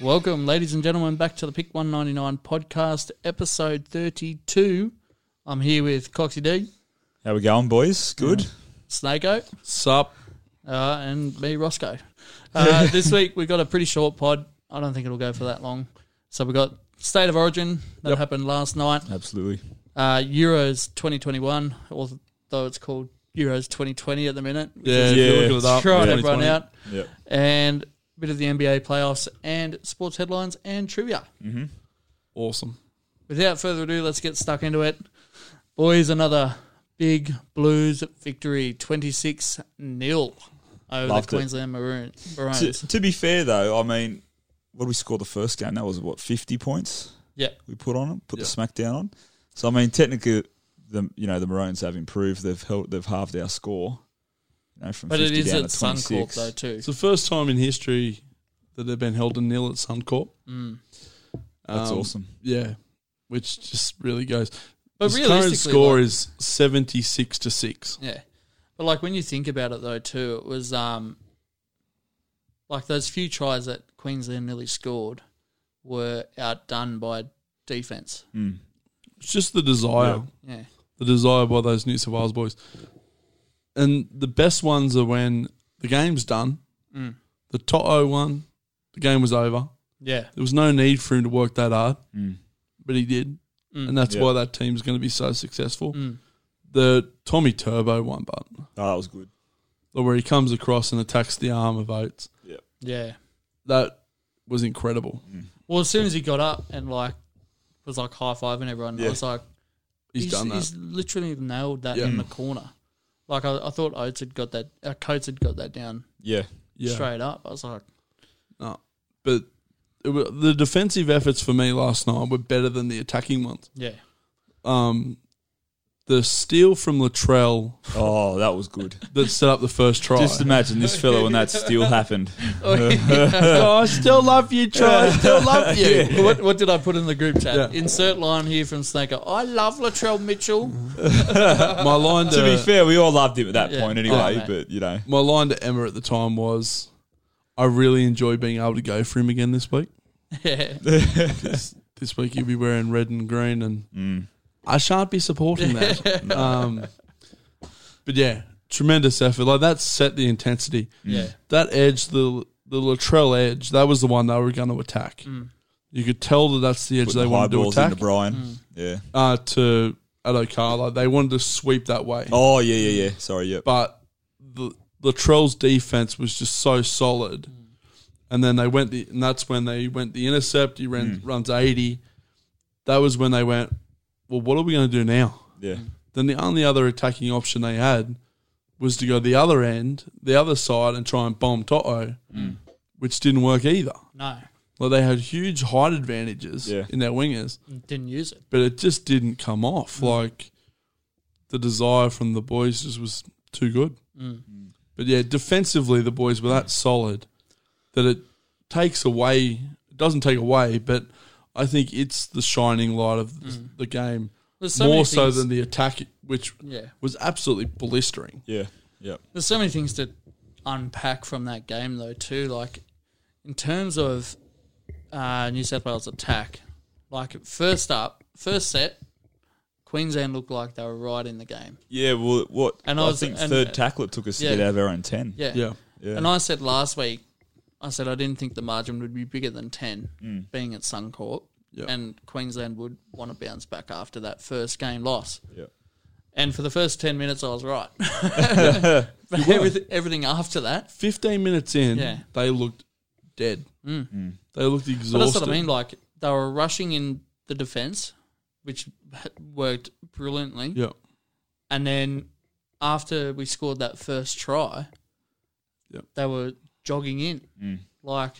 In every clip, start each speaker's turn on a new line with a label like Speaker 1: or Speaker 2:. Speaker 1: Welcome, ladies and gentlemen, back to the Pick 199 podcast, episode 32. I'm here with Coxie D,
Speaker 2: How we going, boys? Good.
Speaker 1: Snako,
Speaker 3: Sup?
Speaker 1: uh, and me, Roscoe. Uh, this week we got a pretty short pod. I don't think it'll go for that long. So we got State of Origin that happened last night.
Speaker 2: Absolutely.
Speaker 1: Uh, Euros 2021, although it's called Euros 2020 at the minute. which
Speaker 3: Yeah,
Speaker 1: is
Speaker 3: if
Speaker 2: Yeah.
Speaker 3: you're looking it up.
Speaker 1: trying
Speaker 3: yeah.
Speaker 1: everyone out.
Speaker 2: Yep.
Speaker 1: And a bit of the NBA playoffs and sports headlines and trivia.
Speaker 3: Awesome.
Speaker 1: without further ado, let's get stuck into it. Boys, another big Blues victory, 26 0 over
Speaker 2: Loved
Speaker 1: the
Speaker 2: it.
Speaker 1: Queensland Maroon,
Speaker 2: To,
Speaker 1: Maroons.
Speaker 2: to be fair, though, I mean, what did we score the first game? That was what fifty points
Speaker 1: yeah,
Speaker 2: we put on them, put
Speaker 3: Yeah.
Speaker 2: the smack down on. So I mean, technically, the you know the Maroons have improved. They've held, they've halved our score. You know, from
Speaker 1: but it
Speaker 2: 50
Speaker 1: is
Speaker 2: down
Speaker 1: at
Speaker 2: to 26.
Speaker 1: Suncorp, though, too.
Speaker 3: It's the first time in history that they've been held to nil at Suncorp.
Speaker 1: Mm.
Speaker 2: That's
Speaker 3: Um,
Speaker 2: awesome.
Speaker 3: Yeah, which just really goes.
Speaker 1: But
Speaker 3: His
Speaker 1: realistically,
Speaker 3: current score
Speaker 1: like-
Speaker 3: is seventy six to six.
Speaker 1: Yeah. But, like, when you think about it, though, too, it was um, like those few tries that Queensland nearly scored were outdone by defence.
Speaker 2: Mm.
Speaker 3: It's just the desire,
Speaker 2: Yeah.
Speaker 1: Yeah.
Speaker 3: the desire by those New South Wales boys, and the best ones are when the game's done.
Speaker 1: Mm.
Speaker 3: The Toto one, the game was over.
Speaker 1: Yeah.
Speaker 3: There was no need for him to work that hard,
Speaker 2: Mm.
Speaker 3: but he did,
Speaker 1: Mm.
Speaker 3: and that's
Speaker 2: Yeah.
Speaker 3: why that team's going to be so successful.
Speaker 1: Mm.
Speaker 3: The Tommy Turbo one, but
Speaker 2: Oh, that was good.
Speaker 3: or where he comes across and attacks the arm of Oates.
Speaker 1: Yeah.
Speaker 3: That was incredible.
Speaker 1: Well, as soon as he got up and like was like high fiving everyone, I
Speaker 2: Yeah.
Speaker 1: was like,
Speaker 3: He's, done that.
Speaker 1: He's literally nailed that
Speaker 3: Yeah. Mm.
Speaker 1: in the corner. Like I, I thought, Oates had got that. Uh, Coates had got that down
Speaker 2: Yeah.
Speaker 3: yeah.
Speaker 1: straight up. I was like,
Speaker 3: No. But it wa the defensive efforts for me last night were better than the attacking ones.
Speaker 1: yeah,
Speaker 3: Um, the steal from Latrell
Speaker 2: Oh, that was good.
Speaker 3: that set up the first try.
Speaker 2: Just imagine this fellow when that steal happened.
Speaker 3: oh, I still love you, Troy. I still love you.
Speaker 1: What, what did I put in the group chat?
Speaker 3: Yeah.
Speaker 1: Insert line here from Snaker. I love Latrell Mitchell.
Speaker 3: Mm-hmm. My line to,
Speaker 2: to be fair, we all loved him at that
Speaker 1: Yeah.
Speaker 2: point
Speaker 1: Oh,
Speaker 2: anyway.
Speaker 1: mate.
Speaker 2: but you know,
Speaker 3: my line to Emma at the time was, I really enjoy being able to go for him again this week.
Speaker 1: yeah,
Speaker 3: This week he'll be wearing red and green and
Speaker 2: mm.
Speaker 3: I shan't be supporting that. um, but yeah, tremendous effort. Like that set the intensity.
Speaker 1: yeah,
Speaker 3: That edge, the the Latrell edge, that was the one they were going to attack. You could tell that that's the edge
Speaker 2: putting
Speaker 3: they
Speaker 2: the high
Speaker 3: wanted to
Speaker 2: balls
Speaker 3: attack
Speaker 2: into Brian. Yeah.
Speaker 3: uh, to at Ocala. They wanted to sweep that way,
Speaker 2: Oh yeah, yeah, yeah. Sorry, yeah.
Speaker 3: but the Latrell's defense was just so solid. And then they went the, and that's when they went the intercept. He ran, runs eighty. That was when they went. Well, what are we going to do now?
Speaker 2: Yeah.
Speaker 3: then the only other attacking option they had was to go the other end, the other side, and try and bomb Toto, which didn't work either.
Speaker 1: no,
Speaker 3: Like they had huge height advantages
Speaker 2: Yeah.
Speaker 3: in their wingers,
Speaker 1: didn't use it.
Speaker 3: but it just didn't come off.
Speaker 1: Mm.
Speaker 3: Like the desire from the boys just was too good.
Speaker 1: Mm.
Speaker 3: But yeah, defensively, the boys were that solid that it takes away, it doesn't take away, but I think it's the shining light of the- the game
Speaker 1: There's Mm. so many
Speaker 3: more so
Speaker 1: things-
Speaker 3: than the attack, which
Speaker 1: Yeah,
Speaker 3: was absolutely blistering.
Speaker 2: Yeah. Yeah.
Speaker 1: there's so many things to unpack from that game though too like in terms of uh, new south wales attack like first up first set queensland looked like they were right in the game
Speaker 2: Yeah, well, what?
Speaker 1: And
Speaker 2: And
Speaker 1: I
Speaker 2: I,
Speaker 1: was-
Speaker 2: think
Speaker 1: and-
Speaker 2: third tackle it took us
Speaker 1: Yeah.
Speaker 2: to get out of our own ten.
Speaker 1: yeah
Speaker 3: Yeah.
Speaker 2: Yeah.
Speaker 1: and i said last week i said i didn't think the margin would be bigger than 10 being at suncorp
Speaker 3: Yeah.
Speaker 1: and queensland would want to bounce back after that first game loss
Speaker 2: yeah.
Speaker 1: and for the first 10 minutes i was right but everything, everything after that
Speaker 3: 15 minutes in,
Speaker 1: Yeah. Mm.
Speaker 3: they looked dead. They looked
Speaker 1: But
Speaker 3: exhausted.
Speaker 1: that's what I mean. Like they were rushing in the defense, which worked brilliantly.
Speaker 3: Yeah.
Speaker 1: And then after we scored that first try,
Speaker 3: Yep. Mm.
Speaker 1: they were jogging in. Like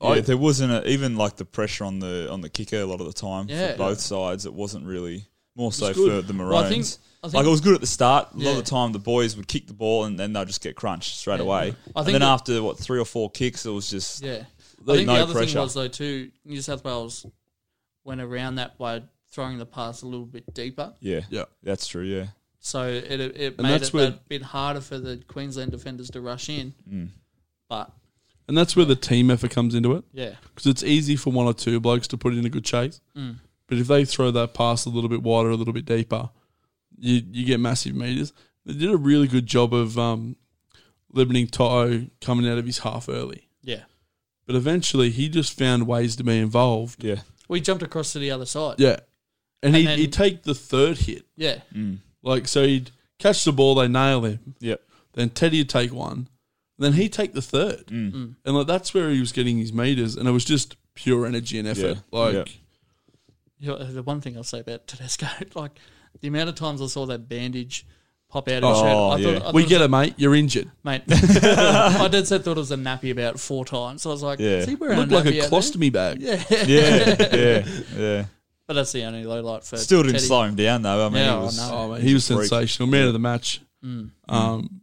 Speaker 2: Yeah, there wasn't a, even like the pressure on the on the kicker a lot of the time
Speaker 1: Yeah.
Speaker 2: for both sides. It wasn't really more so for
Speaker 3: good.
Speaker 2: the Maroons.
Speaker 1: Well, I think- I think-
Speaker 2: like it was good at the start. A lot
Speaker 1: Yeah.
Speaker 2: of the time, the boys would kick the ball and then they'll just get crunched straight
Speaker 1: Yeah.
Speaker 2: away.
Speaker 1: I
Speaker 2: and
Speaker 1: think
Speaker 2: then
Speaker 1: that-
Speaker 2: after what three or four kicks, it was just
Speaker 1: yeah, I
Speaker 2: They-
Speaker 1: think
Speaker 2: no
Speaker 1: the other thing
Speaker 2: pressure.
Speaker 1: was though too. New South Wales went around that by throwing the pass a little bit deeper,
Speaker 2: yeah,
Speaker 3: Yeah.
Speaker 2: that's true. Yeah,
Speaker 1: so it it made
Speaker 3: that's
Speaker 1: it
Speaker 3: where- Mm.
Speaker 1: a bit harder for the Queensland defenders to rush in. But
Speaker 3: And that's where the team effort comes into it
Speaker 1: Yeah.
Speaker 3: because it's easy for one or two blokes to put in a good chase.
Speaker 1: Mm.
Speaker 3: But if they throw that pass a little bit wider, a little bit deeper, you you get massive meters. They did a really good job of um, limiting Toto coming out of his half early.
Speaker 1: Yeah.
Speaker 3: But eventually, he just found ways to be involved.
Speaker 2: Yeah.
Speaker 1: We jumped across to the other side.
Speaker 3: Yeah, and,
Speaker 1: And
Speaker 3: he'd,
Speaker 1: then-
Speaker 3: he'd take the third hit.
Speaker 1: Yeah.
Speaker 2: Mm.
Speaker 3: Like so, he'd catch the ball, they nail him.
Speaker 2: Yep.
Speaker 3: Then Teddy would take one. Then he'd take the third,
Speaker 2: Mm.
Speaker 1: Mm.
Speaker 3: and like that's where he was getting his meters, and it was just pure energy and effort.
Speaker 2: Yeah.
Speaker 3: Like,
Speaker 2: Yeah.
Speaker 1: You know, uh, the one thing I'll say about Tedesco, like the amount of times I saw that bandage pop out of his head,
Speaker 2: Oh,
Speaker 1: I
Speaker 2: yeah.
Speaker 1: thought, I
Speaker 3: we
Speaker 1: thought
Speaker 3: get it, mate. You're injured.
Speaker 1: Mate, I did say thought it was a nappy about four times. So I was like,
Speaker 2: Yeah.
Speaker 1: is he wearing
Speaker 3: Looked
Speaker 1: a
Speaker 3: like a
Speaker 1: nappy out there?
Speaker 3: colostomy bag.
Speaker 1: Yeah.
Speaker 2: Yeah. yeah. Yeah.
Speaker 1: But that's the only low light for
Speaker 2: Still didn't
Speaker 1: Uh, Teddy.
Speaker 2: slow him down though. I mean,
Speaker 1: Yeah,
Speaker 2: he was,
Speaker 1: I know.
Speaker 3: Oh, man, he was
Speaker 2: Freak.
Speaker 3: sensational. Man of the match.
Speaker 1: Mm.
Speaker 3: Um,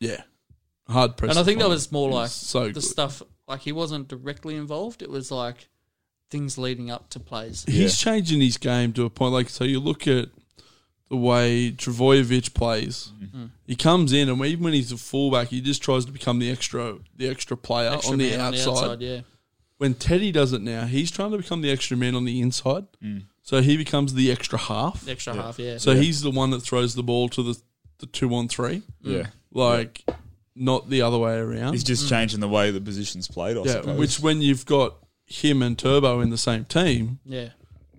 Speaker 3: yeah, hard pressed.
Speaker 1: And I think that was more
Speaker 3: He was
Speaker 1: like
Speaker 3: so
Speaker 1: the
Speaker 3: good.
Speaker 1: stuff, like he wasn't directly involved. It was like things leading up to plays.
Speaker 3: He's changing his game to a point like so. You look at the way Travojevic plays.
Speaker 1: Mm.
Speaker 3: He comes in, and even when he's a fullback, he just tries to become the extra, the extra player
Speaker 1: Extra
Speaker 3: on, the
Speaker 1: man
Speaker 3: outside.
Speaker 1: yeah.
Speaker 3: When Teddy does it now, he's trying to become the extra man on the inside.
Speaker 2: Mm.
Speaker 3: So he becomes the extra half.
Speaker 1: The extra half, yeah.
Speaker 3: So he's the one that throws the ball to the the two on three,
Speaker 2: yeah.
Speaker 1: Mm.
Speaker 3: like not the other way around.
Speaker 2: He's just changing the way the position's played. I
Speaker 3: Yeah,
Speaker 2: suppose.
Speaker 3: which when you've got him and Turbo in the same team,
Speaker 1: yeah.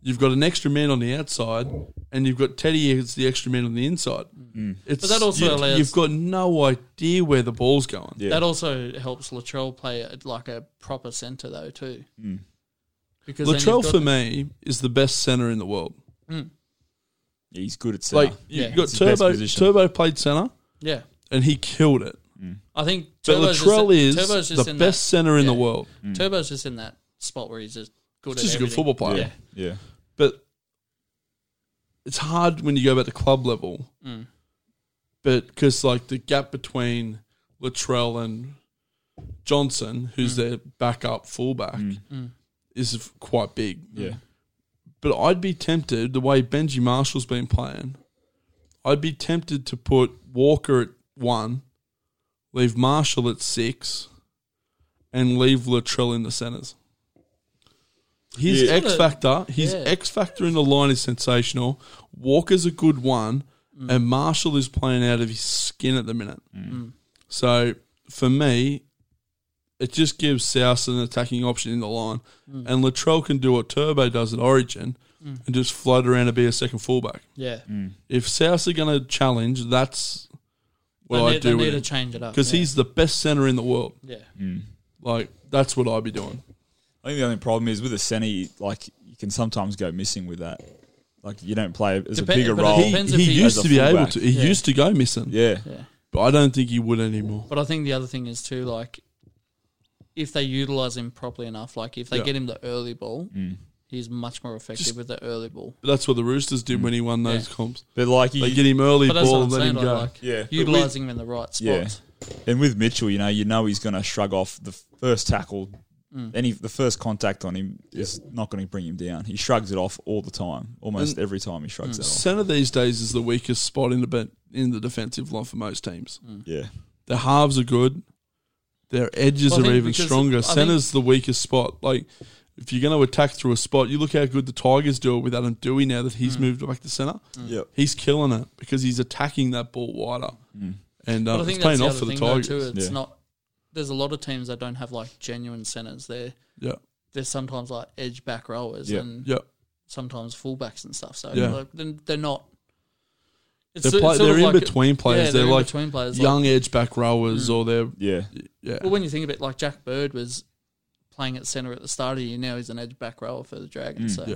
Speaker 3: you've got an extra man on the outside, and you've got Teddy as the extra man on the inside.
Speaker 2: Mm.
Speaker 3: It's,
Speaker 1: But that also
Speaker 3: you,
Speaker 1: allows-
Speaker 3: you've got no idea where the ball's going.
Speaker 2: Yeah.
Speaker 1: That also helps Latrell play at like a proper centre, though, too. Because then
Speaker 3: Hmm. Latrell
Speaker 1: you've
Speaker 3: for
Speaker 1: got-
Speaker 3: me is the best center in the world.
Speaker 2: he's good at
Speaker 3: Like
Speaker 2: centre.
Speaker 3: you
Speaker 1: Yeah.
Speaker 3: have got
Speaker 2: It's his best
Speaker 3: Turbo.
Speaker 2: position.
Speaker 3: Turbo played center,
Speaker 1: Yeah.
Speaker 3: and he killed it.
Speaker 1: I think
Speaker 3: But
Speaker 1: Turbo's just-
Speaker 3: Latrell is
Speaker 1: Turbo's just
Speaker 3: the
Speaker 1: in that-
Speaker 3: best center in the
Speaker 1: yeah.
Speaker 3: world.
Speaker 1: Turbo's just in that spot where he's just good
Speaker 3: He's
Speaker 1: at
Speaker 3: just a good
Speaker 1: everything.
Speaker 3: football player.
Speaker 1: Yeah.
Speaker 2: yeah,
Speaker 3: but it's hard when you go back to club level.
Speaker 1: Mm.
Speaker 3: But because like the gap between Latrell and Johnson, who's their backup fullback,
Speaker 1: Mm.
Speaker 3: is f- quite big.
Speaker 2: yeah,
Speaker 3: But I'd be tempted the way Benji Marshall's been playing. I'd be tempted to put Walker at one, leave Marshall at six, and leave Latrell in the centres. His
Speaker 2: Yeah.
Speaker 3: X factor, his
Speaker 1: Yeah.
Speaker 3: X factor in the line is sensational. Walker's a good one,
Speaker 1: Mm.
Speaker 3: and Marshall is playing out of his skin at the minute.
Speaker 1: Mm.
Speaker 3: So for me, it just gives South an attacking option in the line,
Speaker 1: Mm.
Speaker 3: and Latrell can do what Turbo does at Origin, and just float around and be a second fullback.
Speaker 1: Yeah.
Speaker 3: If South are going to challenge, that's what
Speaker 1: they
Speaker 3: I
Speaker 1: need,
Speaker 3: do
Speaker 1: they
Speaker 3: with
Speaker 1: need to
Speaker 3: him
Speaker 1: change it up.
Speaker 3: because
Speaker 1: yeah.
Speaker 3: he's Mm. the best center in the world.
Speaker 1: Yeah.
Speaker 3: Like that's what I'd be doing.
Speaker 2: I think the only problem is with a centre, you- like you can sometimes go missing with that. Like you don't play as a
Speaker 1: Depend-
Speaker 2: bigger
Speaker 1: but it
Speaker 2: role.
Speaker 3: He,
Speaker 1: depends
Speaker 3: he
Speaker 1: if he-
Speaker 3: used
Speaker 2: As a
Speaker 3: to be able
Speaker 2: fullback.
Speaker 3: to. He
Speaker 1: Yeah.
Speaker 3: used to go missing,
Speaker 2: yeah,
Speaker 1: Yeah.
Speaker 3: but I don't think he would anymore.
Speaker 1: But I think the other thing is too, like, if they utilize him properly enough, like if they
Speaker 3: Yeah. Mm.
Speaker 1: get him the early ball, he's much more effective with the early ball.
Speaker 3: But that's what the Roosters did when he won those comps.
Speaker 2: but like
Speaker 3: They
Speaker 2: you,
Speaker 3: get him early
Speaker 1: But that's what
Speaker 3: ball
Speaker 1: I'm
Speaker 3: and let him
Speaker 1: saying.
Speaker 3: go.
Speaker 1: Like, like
Speaker 2: Yeah. But
Speaker 1: utilizing him in the right spots.
Speaker 2: Yeah. and with Mitchell, you know, you know he's going to shrug off the first tackle.
Speaker 1: Mm.
Speaker 2: Any the first contact on him is not going to bring him down. He shrugs it off all the time, almost every time he shrugs
Speaker 1: Mm.
Speaker 2: it off.
Speaker 3: Center these days is the weakest spot in the ben- in the defensive line for most teams.
Speaker 2: Yeah,
Speaker 3: Their halves are good. Their edges
Speaker 1: Well, I
Speaker 3: are
Speaker 1: think
Speaker 3: even
Speaker 1: because- I
Speaker 3: stronger.
Speaker 1: think-
Speaker 3: Center's the weakest spot. Like if you're going to attack through a spot, you look how good the Tigers do it with Adam Dewey now that
Speaker 1: Hmm.
Speaker 3: he's moved back to center.
Speaker 2: yeah.
Speaker 3: He's killing it because he's attacking that ball wider,
Speaker 2: Mm.
Speaker 3: and
Speaker 1: But
Speaker 3: uh,
Speaker 1: I
Speaker 3: it's
Speaker 1: think that's
Speaker 3: paying
Speaker 1: the
Speaker 3: off
Speaker 1: other
Speaker 3: for the
Speaker 1: thing though
Speaker 3: Tigers.
Speaker 1: too. It's
Speaker 2: Yeah.
Speaker 1: not. There's a lot of teams that don't have like genuine centers. They're
Speaker 3: Yeah,
Speaker 1: they're sometimes like edge back rowers
Speaker 2: Yeah.
Speaker 1: and
Speaker 3: yeah.
Speaker 1: sometimes fullbacks and stuff. So
Speaker 3: Yeah.
Speaker 1: like, they're, they're not. It's
Speaker 3: They're,
Speaker 1: so-
Speaker 3: play,
Speaker 1: it's sort
Speaker 3: they're
Speaker 1: of
Speaker 3: in
Speaker 1: like-
Speaker 3: between players.
Speaker 1: Yeah,
Speaker 3: they're, like
Speaker 1: in between Hmm. players. like-
Speaker 3: young edge back rowers, or they're
Speaker 2: Yeah,
Speaker 3: yeah.
Speaker 1: Well, when you think of it, like Jack Bird was playing at centre at the start of the year. Now he's an edge back rower for the Dragons. so
Speaker 3: Mm, yeah.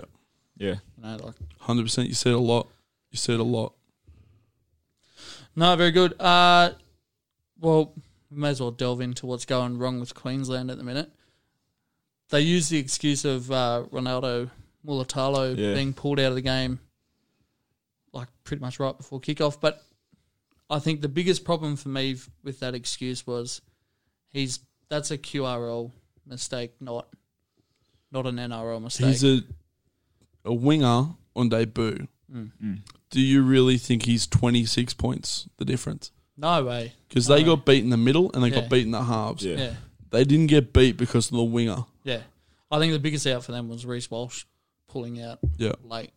Speaker 2: yeah.
Speaker 1: you know, like
Speaker 3: Hundred percent. You said a lot. You said a lot.
Speaker 1: no, very good. Uh, well, we may as well delve into what's going wrong with Queensland at the minute. They use the excuse of uh, Ronaldo Mulatalo
Speaker 2: Yeah.
Speaker 1: being pulled out of the game, like pretty much right before kickoff. But I think the biggest problem for me f- with that excuse was he's that's a QRL mistake, not not an NRL mistake.
Speaker 3: He's a a winger on debut.
Speaker 1: Mm.
Speaker 2: Mm.
Speaker 3: Do you really think he's twenty six points the difference?
Speaker 1: no way.
Speaker 3: Because
Speaker 1: No
Speaker 3: they
Speaker 1: way.
Speaker 3: got beat in the middle and they
Speaker 1: Yeah.
Speaker 3: got beat in the halves.
Speaker 2: Uh, Yeah.
Speaker 1: Yeah.
Speaker 3: They didn't get beat because of the winger.
Speaker 1: Yeah. I think the biggest out for them was Reese Walsh pulling out
Speaker 3: Yeah,
Speaker 1: late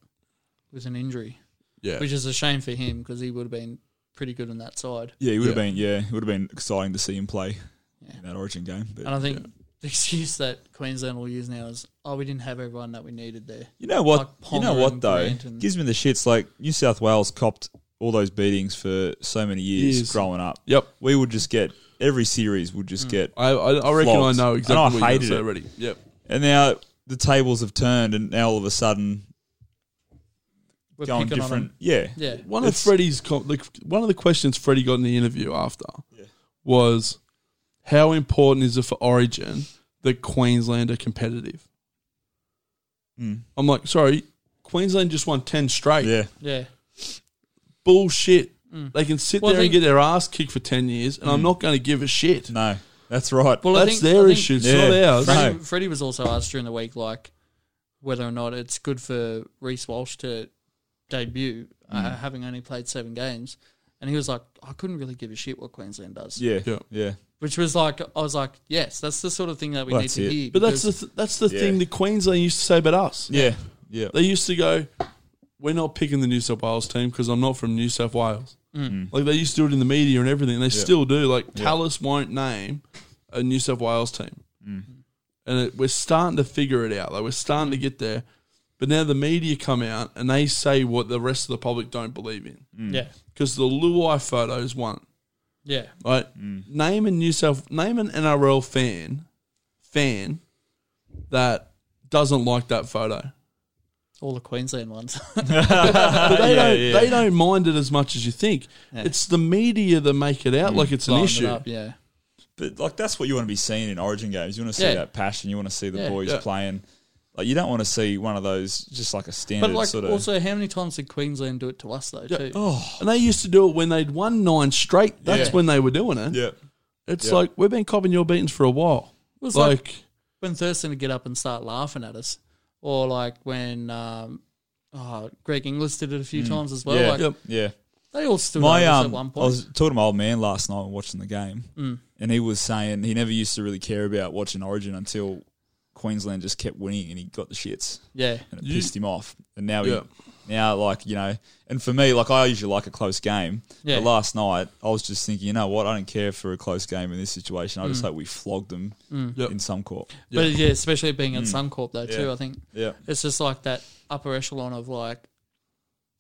Speaker 1: with an injury,
Speaker 3: yeah,
Speaker 1: which is a shame for him because he would have been pretty good on that side.
Speaker 2: Yeah, he would have
Speaker 3: Yeah.
Speaker 2: been. Yeah, it would have been exciting to see him play
Speaker 1: Yeah.
Speaker 2: in that Origin game. But
Speaker 1: And I think the excuse that Queensland will use now is, oh, we didn't have everyone that we needed there.
Speaker 2: you know what?
Speaker 1: like
Speaker 2: you know
Speaker 1: Ponga
Speaker 2: what
Speaker 1: and
Speaker 2: though?
Speaker 1: Grant and-
Speaker 2: Gives me the shits. Like New South Wales copped all those beatings for so many years,
Speaker 3: Years.
Speaker 2: growing up.
Speaker 3: yep.
Speaker 2: We would just get every series would
Speaker 1: Mm.
Speaker 2: just get,
Speaker 3: I I, I reckon
Speaker 2: Flogged.
Speaker 3: I know
Speaker 2: And
Speaker 3: exactly
Speaker 2: I
Speaker 3: what you're gonna
Speaker 2: hated
Speaker 3: say
Speaker 2: it.
Speaker 3: already. Yep.
Speaker 2: and now the tables have turned, and now all of a sudden
Speaker 1: We're
Speaker 2: going
Speaker 1: picking on
Speaker 2: different.
Speaker 1: them.
Speaker 2: yeah,
Speaker 1: Yeah.
Speaker 3: One of
Speaker 2: It's-
Speaker 3: Freddie's com- like, one of the questions Freddie got in the interview after
Speaker 2: Yeah.
Speaker 3: was, "How important is it for Origin that Queensland are competitive?"
Speaker 2: Mm.
Speaker 3: I'm like, sorry, Queensland just won ten straight.
Speaker 2: yeah.
Speaker 1: Yeah.
Speaker 3: Bullshit. They can sit
Speaker 1: Mm. Well, I
Speaker 3: there and
Speaker 1: think-
Speaker 3: get their ass kicked for ten years, and
Speaker 2: Mm.
Speaker 3: I'm not going to give a shit.
Speaker 2: No, that's right.
Speaker 1: Well, I
Speaker 3: That's
Speaker 1: think- I
Speaker 3: their
Speaker 1: think
Speaker 3: issue. It's
Speaker 2: Yeah.
Speaker 3: not ours.
Speaker 2: Right.
Speaker 1: Freddie, Freddie was also asked during the week, like, whether or not it's good for Reese Walsh to debut, uh,
Speaker 3: Mm.
Speaker 1: having only played seven games. And he was like, I couldn't really give a shit what Queensland does.
Speaker 2: Yeah, yeah,
Speaker 3: Yeah.
Speaker 1: Which was like, I was like, yes, that's the sort of thing that we
Speaker 2: Well,
Speaker 1: need
Speaker 2: that's
Speaker 1: to
Speaker 2: it.
Speaker 1: hear.
Speaker 3: But that's the
Speaker 1: because-
Speaker 3: th- that's the
Speaker 2: Yeah.
Speaker 3: thing that Queensland used to say about us.
Speaker 2: yeah, yeah.
Speaker 3: They used to go, "We're not picking the New South Wales team because I'm not from New South Wales." Like they used to do it in the media and everything. And they still do. Like Talis won't name a New South Wales team, and it, we're starting to figure it out. Like we're starting to get there. But now the media come out and they say what the rest of the public don't believe in
Speaker 1: yeah.
Speaker 3: because the Luai photo is one.
Speaker 1: Yeah.
Speaker 3: Like name a New South name an NRL fan fan that doesn't like that photo.
Speaker 1: All the Queensland ones.
Speaker 3: But they
Speaker 2: Yeah,
Speaker 3: don't
Speaker 2: yeah.
Speaker 3: they don't mind it as much as you think. It's the media that make it
Speaker 2: Mm.
Speaker 3: out like it's an
Speaker 1: Lining it
Speaker 3: issue.
Speaker 1: up, yeah.
Speaker 2: But like that's what you want to be seeing in Origin games. You want to see
Speaker 1: Yeah.
Speaker 2: that passion. You want to see the
Speaker 1: Yeah.
Speaker 2: boys
Speaker 3: Yeah.
Speaker 2: playing. Like you don't want to see one of those just like a standard
Speaker 1: But like,
Speaker 2: sort of.
Speaker 1: also, how many times did Queensland do it to us though? Too.
Speaker 2: oh
Speaker 3: And they used to do it when they'd won nine straight. That's
Speaker 2: Yeah.
Speaker 3: when they were doing it.
Speaker 2: yeah,
Speaker 3: It's
Speaker 2: Yeah.
Speaker 3: like we've been copping your beatings for a while.
Speaker 1: was
Speaker 3: like,
Speaker 1: when Thurston would get up and start laughing at us, or like when um, oh, Greg Inglis did it a few times as well.
Speaker 2: Mm. yeah,
Speaker 1: Like
Speaker 3: Yep.
Speaker 2: yeah.
Speaker 1: they all stood
Speaker 2: My
Speaker 1: over us
Speaker 2: um,
Speaker 1: at one
Speaker 2: I
Speaker 1: point. Mm.
Speaker 2: was talking to my old man last night watching the game, and he was saying he never used to really care about watching Origin until Queensland just kept winning and he got the shits.
Speaker 1: yeah,
Speaker 2: and it
Speaker 3: You-
Speaker 2: pissed him off. And now
Speaker 3: Yeah.
Speaker 2: he, now like you know, and for me, like I usually like a close game.
Speaker 1: Yeah.
Speaker 2: But last night I was just thinking, you know what? I don't care for a close game in this situation. I
Speaker 1: Mm.
Speaker 2: just hope we flogged them
Speaker 3: Yep.
Speaker 2: in some court.
Speaker 1: but yeah, especially being at Suncorp though too.
Speaker 2: Mm. Yeah.
Speaker 1: I think
Speaker 2: Yeah,
Speaker 1: it's just like that upper echelon of like,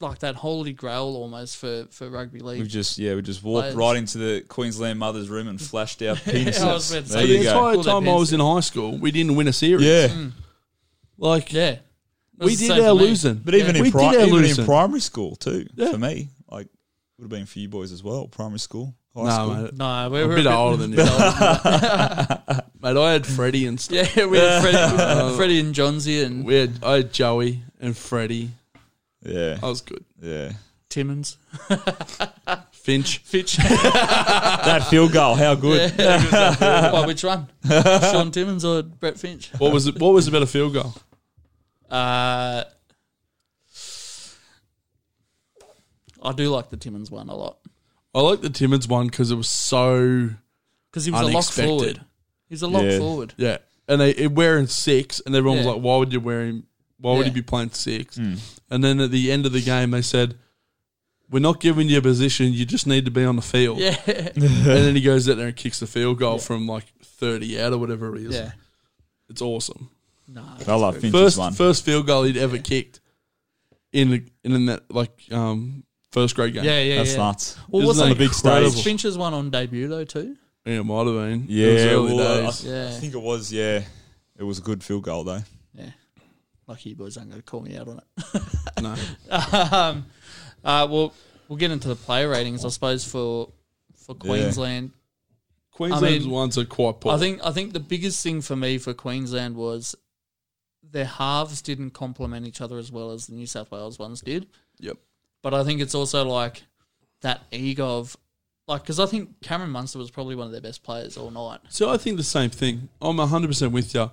Speaker 1: like that holy grail almost for for rugby league.
Speaker 2: we've just yeah we just walked
Speaker 1: Players.
Speaker 2: right into the Queensland mother's room and flashed our penises.
Speaker 1: I was about to
Speaker 2: there
Speaker 1: say,
Speaker 3: the
Speaker 2: you go.
Speaker 3: entire
Speaker 1: Well, that
Speaker 3: time I
Speaker 1: means
Speaker 3: was in high school, we didn't win a series.
Speaker 2: Yeah,
Speaker 3: Like
Speaker 1: yeah, It was
Speaker 3: we
Speaker 1: the
Speaker 3: did
Speaker 1: same
Speaker 3: our
Speaker 1: for me.
Speaker 3: losing.
Speaker 2: but even
Speaker 3: Yeah.
Speaker 2: in
Speaker 3: We
Speaker 2: pri-
Speaker 3: did our
Speaker 2: even in
Speaker 3: losing.
Speaker 2: primary school too.
Speaker 3: Yeah.
Speaker 2: For me, like would have been for you boys as well. Primary school, high
Speaker 3: Nah,
Speaker 2: school.
Speaker 3: mate.
Speaker 1: No, we
Speaker 3: I'm
Speaker 1: were
Speaker 3: a bit older than you. Mate, I had Freddie and stuff.
Speaker 1: Yeah, we had Freddie, Freddie and Johnsy and
Speaker 3: Uh, We had I had Joey and Freddie.
Speaker 2: Yeah,
Speaker 3: I was good.
Speaker 2: yeah.
Speaker 1: Timmons,
Speaker 3: Finch.
Speaker 1: Fitch.
Speaker 2: that field goal, how good?
Speaker 1: Well, which one? Sean Timmons or Brett Finch?
Speaker 3: What was it? What was a better field goal?
Speaker 1: Uh, I do like the Timmons one a lot
Speaker 3: I like the Timmins one because it was so
Speaker 1: because he was a lock
Speaker 3: Unexpected.
Speaker 1: forward. He's a lock
Speaker 2: Yeah.
Speaker 1: forward.
Speaker 3: yeah, and they it wearing six, and everyone
Speaker 1: Yeah.
Speaker 3: was like, "Why would you wear him? Why would
Speaker 1: Yeah. Hmm.
Speaker 3: he be playing six? And then at the end of the game, they said, "We're not giving you a position. You just need to be on the field."
Speaker 1: Yeah,
Speaker 3: and then he goes out there and kicks the field goal from like thirty out or whatever it is.
Speaker 1: yeah.
Speaker 3: It's awesome.
Speaker 1: No,
Speaker 2: I love Finch's
Speaker 3: First
Speaker 2: one.
Speaker 3: first field goal he'd ever kicked in the- in that like um first grade game.
Speaker 1: yeah, yeah,
Speaker 2: That's
Speaker 1: yeah.
Speaker 2: nuts.
Speaker 1: Well,
Speaker 3: Isn't
Speaker 1: wasn't
Speaker 3: that
Speaker 2: big
Speaker 1: Finch's-
Speaker 2: stage?
Speaker 1: Finch's one on debut though too.
Speaker 3: Yeah, it might have been. It was
Speaker 2: Yeah,
Speaker 3: early
Speaker 2: well, I,
Speaker 3: days.
Speaker 2: I
Speaker 1: Yeah.
Speaker 2: think it was. Yeah, it was a good field goal though.
Speaker 1: Yeah, lucky you boys aren't going to call me out on it.
Speaker 3: no.
Speaker 1: um, uh, well, we'll get into the player ratings, I suppose, for for Queensland.
Speaker 3: Queensland's
Speaker 1: I mean,
Speaker 3: ones are quite poor.
Speaker 1: I think I think the biggest thing for me for Queensland was their halves didn't complement each other as well as the New South Wales ones did.
Speaker 3: Yep.
Speaker 1: But I think it's also like that ego of like because I think Cameron Munster was probably one of their best players all night.
Speaker 3: So I think the same thing. I'm 100% with you.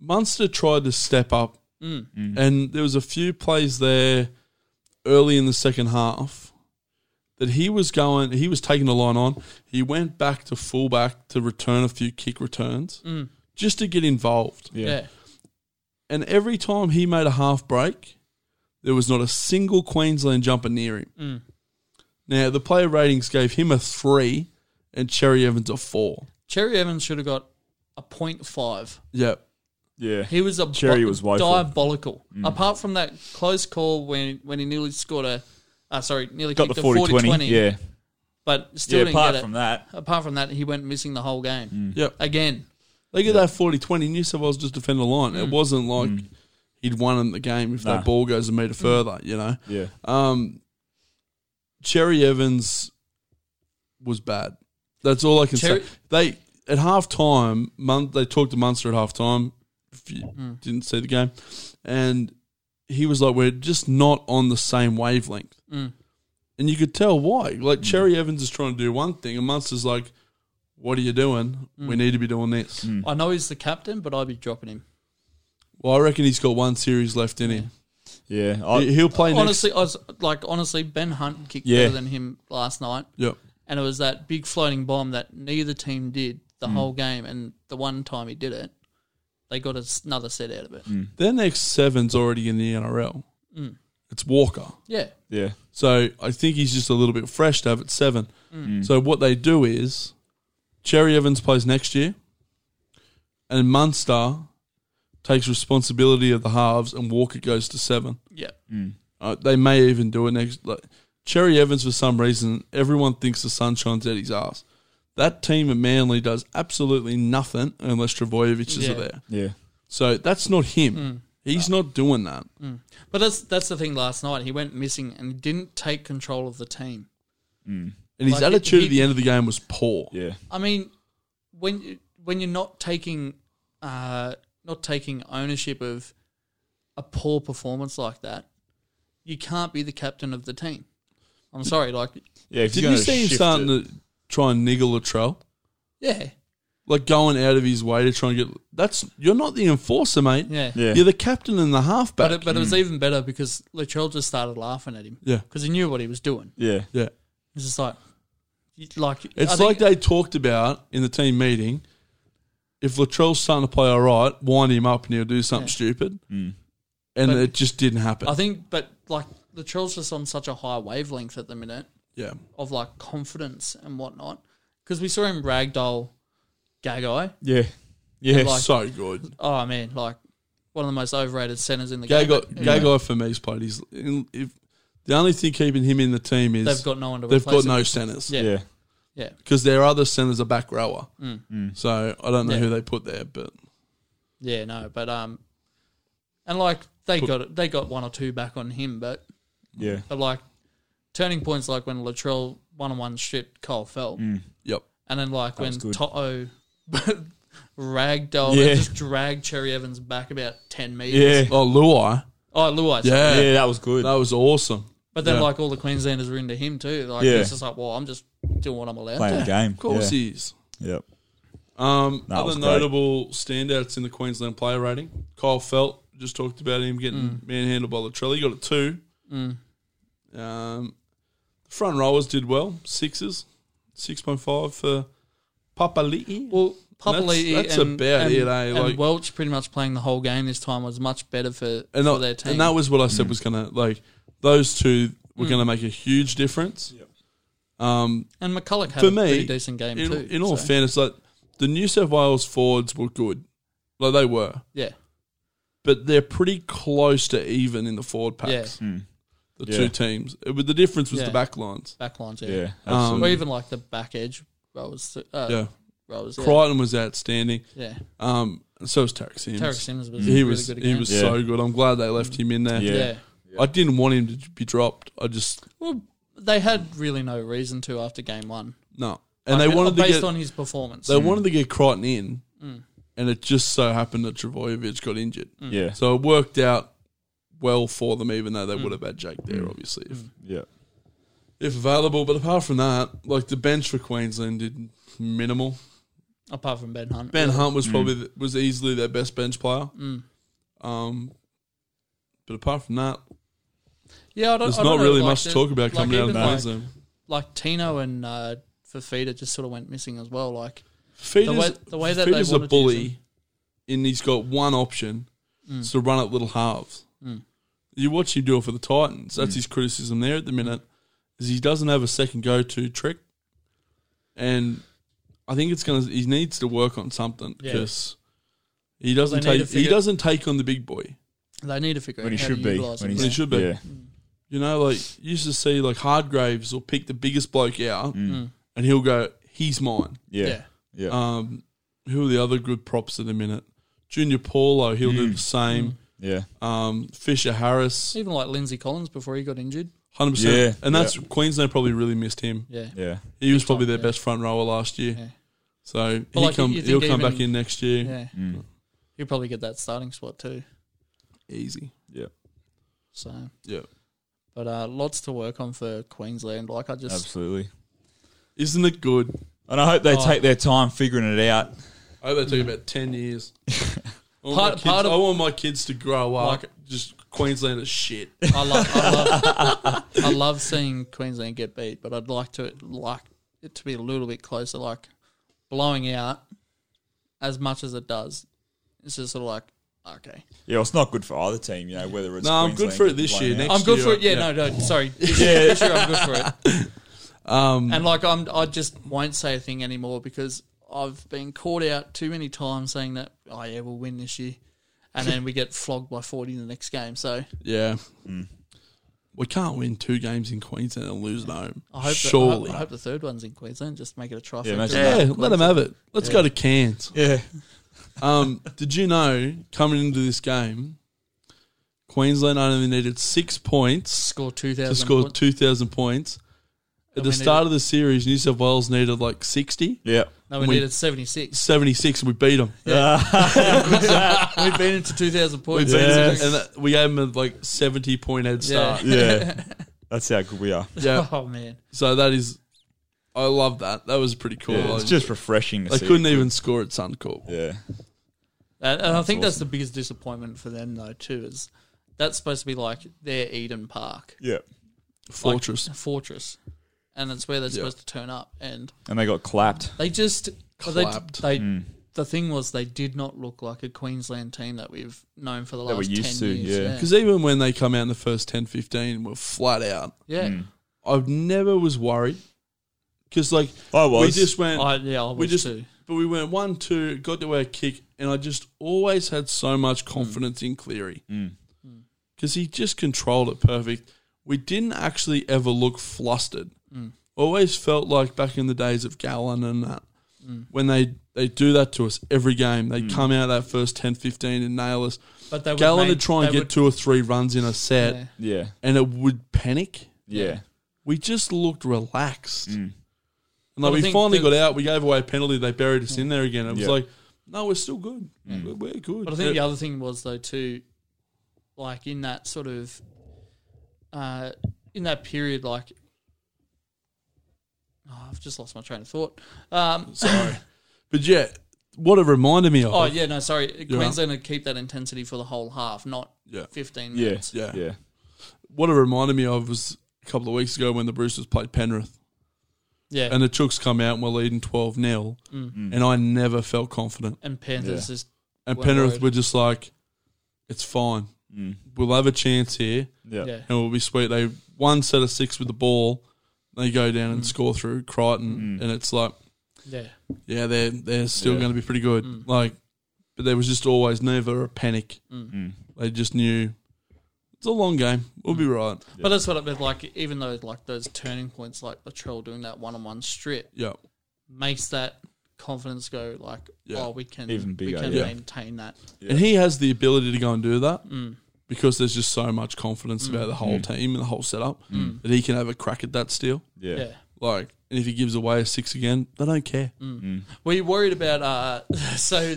Speaker 3: Munster tried to step up, and there was a few plays there early in the second half that he was going, he was taking the line on. He went back to fullback to return a few kick returns just to get involved.
Speaker 1: Yeah.
Speaker 3: And every time he made a half break, there was not a single Queensland jumper near him. Now, the player ratings gave him a three and Cherry Evans a four.
Speaker 1: Cherry Evans should have got a point five.
Speaker 3: Yep.
Speaker 2: Yeah.
Speaker 1: He was a
Speaker 2: Cherry was woeful. Mm.
Speaker 1: diabolical. Apart from that close call when when he nearly scored a, uh, sorry, nearly
Speaker 2: Got the
Speaker 1: kicked
Speaker 2: 40
Speaker 1: a 40 20,
Speaker 2: Yeah.
Speaker 1: but still
Speaker 2: Yeah,
Speaker 1: didn't get
Speaker 2: apart
Speaker 1: it.
Speaker 2: from that, Mm.
Speaker 1: Apart from that, he went missing the whole game
Speaker 3: Yep.
Speaker 1: again.
Speaker 3: They get that 40 20. New South Wales just defend the line. It wasn't like he'd won in the game if
Speaker 2: Nah.
Speaker 3: that ball goes a metre further, you know?
Speaker 2: yeah.
Speaker 3: Um, Cherry Evans was bad. That's all I can
Speaker 1: Cherry-
Speaker 3: say. They at half time, Mun- they talked to Munster at half time. If you didn't see the game, and he was like, "We're just not on the same wavelength," and you could tell why. Like Cherry Evans is trying to do one thing, and Munster's like, "What are you doing? We need to be doing this."
Speaker 2: Mm.
Speaker 1: I know he's the captain, but I'd be dropping him.
Speaker 3: Well, I reckon he's got one series left in him.
Speaker 2: Yeah. I,
Speaker 3: He- He'll play next.
Speaker 1: Honestly, I was like, honestly, Ben Hunt kicked
Speaker 2: Yeah.
Speaker 1: better than him last night,
Speaker 3: Yep.
Speaker 1: and it was that big floating bomb that neither team did
Speaker 2: Mm.
Speaker 1: the whole game, and the one time he did it, they got us- another set out of it.
Speaker 2: Mm.
Speaker 3: Their next seven's already in the NRL. It's Walker.
Speaker 1: Yeah,
Speaker 2: yeah.
Speaker 3: So I think he's just a little bit fresh to have at seven. So what they do is Cherry Evans plays next year, and Munster takes responsibility of the halves, and Walker goes to seven.
Speaker 1: yeah,
Speaker 3: Uh, they may even do it next. Like, Cherry Evans, for some reason, everyone thinks the sun shines at his ass. That team at Manly does absolutely nothing unless Travojevic is
Speaker 1: Yeah.
Speaker 3: there.
Speaker 2: Yeah.
Speaker 3: So that's not him.
Speaker 1: Hmm.
Speaker 3: He's not doing that.
Speaker 1: but that's that's the thing. Last night he went missing and didn't take control of the team.
Speaker 3: And his
Speaker 1: Like,
Speaker 3: attitude
Speaker 1: he-
Speaker 3: at the end of the game was poor.
Speaker 2: Yeah.
Speaker 1: I mean, when you- when you're not taking uh, not taking ownership of a poor performance like that, you can't be the captain of the team. I'm sorry, like
Speaker 2: Yeah. If
Speaker 3: Did
Speaker 2: you're
Speaker 3: you
Speaker 2: gonna
Speaker 3: see him
Speaker 2: shift
Speaker 3: starting
Speaker 2: it-
Speaker 3: to try and niggle Latrell?
Speaker 1: yeah,
Speaker 3: Like going out of his way to try and get. That's you're not the enforcer, mate.
Speaker 1: yeah,
Speaker 2: Yeah.
Speaker 3: You're the captain and the halfback.
Speaker 1: But it, but it was even better because Latrell just started laughing at him
Speaker 3: yeah,
Speaker 1: because he knew what he was doing.
Speaker 2: Yeah.
Speaker 3: yeah.
Speaker 1: It's just like, you- like
Speaker 3: It's like they talked about in the team meeting. If Latrell's starting to play all right, wind him up and he'll do something stupid.
Speaker 2: Hmm.
Speaker 3: And
Speaker 1: But-
Speaker 3: it just didn't happen.
Speaker 1: I think, but like Latrell's just on such a high wavelength at the minute.
Speaker 3: yeah,
Speaker 1: of like confidence and whatnot. Because we saw him ragdoll Gagai.
Speaker 2: Yeah. Yeah.
Speaker 1: like-
Speaker 3: so good.
Speaker 1: Oh man, like one of the most overrated centers in the
Speaker 3: Gay
Speaker 1: game.
Speaker 3: guy,
Speaker 1: But
Speaker 3: gay guy for me's played. He's if the only thing keeping him in the team is
Speaker 1: They've got no one to
Speaker 3: they've
Speaker 1: replace
Speaker 3: got
Speaker 1: him.
Speaker 3: no centers.
Speaker 1: Yeah.
Speaker 2: yeah.
Speaker 1: Yeah,
Speaker 3: because their other center's a back rower. So I don't
Speaker 1: Mm.
Speaker 3: know
Speaker 1: Yeah.
Speaker 3: who they put there, but
Speaker 1: yeah, no, but um, and like they got it, they got one or two back on him, but
Speaker 2: Yeah.
Speaker 1: but like turning points, like when Latrell one on one stripped Cole Felt,
Speaker 3: yep.
Speaker 1: and then like when
Speaker 2: was good.
Speaker 1: Toto ragdoll
Speaker 2: Yeah.
Speaker 1: and just dragged Cherry Evans back about ten meters.
Speaker 2: Yeah.
Speaker 3: Oh, Luai.
Speaker 1: Oh, Luai, sorry.
Speaker 3: Yeah.
Speaker 2: Yeah. That was good.
Speaker 3: That was awesome.
Speaker 1: But then,
Speaker 3: Yeah.
Speaker 1: like all the Queenslanders were into him too. Like
Speaker 2: Yeah.
Speaker 1: it's just like, well, I'm just doing what I'm allowed
Speaker 2: Playing
Speaker 1: to.
Speaker 2: the game.
Speaker 3: Of course
Speaker 2: Yeah.
Speaker 3: he is.
Speaker 2: Yep.
Speaker 3: Um,
Speaker 2: That was
Speaker 3: other
Speaker 2: great.
Speaker 3: notable standouts in the Queensland player rating. Kyle Felt, just talked about him getting
Speaker 1: Mm.
Speaker 3: manhandled by Latrell. He got a two. Um, the front rowers did well. Sixes. 6.5 for Papali'i.
Speaker 1: Well, Papali'i
Speaker 3: That's- that's
Speaker 1: and,
Speaker 3: about
Speaker 1: and,
Speaker 3: it, eh?
Speaker 1: and
Speaker 3: Like-
Speaker 1: Welch pretty much playing the whole game this time was much better for,
Speaker 3: and
Speaker 1: for
Speaker 3: that,
Speaker 1: their team.
Speaker 3: and that was what I
Speaker 2: Mm.
Speaker 3: said was going to, like, those two were going to make a huge difference. Um,
Speaker 1: And McCulloch had
Speaker 3: for
Speaker 1: a
Speaker 3: me,
Speaker 1: pretty decent game
Speaker 3: in,
Speaker 1: too.
Speaker 3: in all
Speaker 1: so,
Speaker 3: fairness, like the New South Wales forwards were good, like they were,
Speaker 1: yeah,
Speaker 3: but they're pretty close to even in the forward
Speaker 1: yeah,
Speaker 3: packs.
Speaker 2: Mm,
Speaker 3: The
Speaker 2: Yeah.
Speaker 3: two teams, it, was- the difference was
Speaker 1: Yeah.
Speaker 3: the back lines.
Speaker 1: back lines, yeah,
Speaker 2: Yeah.
Speaker 3: Um,
Speaker 1: or
Speaker 2: Absolutely.
Speaker 1: even like the back edge rollers, uh,
Speaker 3: yeah,
Speaker 1: rollers, yeah,
Speaker 3: Crichton was outstanding.
Speaker 1: yeah.
Speaker 3: Um, and so was Tarek Sims.
Speaker 1: Tarek Sims was
Speaker 3: he
Speaker 1: really
Speaker 3: was
Speaker 1: good
Speaker 3: he
Speaker 1: again.
Speaker 3: was
Speaker 2: Yeah.
Speaker 3: so good. I'm glad they left him in there.
Speaker 1: yeah.
Speaker 2: Yeah.
Speaker 3: I didn't want him to be dropped. I just
Speaker 1: Well, they had really no reason to after game one,
Speaker 3: no, and
Speaker 1: Like, uh,
Speaker 3: they wanted to
Speaker 1: based
Speaker 3: get
Speaker 1: on his performance.
Speaker 3: they wanted to get Crichton in,
Speaker 1: Hmm.
Speaker 3: and it just so happened that Travojevic got injured.
Speaker 2: Yeah.
Speaker 3: So it worked out well for them, even though they
Speaker 1: Hmm.
Speaker 3: would have had Jake there, obviously, if,
Speaker 2: Yeah.
Speaker 3: if available. But apart from that, like the bench for Queensland did minimal.
Speaker 1: apart from Ben Hunt, Mm.
Speaker 3: Ben Hunt was probably the, was easily their best bench player. Um, but apart from that,
Speaker 1: Yeah, I don't,
Speaker 3: there's
Speaker 1: I don't
Speaker 3: not
Speaker 1: know,
Speaker 3: really
Speaker 1: like,
Speaker 3: much to
Speaker 1: there's-
Speaker 3: talk about
Speaker 1: like,
Speaker 3: coming out of
Speaker 1: even, like,
Speaker 3: Queensland.
Speaker 1: like Tino and uh, Fafita just sort of went missing as well. Like
Speaker 3: Feeder's,
Speaker 1: way- the way that they
Speaker 3: Feeder's a
Speaker 1: wanted to use Hmm.
Speaker 3: bully, and he's got one option: it's to run at little halves. You watch him do it for the Titans. That's
Speaker 1: Hmm.
Speaker 3: his criticism there at the minute, is he doesn't have a second go-to trick, and I think it's gonna. He needs to work on something
Speaker 1: Yeah.
Speaker 3: because he doesn't
Speaker 1: They need
Speaker 3: take.
Speaker 1: to
Speaker 3: He
Speaker 1: figure-
Speaker 3: doesn't take on the big boy.
Speaker 1: they need to figure
Speaker 2: when he
Speaker 1: out how
Speaker 2: should
Speaker 1: to
Speaker 2: be.
Speaker 1: utilize
Speaker 2: When
Speaker 1: him.
Speaker 2: he's-
Speaker 3: When he should be.
Speaker 2: Yeah.
Speaker 3: You know, like you used to see like Hardgraves will pick the biggest bloke out,
Speaker 1: Hmm.
Speaker 3: and he'll go, "He's mine."
Speaker 2: Yeah.
Speaker 1: Yeah.
Speaker 2: Yeah.
Speaker 3: Um, who are the other good props at the minute? Junior Paulo, he'll
Speaker 1: Mm.
Speaker 3: do the same.
Speaker 2: yeah.
Speaker 3: Um, Fisher Harris,
Speaker 1: Even like Lindsay Collins before he got injured.
Speaker 3: hundred percent.
Speaker 2: Yeah,
Speaker 3: And that's Queensland probably really missed him.
Speaker 1: Yeah.
Speaker 2: Yeah.
Speaker 3: He was probably their best front rower last year.
Speaker 1: Yeah.
Speaker 3: So
Speaker 1: But
Speaker 3: he
Speaker 1: like,
Speaker 3: come,
Speaker 1: you
Speaker 3: he'll
Speaker 1: think
Speaker 3: come
Speaker 1: even-
Speaker 3: back in next year.
Speaker 1: Yeah.
Speaker 2: Mm.
Speaker 1: He'll probably get that starting spot too.
Speaker 3: Easy.
Speaker 2: Yeah.
Speaker 1: So,
Speaker 3: Yeah.
Speaker 1: but uh, lots to work on for Queensland. Like I just
Speaker 2: Absolutely.
Speaker 3: Isn't it good?
Speaker 2: And I hope they
Speaker 1: Oh.
Speaker 2: take their time figuring it out.
Speaker 3: I hope they took about ten years. I want,
Speaker 1: Part-
Speaker 3: my kids,
Speaker 1: part of-
Speaker 3: I want my kids to grow up.
Speaker 1: Like-
Speaker 3: just Queensland is shit.
Speaker 1: I love, I love, I love seeing Queensland get beat, but I'd like to like it to be a little bit closer, like blowing out as much as it does. It's just sort of like okay,
Speaker 2: Yeah, well, it's not good for either team, you know, whether it's
Speaker 3: No, I'm good
Speaker 2: Queensland
Speaker 3: for it this
Speaker 2: blown
Speaker 3: year.
Speaker 2: out.
Speaker 3: Next
Speaker 1: I'm good
Speaker 3: year,
Speaker 1: for it. Yeah,
Speaker 3: yeah.
Speaker 1: no, no, sorry, yeah, sure, I'm good for it. Um, and like I'm, I just won't say a thing anymore because I've been caught out too many times saying that oh yeah, we'll win this year, and then we get flogged by forty in the next game. So
Speaker 3: Yeah.
Speaker 1: Mm.
Speaker 3: We can't win two games in Queensland and lose at home.
Speaker 1: I hope, the, I hope-
Speaker 3: Surely.
Speaker 1: I hope the third one's in Queensland. Just make it a trifecta.
Speaker 2: imagine
Speaker 3: yeah, let them have it. Let's go to Cairns.
Speaker 2: Yeah.
Speaker 3: Um, did you know coming into this game, Queensland only needed six points
Speaker 1: score two thousand.
Speaker 3: to score two thousand points. At
Speaker 1: we
Speaker 3: the start of the series, New South Wales needed like 60,
Speaker 2: Yeah.
Speaker 1: No, we
Speaker 3: we-
Speaker 1: needed seventy six.
Speaker 3: 76, and we beat them.
Speaker 2: Uh,
Speaker 1: We've been into two thousand points.
Speaker 3: We beat them,
Speaker 2: Yes.
Speaker 3: and that, we gave them a like seventy point head
Speaker 1: Yeah.
Speaker 3: start.
Speaker 2: Yeah. That's how good we are.
Speaker 3: Yeah,
Speaker 1: Oh man,
Speaker 3: so that is, I love that. That was pretty cool.
Speaker 2: Yeah, it's
Speaker 3: Like,
Speaker 2: just refreshing to
Speaker 3: they
Speaker 2: see.
Speaker 3: couldn't e- even score at Suncorp.
Speaker 2: yeah.
Speaker 1: and, and I think that's the biggest disappointment for them though too. Is that's supposed to be like their Eden Park
Speaker 2: Yeah.
Speaker 1: like,
Speaker 3: Fortress.
Speaker 1: fortress, and it's where they're supposed to turn up. And
Speaker 2: And they got clapped.
Speaker 1: they just well, they-
Speaker 3: Clapped.
Speaker 1: They,
Speaker 2: Hmm.
Speaker 1: the thing was they did not look like a Queensland team that we've known for the
Speaker 2: That we're
Speaker 1: last
Speaker 2: used
Speaker 1: ten
Speaker 2: to,
Speaker 1: years.
Speaker 2: yeah.
Speaker 3: Because even when they come out in the first 10, 15, we're flat out.
Speaker 1: yeah, yeah.
Speaker 3: I never was worried because like
Speaker 2: I was.
Speaker 3: we just
Speaker 2: Hmm.
Speaker 3: went,
Speaker 1: I, yeah, I
Speaker 3: we
Speaker 1: was
Speaker 3: just,
Speaker 1: too.
Speaker 3: but we went one, two, got to our kick, and I just always had so much confidence in Cleary
Speaker 2: Mm.
Speaker 3: because he just controlled it perfect. We didn't actually ever look flustered.
Speaker 1: Mm.
Speaker 3: Always felt like back in the days of Gallon and that
Speaker 1: Mm.
Speaker 3: when they they do that to us every game,
Speaker 2: Mm.
Speaker 3: they come out that first 10, 15 and nail us.
Speaker 1: But they would
Speaker 3: Gallon
Speaker 1: make-
Speaker 3: would try and
Speaker 1: they
Speaker 3: get
Speaker 1: would-
Speaker 3: two or three runs in a set,
Speaker 1: Yeah.
Speaker 2: Yeah.
Speaker 3: and it would panic
Speaker 2: Yeah.
Speaker 3: we just looked relaxed. And
Speaker 1: Well,
Speaker 3: like
Speaker 1: I
Speaker 3: we
Speaker 1: think
Speaker 3: finally
Speaker 1: the-
Speaker 3: got out, we gave away a penalty, they buried us in there again. It was
Speaker 2: Yeah.
Speaker 3: like, no, we're still good. We're, we're good.
Speaker 1: But I think
Speaker 3: It-
Speaker 1: the other thing was though too, like in that sort of, uh, in that period, like oh, I've just lost my train of thought. Um,
Speaker 3: sorry. but yeah, what it reminded me of.
Speaker 1: oh yeah, no, sorry,
Speaker 3: right.
Speaker 1: Queensland would keep that intensity for the whole half, not
Speaker 3: Yeah.
Speaker 1: fifteen
Speaker 2: Yeah.
Speaker 1: minutes.
Speaker 3: Yeah.
Speaker 2: Yeah.
Speaker 3: What it reminded me of was a couple of weeks ago when the Brewsters played Penrith
Speaker 1: Yeah,
Speaker 3: and the Chooks come out and we're leading 12 0. And I never felt confident.
Speaker 1: and Panthers is
Speaker 3: And
Speaker 1: Weren't
Speaker 3: Penrith
Speaker 1: worried.
Speaker 3: were just like, it's fine. We'll have a chance here.
Speaker 2: Mm. Yeah.
Speaker 1: yeah,
Speaker 3: and it'll be sweet. They one set of six with the ball, they go down and score through Crichton, and it's like,
Speaker 1: yeah,
Speaker 3: yeah, they're they're still
Speaker 2: Yeah.
Speaker 3: going to be pretty good. Like, but there was just always never a panic.
Speaker 2: Mm.
Speaker 3: They just knew it's a long game. We'll be right.
Speaker 1: But that's what I meant. Like even though like those turning points, like Latrell doing that one-on-one strip
Speaker 3: Yeah,
Speaker 1: makes that confidence go like,
Speaker 3: Yeah.
Speaker 1: oh, we can
Speaker 2: Even bigger,
Speaker 1: we can
Speaker 2: yeah.
Speaker 1: maintain that.
Speaker 3: and he has the ability to go and do that. Because there's just so much confidence about the whole team and the whole setup that he can have a crack at that steal.
Speaker 2: Yeah.
Speaker 1: Yeah.
Speaker 3: Like, and if he gives away a six again, they don't care.
Speaker 1: Were you worried about? Uh, so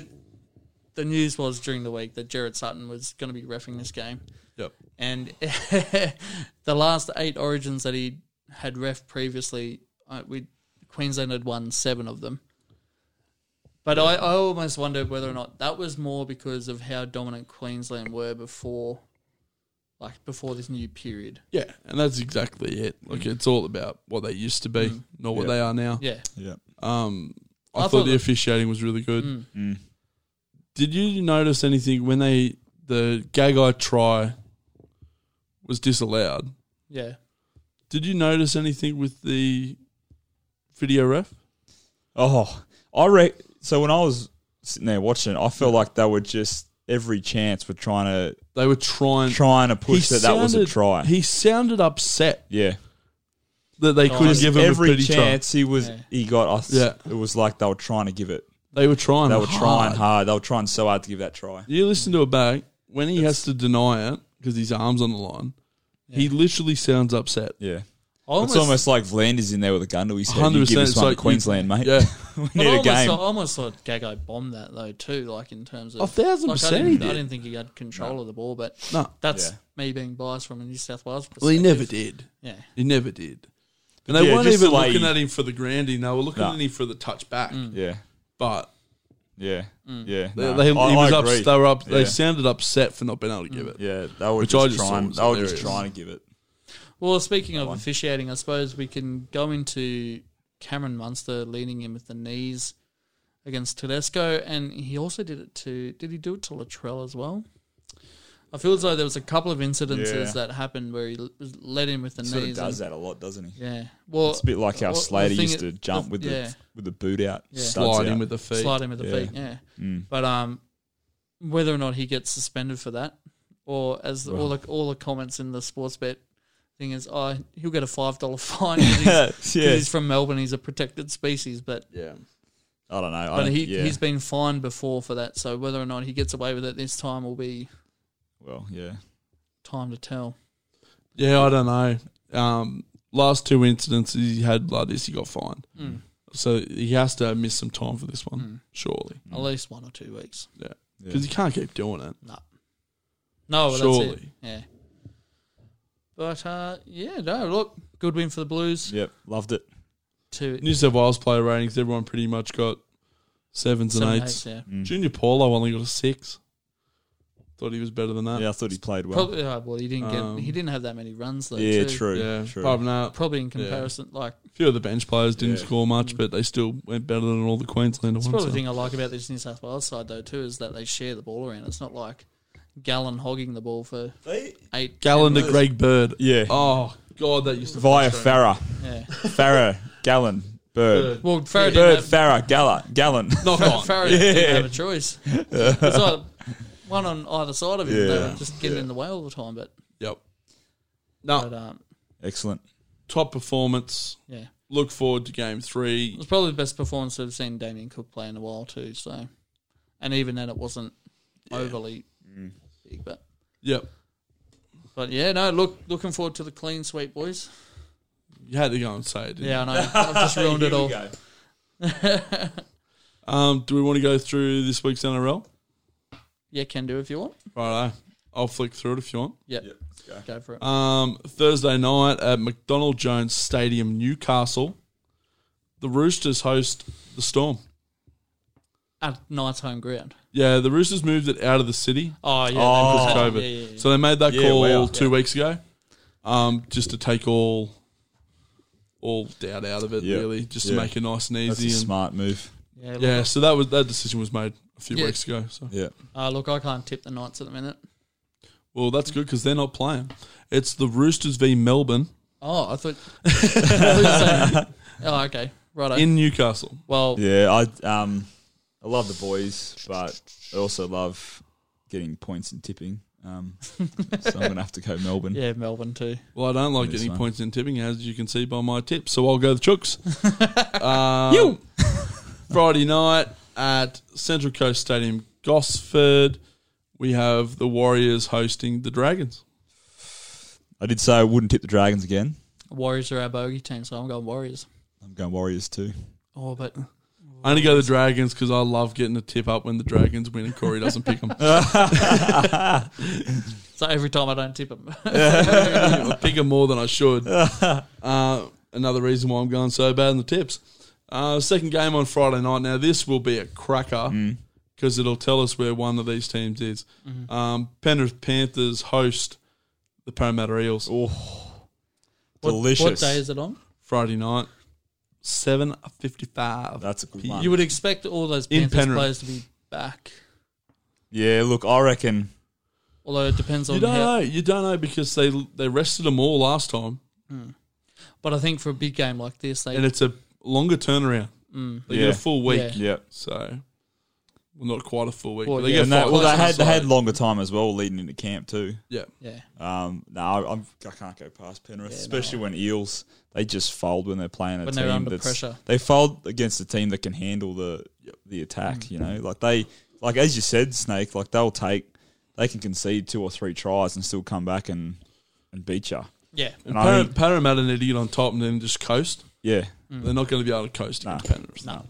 Speaker 1: the news was during the week that Jared Sutton was going to be refing this game,
Speaker 3: Yep.
Speaker 1: and the last eight Origins that he had ref previously, uh, we Queensland had won seven of them. But I, I almost wondered whether or not that was more because of how dominant Queensland were before like before this new period.
Speaker 3: Yeah, and that's exactly it. Like it's all about what they used to be, not what
Speaker 2: Yeah.
Speaker 3: they are now.
Speaker 1: Yeah.
Speaker 2: Yeah.
Speaker 3: Um, I,
Speaker 1: I
Speaker 3: thought,
Speaker 1: thought
Speaker 3: the
Speaker 1: that-
Speaker 3: officiating was really good.
Speaker 1: Mm.
Speaker 2: Mm.
Speaker 3: Did you notice anything when they the Gagai try was disallowed?
Speaker 1: Yeah.
Speaker 3: Did you notice anything with the video ref?
Speaker 2: Oh, I re- so when I was sitting there watching, it, I felt like they were just every chance were trying
Speaker 3: They were
Speaker 2: to
Speaker 3: trying.
Speaker 2: trying to push
Speaker 3: He
Speaker 2: that that was a
Speaker 3: sounded-
Speaker 2: try.
Speaker 3: He sounded upset
Speaker 2: yeah,
Speaker 3: that they
Speaker 1: Oh,
Speaker 3: couldn't
Speaker 1: just
Speaker 3: give him a
Speaker 2: every
Speaker 3: pity chance.
Speaker 2: chance he was
Speaker 1: Yeah.
Speaker 2: he got us.
Speaker 3: Yeah.
Speaker 2: it was like they were trying to give it.
Speaker 3: They were trying.
Speaker 2: They were
Speaker 3: hard.
Speaker 2: trying hard. They were trying so hard to give that try.
Speaker 3: You listen to a bag when he has to deny it because his arms on the line. He literally sounds upset.
Speaker 1: I
Speaker 2: Yeah,
Speaker 1: almost,
Speaker 2: it's almost like Vlanders in there with a gun to his head. You
Speaker 3: 100%,
Speaker 2: give us
Speaker 3: it's
Speaker 2: one
Speaker 3: like
Speaker 2: to
Speaker 3: you-
Speaker 2: Queensland, mate.
Speaker 3: Yeah,
Speaker 2: we
Speaker 1: but I
Speaker 2: need a
Speaker 1: almost,
Speaker 2: game.
Speaker 1: Thought, I almost thought Gago bombed that though too. Like in terms of
Speaker 3: A thousand
Speaker 1: like, I
Speaker 3: percent
Speaker 1: didn't-
Speaker 3: he
Speaker 1: I
Speaker 3: did.
Speaker 1: didn't think he had control of the ball, but
Speaker 3: no.
Speaker 1: that's
Speaker 2: Yeah.
Speaker 1: me being biased from a New South Wales perspective.
Speaker 3: Well, he never did.
Speaker 1: Yeah.
Speaker 3: He never did. And they
Speaker 2: yeah,
Speaker 3: weren't
Speaker 2: just
Speaker 3: even
Speaker 2: the way
Speaker 3: looking
Speaker 2: he-
Speaker 3: at him for the grounding. They were looking
Speaker 2: No.
Speaker 3: at him for the touch back.
Speaker 2: yeah,
Speaker 3: But
Speaker 2: yeah,
Speaker 1: Mm.
Speaker 2: yeah.
Speaker 3: they,
Speaker 2: no.
Speaker 3: they, he
Speaker 2: I- I
Speaker 3: was up,
Speaker 2: agree.
Speaker 3: they were up. They
Speaker 2: Yeah. Mm.
Speaker 3: sounded upset for not being able to give it.
Speaker 2: Yeah, they were
Speaker 3: Which I
Speaker 2: just
Speaker 3: just thought
Speaker 2: trying.
Speaker 3: was
Speaker 2: They were just
Speaker 3: hilarious.
Speaker 2: trying to give it.
Speaker 1: Well, speaking of officiating, I suppose we can go into Cameron Munster leading him with the knees against Tedesco, and he also did it to. Did he do it to Latrell as well? I feel as though there was a couple of incidences
Speaker 2: Yeah.
Speaker 1: that happened where he l- was led in with the
Speaker 2: Sort of
Speaker 1: knees.
Speaker 2: does
Speaker 1: and-
Speaker 2: that a lot, doesn't he?
Speaker 1: Yeah. Well,
Speaker 2: It's a bit like how
Speaker 1: well, the
Speaker 2: Slater
Speaker 1: thing
Speaker 2: used
Speaker 1: is-
Speaker 2: to jump with the
Speaker 1: yeah.
Speaker 2: with the boot out,
Speaker 1: Yeah.
Speaker 2: studs
Speaker 3: Sliding
Speaker 2: out.
Speaker 3: with the feet.
Speaker 1: slide him with the
Speaker 2: Yeah.
Speaker 1: feet. Yeah.
Speaker 2: Mm.
Speaker 1: But um, whether or not he gets suspended for that, or as the, all the all the comments in the sports bet thing is, oh, he'll get a five dollar fine. 'cause he's-
Speaker 2: yeah,
Speaker 1: Because
Speaker 2: yeah.
Speaker 1: he's from Melbourne, he's a protected species, but
Speaker 3: Yeah.
Speaker 2: I don't know. I
Speaker 1: but
Speaker 2: don't,
Speaker 1: he
Speaker 2: yeah.
Speaker 1: he's been fined before for that. So whether or not he gets away with it this time will be
Speaker 2: well, yeah,
Speaker 1: time to tell.
Speaker 3: Yeah, I don't know. Um, last two incidents he had like this, he got fined.
Speaker 1: Mm.
Speaker 3: So he has to miss some time for this one, surely.
Speaker 1: Mm. At least one or two weeks.
Speaker 2: Mm. yeah. Oh,
Speaker 3: Because he can't keep doing it.
Speaker 1: No, no, that's it.
Speaker 3: Surely.
Speaker 1: Yeah. But uh, yeah, no. Look, good win for the Blues.
Speaker 2: Yep, loved it.
Speaker 1: Two
Speaker 3: New South Wales player ratings, everyone pretty much got sevens
Speaker 1: seven
Speaker 3: and
Speaker 1: eights.
Speaker 3: eights.
Speaker 1: yeah.
Speaker 2: Mm.
Speaker 3: Junior Paulo only got a six. Thought he was better than that.
Speaker 2: Yeah, I thought he played well.
Speaker 1: Probably. uh, well, he didn't get.
Speaker 3: Um,
Speaker 1: he didn't have that many runs though.
Speaker 2: yeah,
Speaker 1: too.
Speaker 2: true.
Speaker 3: yeah.
Speaker 2: true.
Speaker 3: Apart from that,
Speaker 1: Probably in comparison, like
Speaker 3: a few of the bench players didn't
Speaker 2: Yeah.
Speaker 3: score much, but they still went better than all the Queenslander
Speaker 1: It's
Speaker 3: ones.
Speaker 1: probably
Speaker 3: so-
Speaker 1: the thing I like about this New South Wales side though too is that they share the ball around. It's not like Gallon hogging the ball for
Speaker 2: They-
Speaker 1: eight.
Speaker 3: Gallon to
Speaker 1: ten
Speaker 3: Greg Bird.
Speaker 2: yeah.
Speaker 3: Oh God, that used to
Speaker 2: Via
Speaker 3: frustrate
Speaker 2: Farah,
Speaker 1: minutes. Yeah.
Speaker 2: Farah, Gallon, Bird,
Speaker 1: Well, Farah
Speaker 2: Bird,
Speaker 1: didn't, have,
Speaker 2: Farah, Galla, Gallon.
Speaker 3: me. Knock on.
Speaker 1: Farah didn't have a choice. It's like one on either side of him. They
Speaker 2: Yeah.
Speaker 1: were just getting in the way all the time. But,
Speaker 3: Yep. No
Speaker 1: but um,
Speaker 2: Excellent.
Speaker 3: top performance.
Speaker 1: yeah, it
Speaker 3: Look forward to game three.
Speaker 1: was probably the best performance I've seen Damien Cook play in a while too. So, and even then, it wasn't overly big. But
Speaker 3: Yep.
Speaker 1: but yeah, no. Look, looking forward to the clean sweep, boys.
Speaker 3: You had to go and say it. Didn't
Speaker 1: Yeah, I know. I've just ruined it
Speaker 2: Here we
Speaker 1: all.
Speaker 2: go.
Speaker 3: You? Um, do we want to go through this week's NRL?
Speaker 1: Yeah, can do if you want.
Speaker 3: Righto. I'll flick through it if you want.
Speaker 1: Yep,
Speaker 2: Yep, let's go.
Speaker 1: go for it.
Speaker 3: Um, Thursday night at McDonald Jones Stadium, Newcastle, the Roosters host the Storm.
Speaker 1: At night's home ground.
Speaker 3: Yeah, the Roosters moved it out of the city
Speaker 1: Oh yeah,
Speaker 2: Oh.
Speaker 1: they've
Speaker 3: because
Speaker 1: had-
Speaker 3: of COVID.
Speaker 1: yeah, yeah, yeah.
Speaker 3: So they made that
Speaker 2: Yeah,
Speaker 3: call
Speaker 2: wow.
Speaker 3: two weeks ago, um, just to take all all doubt out of it.
Speaker 2: Yeah.
Speaker 3: Really, just to
Speaker 2: Yeah.
Speaker 3: make it nice and
Speaker 2: That's a
Speaker 3: easy. And,
Speaker 2: smart move.
Speaker 1: Yeah, look,
Speaker 3: yeah, so that was that decision was made a few
Speaker 1: Yeah.
Speaker 3: weeks ago. So
Speaker 2: Yeah,
Speaker 1: Uh, look, I can't tip the Knights at the minute.
Speaker 3: well, that's good because they're not playing. It's the Roosters v Melbourne
Speaker 1: Oh, I thought. I thought you were saying- oh, okay, righto.
Speaker 3: in Newcastle.
Speaker 1: well,
Speaker 2: yeah. I um, I love the boys, but I also love getting points and tipping. Um, so I'm gonna have to go Melbourne.
Speaker 1: yeah, Melbourne too.
Speaker 3: Well, I don't like
Speaker 2: This
Speaker 3: getting
Speaker 2: one.
Speaker 3: points in tipping, as you can see by my tips. So I'll go the Chooks. um, you. Friday night at Central Coast Stadium, Gosford, we have the Warriors hosting the Dragons.
Speaker 2: I did say I wouldn't tip the Dragons again.
Speaker 1: Warriors are our bogey team, so I'm going Warriors.
Speaker 2: I'm going Warriors too.
Speaker 1: Oh, but
Speaker 3: I only go the Dragons because I love getting a tip up when the Dragons win and Corey doesn't pick them.
Speaker 1: so every time I don't tip them,
Speaker 3: I pick them more than I should. Uh, another reason why I'm going so bad in the tips. Uh, second game on Friday night. Now this will be a cracker
Speaker 2: Mm.
Speaker 1: Mm-hmm.
Speaker 3: because it'll tell us where one of these teams is. Um, Penrith Panthers host the Parramatta Eels
Speaker 2: Oh,
Speaker 1: What,
Speaker 2: delicious.
Speaker 1: What day is it on?
Speaker 3: Friday night, seven fifty-five.
Speaker 2: That's a good one.
Speaker 1: You would expect all those
Speaker 3: In
Speaker 1: Panthers
Speaker 3: Penrith.
Speaker 1: players to be back.
Speaker 2: yeah, look, I reckon.
Speaker 1: Although it depends
Speaker 3: You
Speaker 1: on
Speaker 3: don't
Speaker 1: how.
Speaker 3: know. You don't know because they they rested them all last time,
Speaker 1: But I think for a big game like this, they Mm.
Speaker 3: and it's a longer turnaround. They get
Speaker 2: Yeah.
Speaker 3: a full week,
Speaker 1: Yeah.
Speaker 2: Yeah.
Speaker 3: so well, not quite a full week.
Speaker 1: Well,
Speaker 3: but they
Speaker 1: yeah,
Speaker 3: get
Speaker 2: And they,
Speaker 3: five
Speaker 2: well, they
Speaker 3: weeks
Speaker 2: had they had
Speaker 3: aside.
Speaker 2: longer time as well leading into camp too.
Speaker 3: yeah.
Speaker 1: yeah.
Speaker 2: Um, no, I, I'm, I can't go past Penrith, especially when Eels they just fold when they're playing a
Speaker 1: When
Speaker 2: team
Speaker 1: they're under
Speaker 2: that's
Speaker 1: pressure.
Speaker 2: they fold against a team that can handle the the attack.
Speaker 1: Mm.
Speaker 2: You know, like they like as you said, Snake. Like they'll take they can concede two or three tries and still come back and and beat you.
Speaker 1: Yeah.
Speaker 3: And
Speaker 2: I
Speaker 3: Parra-
Speaker 2: think-
Speaker 3: Parramatta need to get on top and then just coast.
Speaker 2: Yeah.
Speaker 3: They're not going to be able to coast
Speaker 2: Nah.
Speaker 3: against Penrith.
Speaker 1: No.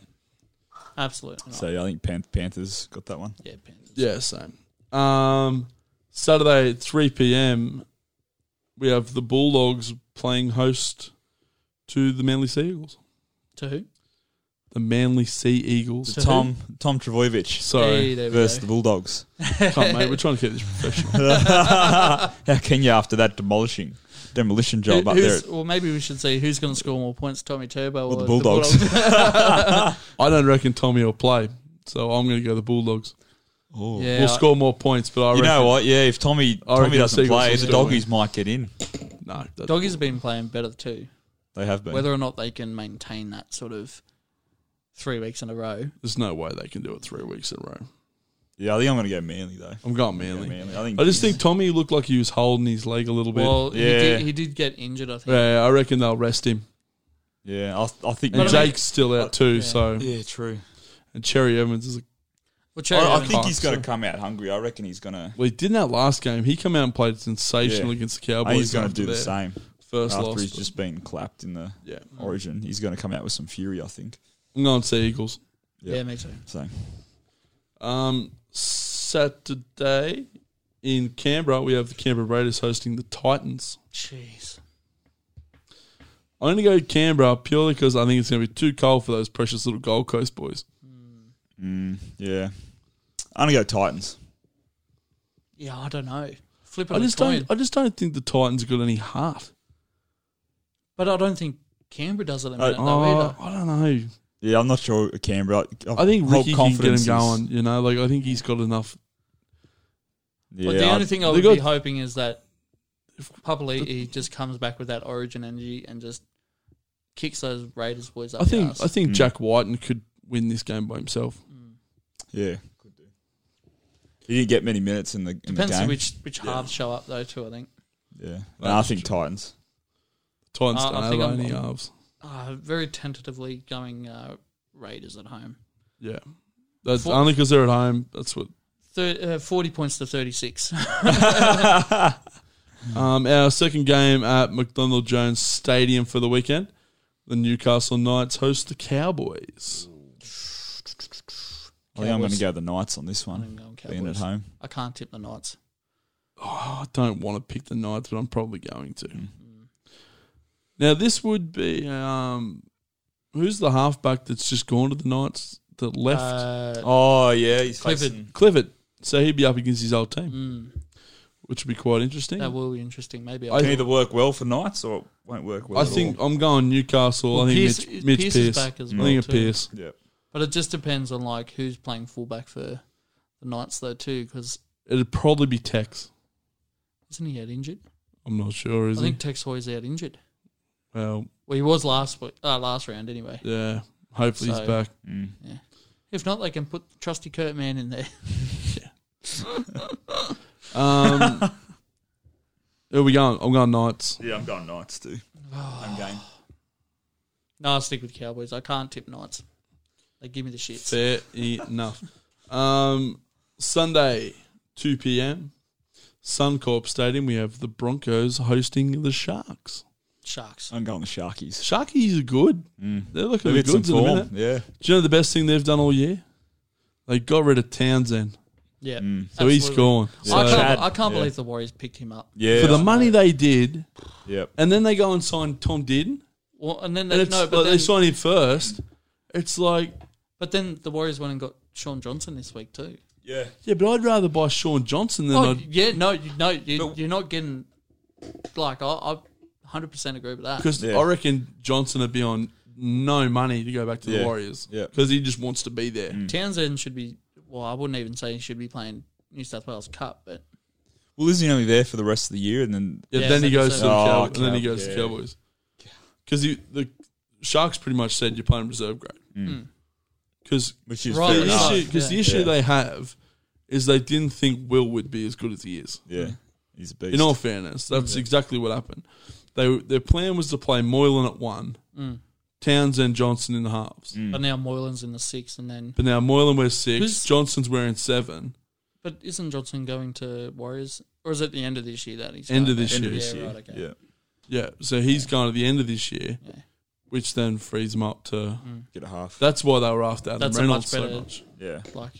Speaker 1: Absolutely. Not.
Speaker 2: So yeah, I think Pan- Panthers got that one.
Speaker 1: Yeah, Panthers.
Speaker 3: Yeah, same. Um, Saturday at 3 p.m., we have the Bulldogs playing host to the Manly Sea Eagles.
Speaker 1: To who?
Speaker 3: The Manly Sea Eagles.
Speaker 1: So
Speaker 2: Tom Tom Travojevic
Speaker 1: Hey,
Speaker 3: Sorry,
Speaker 1: there we
Speaker 2: versus the
Speaker 1: go.
Speaker 2: Bulldogs.
Speaker 3: can't, mate. We're trying to keep this professional.
Speaker 2: How can you after that demolishing demolition job
Speaker 1: Who-
Speaker 2: up there?
Speaker 1: who's- well, maybe we should see who's going to score more points, Tommy Turbo or,
Speaker 2: the Bulldogs.
Speaker 3: I don't reckon Tommy will play, so I'm going to go the Bulldogs.
Speaker 2: Oh.
Speaker 1: yeah,
Speaker 3: We'll score more points, but I
Speaker 2: You
Speaker 3: reckon,
Speaker 2: know what? Yeah, if Tommy
Speaker 3: I reckon
Speaker 2: Tommy doesn't
Speaker 3: Seagulls
Speaker 2: play,
Speaker 3: will
Speaker 2: the
Speaker 3: still win.
Speaker 2: doggies might get in.
Speaker 3: No, that-
Speaker 1: Doggies have been playing better too.
Speaker 2: They have been.
Speaker 1: Whether or not they can maintain that sort of three weeks in a row,
Speaker 3: there's no way they can do it three weeks in a row.
Speaker 2: yeah, I think I'm going to go Manly though.
Speaker 3: I'm going
Speaker 2: Go
Speaker 3: Manly.
Speaker 2: Manly. I think.
Speaker 3: I just think Tommy looked like he was holding his leg a little bit.
Speaker 1: well, he,
Speaker 2: Yeah.
Speaker 1: did, he did get injured. I think.
Speaker 3: yeah, I reckon they'll rest him.
Speaker 2: yeah, I, I think.
Speaker 3: And
Speaker 1: But I mean-
Speaker 3: Jake's still out too,
Speaker 1: Yeah.
Speaker 3: so
Speaker 2: yeah, true.
Speaker 3: and Cherry Evans is. A,
Speaker 1: Well, Cherry
Speaker 2: I, I
Speaker 1: Evans-
Speaker 2: think he's got to come out hungry. I reckon he's going to.
Speaker 3: well, he did in that last game. He came out and played sensational
Speaker 2: Yeah.
Speaker 3: against the
Speaker 2: I
Speaker 3: Cowboys.
Speaker 2: think he's going to
Speaker 3: after
Speaker 2: do the
Speaker 3: their
Speaker 2: same
Speaker 3: First
Speaker 2: after
Speaker 3: loss.
Speaker 2: he's
Speaker 3: but-
Speaker 2: just been clapped in the
Speaker 3: yeah,
Speaker 2: Origin. He's going to come out with some fury. I think.
Speaker 3: I'm going to say Eagles.
Speaker 1: yeah. me too.
Speaker 2: So
Speaker 3: Um, Saturday in Canberra, we have the Canberra Raiders hosting the Titans.
Speaker 1: Jeez,
Speaker 3: I'm going to go Canberra purely because I think it's going to be too cold for those precious little Gold Coast boys.
Speaker 2: mm, yeah, I'm going to go Titans.
Speaker 1: yeah, I don't know. Flipping
Speaker 3: I
Speaker 1: a
Speaker 3: just
Speaker 1: coin,
Speaker 3: don't. I just don't think the Titans got any heart.
Speaker 1: but I don't think Canberra does it. At the
Speaker 2: I-
Speaker 1: minute, though,
Speaker 3: Oh,
Speaker 1: either.
Speaker 3: I don't know.
Speaker 2: Yeah, I'm not sure Canberra.
Speaker 3: I think
Speaker 2: whole
Speaker 3: Ricky can get him
Speaker 2: confidence is-
Speaker 3: going. You know, like I think he's got enough.
Speaker 2: Yeah,
Speaker 1: but the
Speaker 2: I-
Speaker 1: only thing I
Speaker 3: they
Speaker 1: would
Speaker 3: got-
Speaker 1: be hoping is that probably he just comes back with that Origin energy and just kicks those Raiders boys up.
Speaker 3: I think.
Speaker 1: the
Speaker 3: I
Speaker 1: arse. Mm.
Speaker 3: think
Speaker 2: Mm.
Speaker 3: Jack Whiten could win this game by himself.
Speaker 2: yeah, could do. He didn't get many minutes in the in
Speaker 1: depends
Speaker 2: the game.
Speaker 1: on which which halves show up though. Too, I think.
Speaker 2: yeah, no, I
Speaker 3: That's
Speaker 2: think Titans.
Speaker 3: Titans
Speaker 1: Uh,
Speaker 3: don't
Speaker 1: I
Speaker 3: have
Speaker 1: think I'm-
Speaker 3: any halves.
Speaker 1: Uh, very tentatively going uh, Raiders at home.
Speaker 3: Yeah, that's
Speaker 1: Four-
Speaker 3: only because they're at home. That's what.
Speaker 1: Thir- uh, 40 points to 36.
Speaker 3: Um, our second game at McDonald Jones Stadium for the weekend. The Newcastle Knights host the Cowboys.
Speaker 2: I think I'm going to
Speaker 1: Cowboys.
Speaker 2: go the Knights on this
Speaker 1: I'm
Speaker 2: one.
Speaker 1: going
Speaker 2: Being at
Speaker 1: Cowboys.
Speaker 2: home.
Speaker 1: I can't tip the Knights.
Speaker 3: Oh, I don't want to pick the Knights, but I'm probably going to.
Speaker 1: Hmm. Mm.
Speaker 3: Now this would be um, who's the halfback that's just gone to the Knights that left?
Speaker 1: Uh,
Speaker 2: Oh yeah, he's
Speaker 1: Clifford.
Speaker 2: facing-
Speaker 3: Clifford. So he'd be up against his old team,
Speaker 1: mm,
Speaker 3: which would be quite interesting.
Speaker 1: that will be interesting. Maybe.
Speaker 3: I-
Speaker 2: Can either work well for Knights or it won't work well.
Speaker 3: I
Speaker 2: at
Speaker 3: think I'm going Newcastle. I think
Speaker 1: Pierce-
Speaker 3: Mitch, Mitch Pierce.
Speaker 1: Pierce is back as
Speaker 3: I think
Speaker 1: well.
Speaker 3: it's
Speaker 1: too.
Speaker 3: Pierce.
Speaker 2: All. Yeah.
Speaker 1: But it just depends on like who's playing fullback for the Knights though too because
Speaker 3: It'd probably be Tex.
Speaker 1: isn't he out injured?
Speaker 3: I'm not sure, is
Speaker 1: I
Speaker 3: he?
Speaker 1: think Tex Hoy's out injured.
Speaker 3: Well,
Speaker 1: Well, he was last week- uh, last round anyway.
Speaker 3: yeah. Hopefully
Speaker 1: So-
Speaker 3: he's back.
Speaker 2: Mm.
Speaker 1: If not, they can put trusty Kurt Man in there.
Speaker 3: Um, who are we going? I'm going Knights.
Speaker 2: Yeah, I'm going Knights too.
Speaker 3: Oh.
Speaker 2: I'm game.
Speaker 1: No, I'll stick with Cowboys. I can't tip Knights. They give me the shits.
Speaker 3: Fair enough. Um, Sunday, 2 p.m. Suncorp Stadium. We have the Broncos hosting the Sharks.
Speaker 1: Sharks.
Speaker 2: I'm going the Sharkies.
Speaker 3: Sharkies are good.
Speaker 1: Mm.
Speaker 3: They're looking
Speaker 2: They've got
Speaker 3: good
Speaker 2: some
Speaker 3: goods at the minute.
Speaker 2: form. Yeah.
Speaker 3: Do you know the best thing they've done all year? They got rid of Townsend,
Speaker 1: Yeah.
Speaker 3: Mm. so he's
Speaker 1: absolutely.
Speaker 3: gone.
Speaker 1: I
Speaker 3: So
Speaker 1: can't, I can't
Speaker 2: Yeah.
Speaker 1: believe the Warriors picked him up.
Speaker 2: Yeah.
Speaker 3: for the money they did,
Speaker 2: Yep.
Speaker 3: and then they go and sign Tom Dearden,
Speaker 1: Well, and then
Speaker 3: and
Speaker 1: they,
Speaker 3: it's
Speaker 1: no, but
Speaker 3: like
Speaker 1: then,
Speaker 3: they sign him first. It's like,
Speaker 1: but then the Warriors went and got Sean Johnson this week too.
Speaker 2: Yeah.
Speaker 3: yeah, but I'd rather buy Sean Johnson than
Speaker 1: Oh
Speaker 3: I'd.
Speaker 1: yeah, no, you, no, you,
Speaker 2: But-
Speaker 1: you're not getting like I, I 100% agree with that.
Speaker 3: Because
Speaker 2: Yeah.
Speaker 3: I reckon Johnson would be on no money to go back to the
Speaker 2: Yeah.
Speaker 3: Warriors.
Speaker 2: Yeah.
Speaker 3: Because he just wants to be there.
Speaker 1: Mm. Townsend should be. Well, I wouldn't even say he should be playing New South Wales Cup, but
Speaker 2: Well, isn't he only there for the rest of the year? And then
Speaker 3: Yeah,
Speaker 1: Yeah,
Speaker 3: then he
Speaker 1: so-
Speaker 3: goes to the
Speaker 2: Oh,
Speaker 3: Cow- and then he
Speaker 2: Cow-
Speaker 3: goes
Speaker 2: yeah.
Speaker 3: to Cowboys. Because the Sharks pretty much said you're playing reserve grade. Because
Speaker 2: which is
Speaker 1: Right,
Speaker 2: fair
Speaker 1: yeah.
Speaker 2: enough.
Speaker 1: enough.
Speaker 3: the
Speaker 1: Mm. Yeah.
Speaker 3: issue
Speaker 2: Yeah.
Speaker 3: they have is they didn't think Will would be as good as he is.
Speaker 2: Yeah, he's a beast.
Speaker 3: In all fairness, that's exactly what happened. They their plan was to play Moylan at one,
Speaker 1: Mm.
Speaker 3: Townsend Johnson in the halves.
Speaker 2: Hmm.
Speaker 1: but now Moylan's in the six, and then
Speaker 3: But now Moylan wears six,
Speaker 1: Who's-
Speaker 3: Johnson's wearing seven.
Speaker 1: but isn't Johnson going to Warriors or is it the end of this year that he's
Speaker 3: End
Speaker 1: going
Speaker 3: of this
Speaker 1: there?
Speaker 2: end of
Speaker 3: year.
Speaker 2: this
Speaker 1: Yeah,
Speaker 2: year.
Speaker 1: right, okay.
Speaker 2: Yeah,
Speaker 3: Yeah, so he's going to the end of this year,
Speaker 1: Yeah.
Speaker 3: which then frees him up to.
Speaker 2: get a half.
Speaker 3: That's why they were after Adam
Speaker 1: That's a
Speaker 3: Reynolds
Speaker 1: much
Speaker 3: so
Speaker 1: better-
Speaker 3: much.
Speaker 2: yeah,
Speaker 1: Like,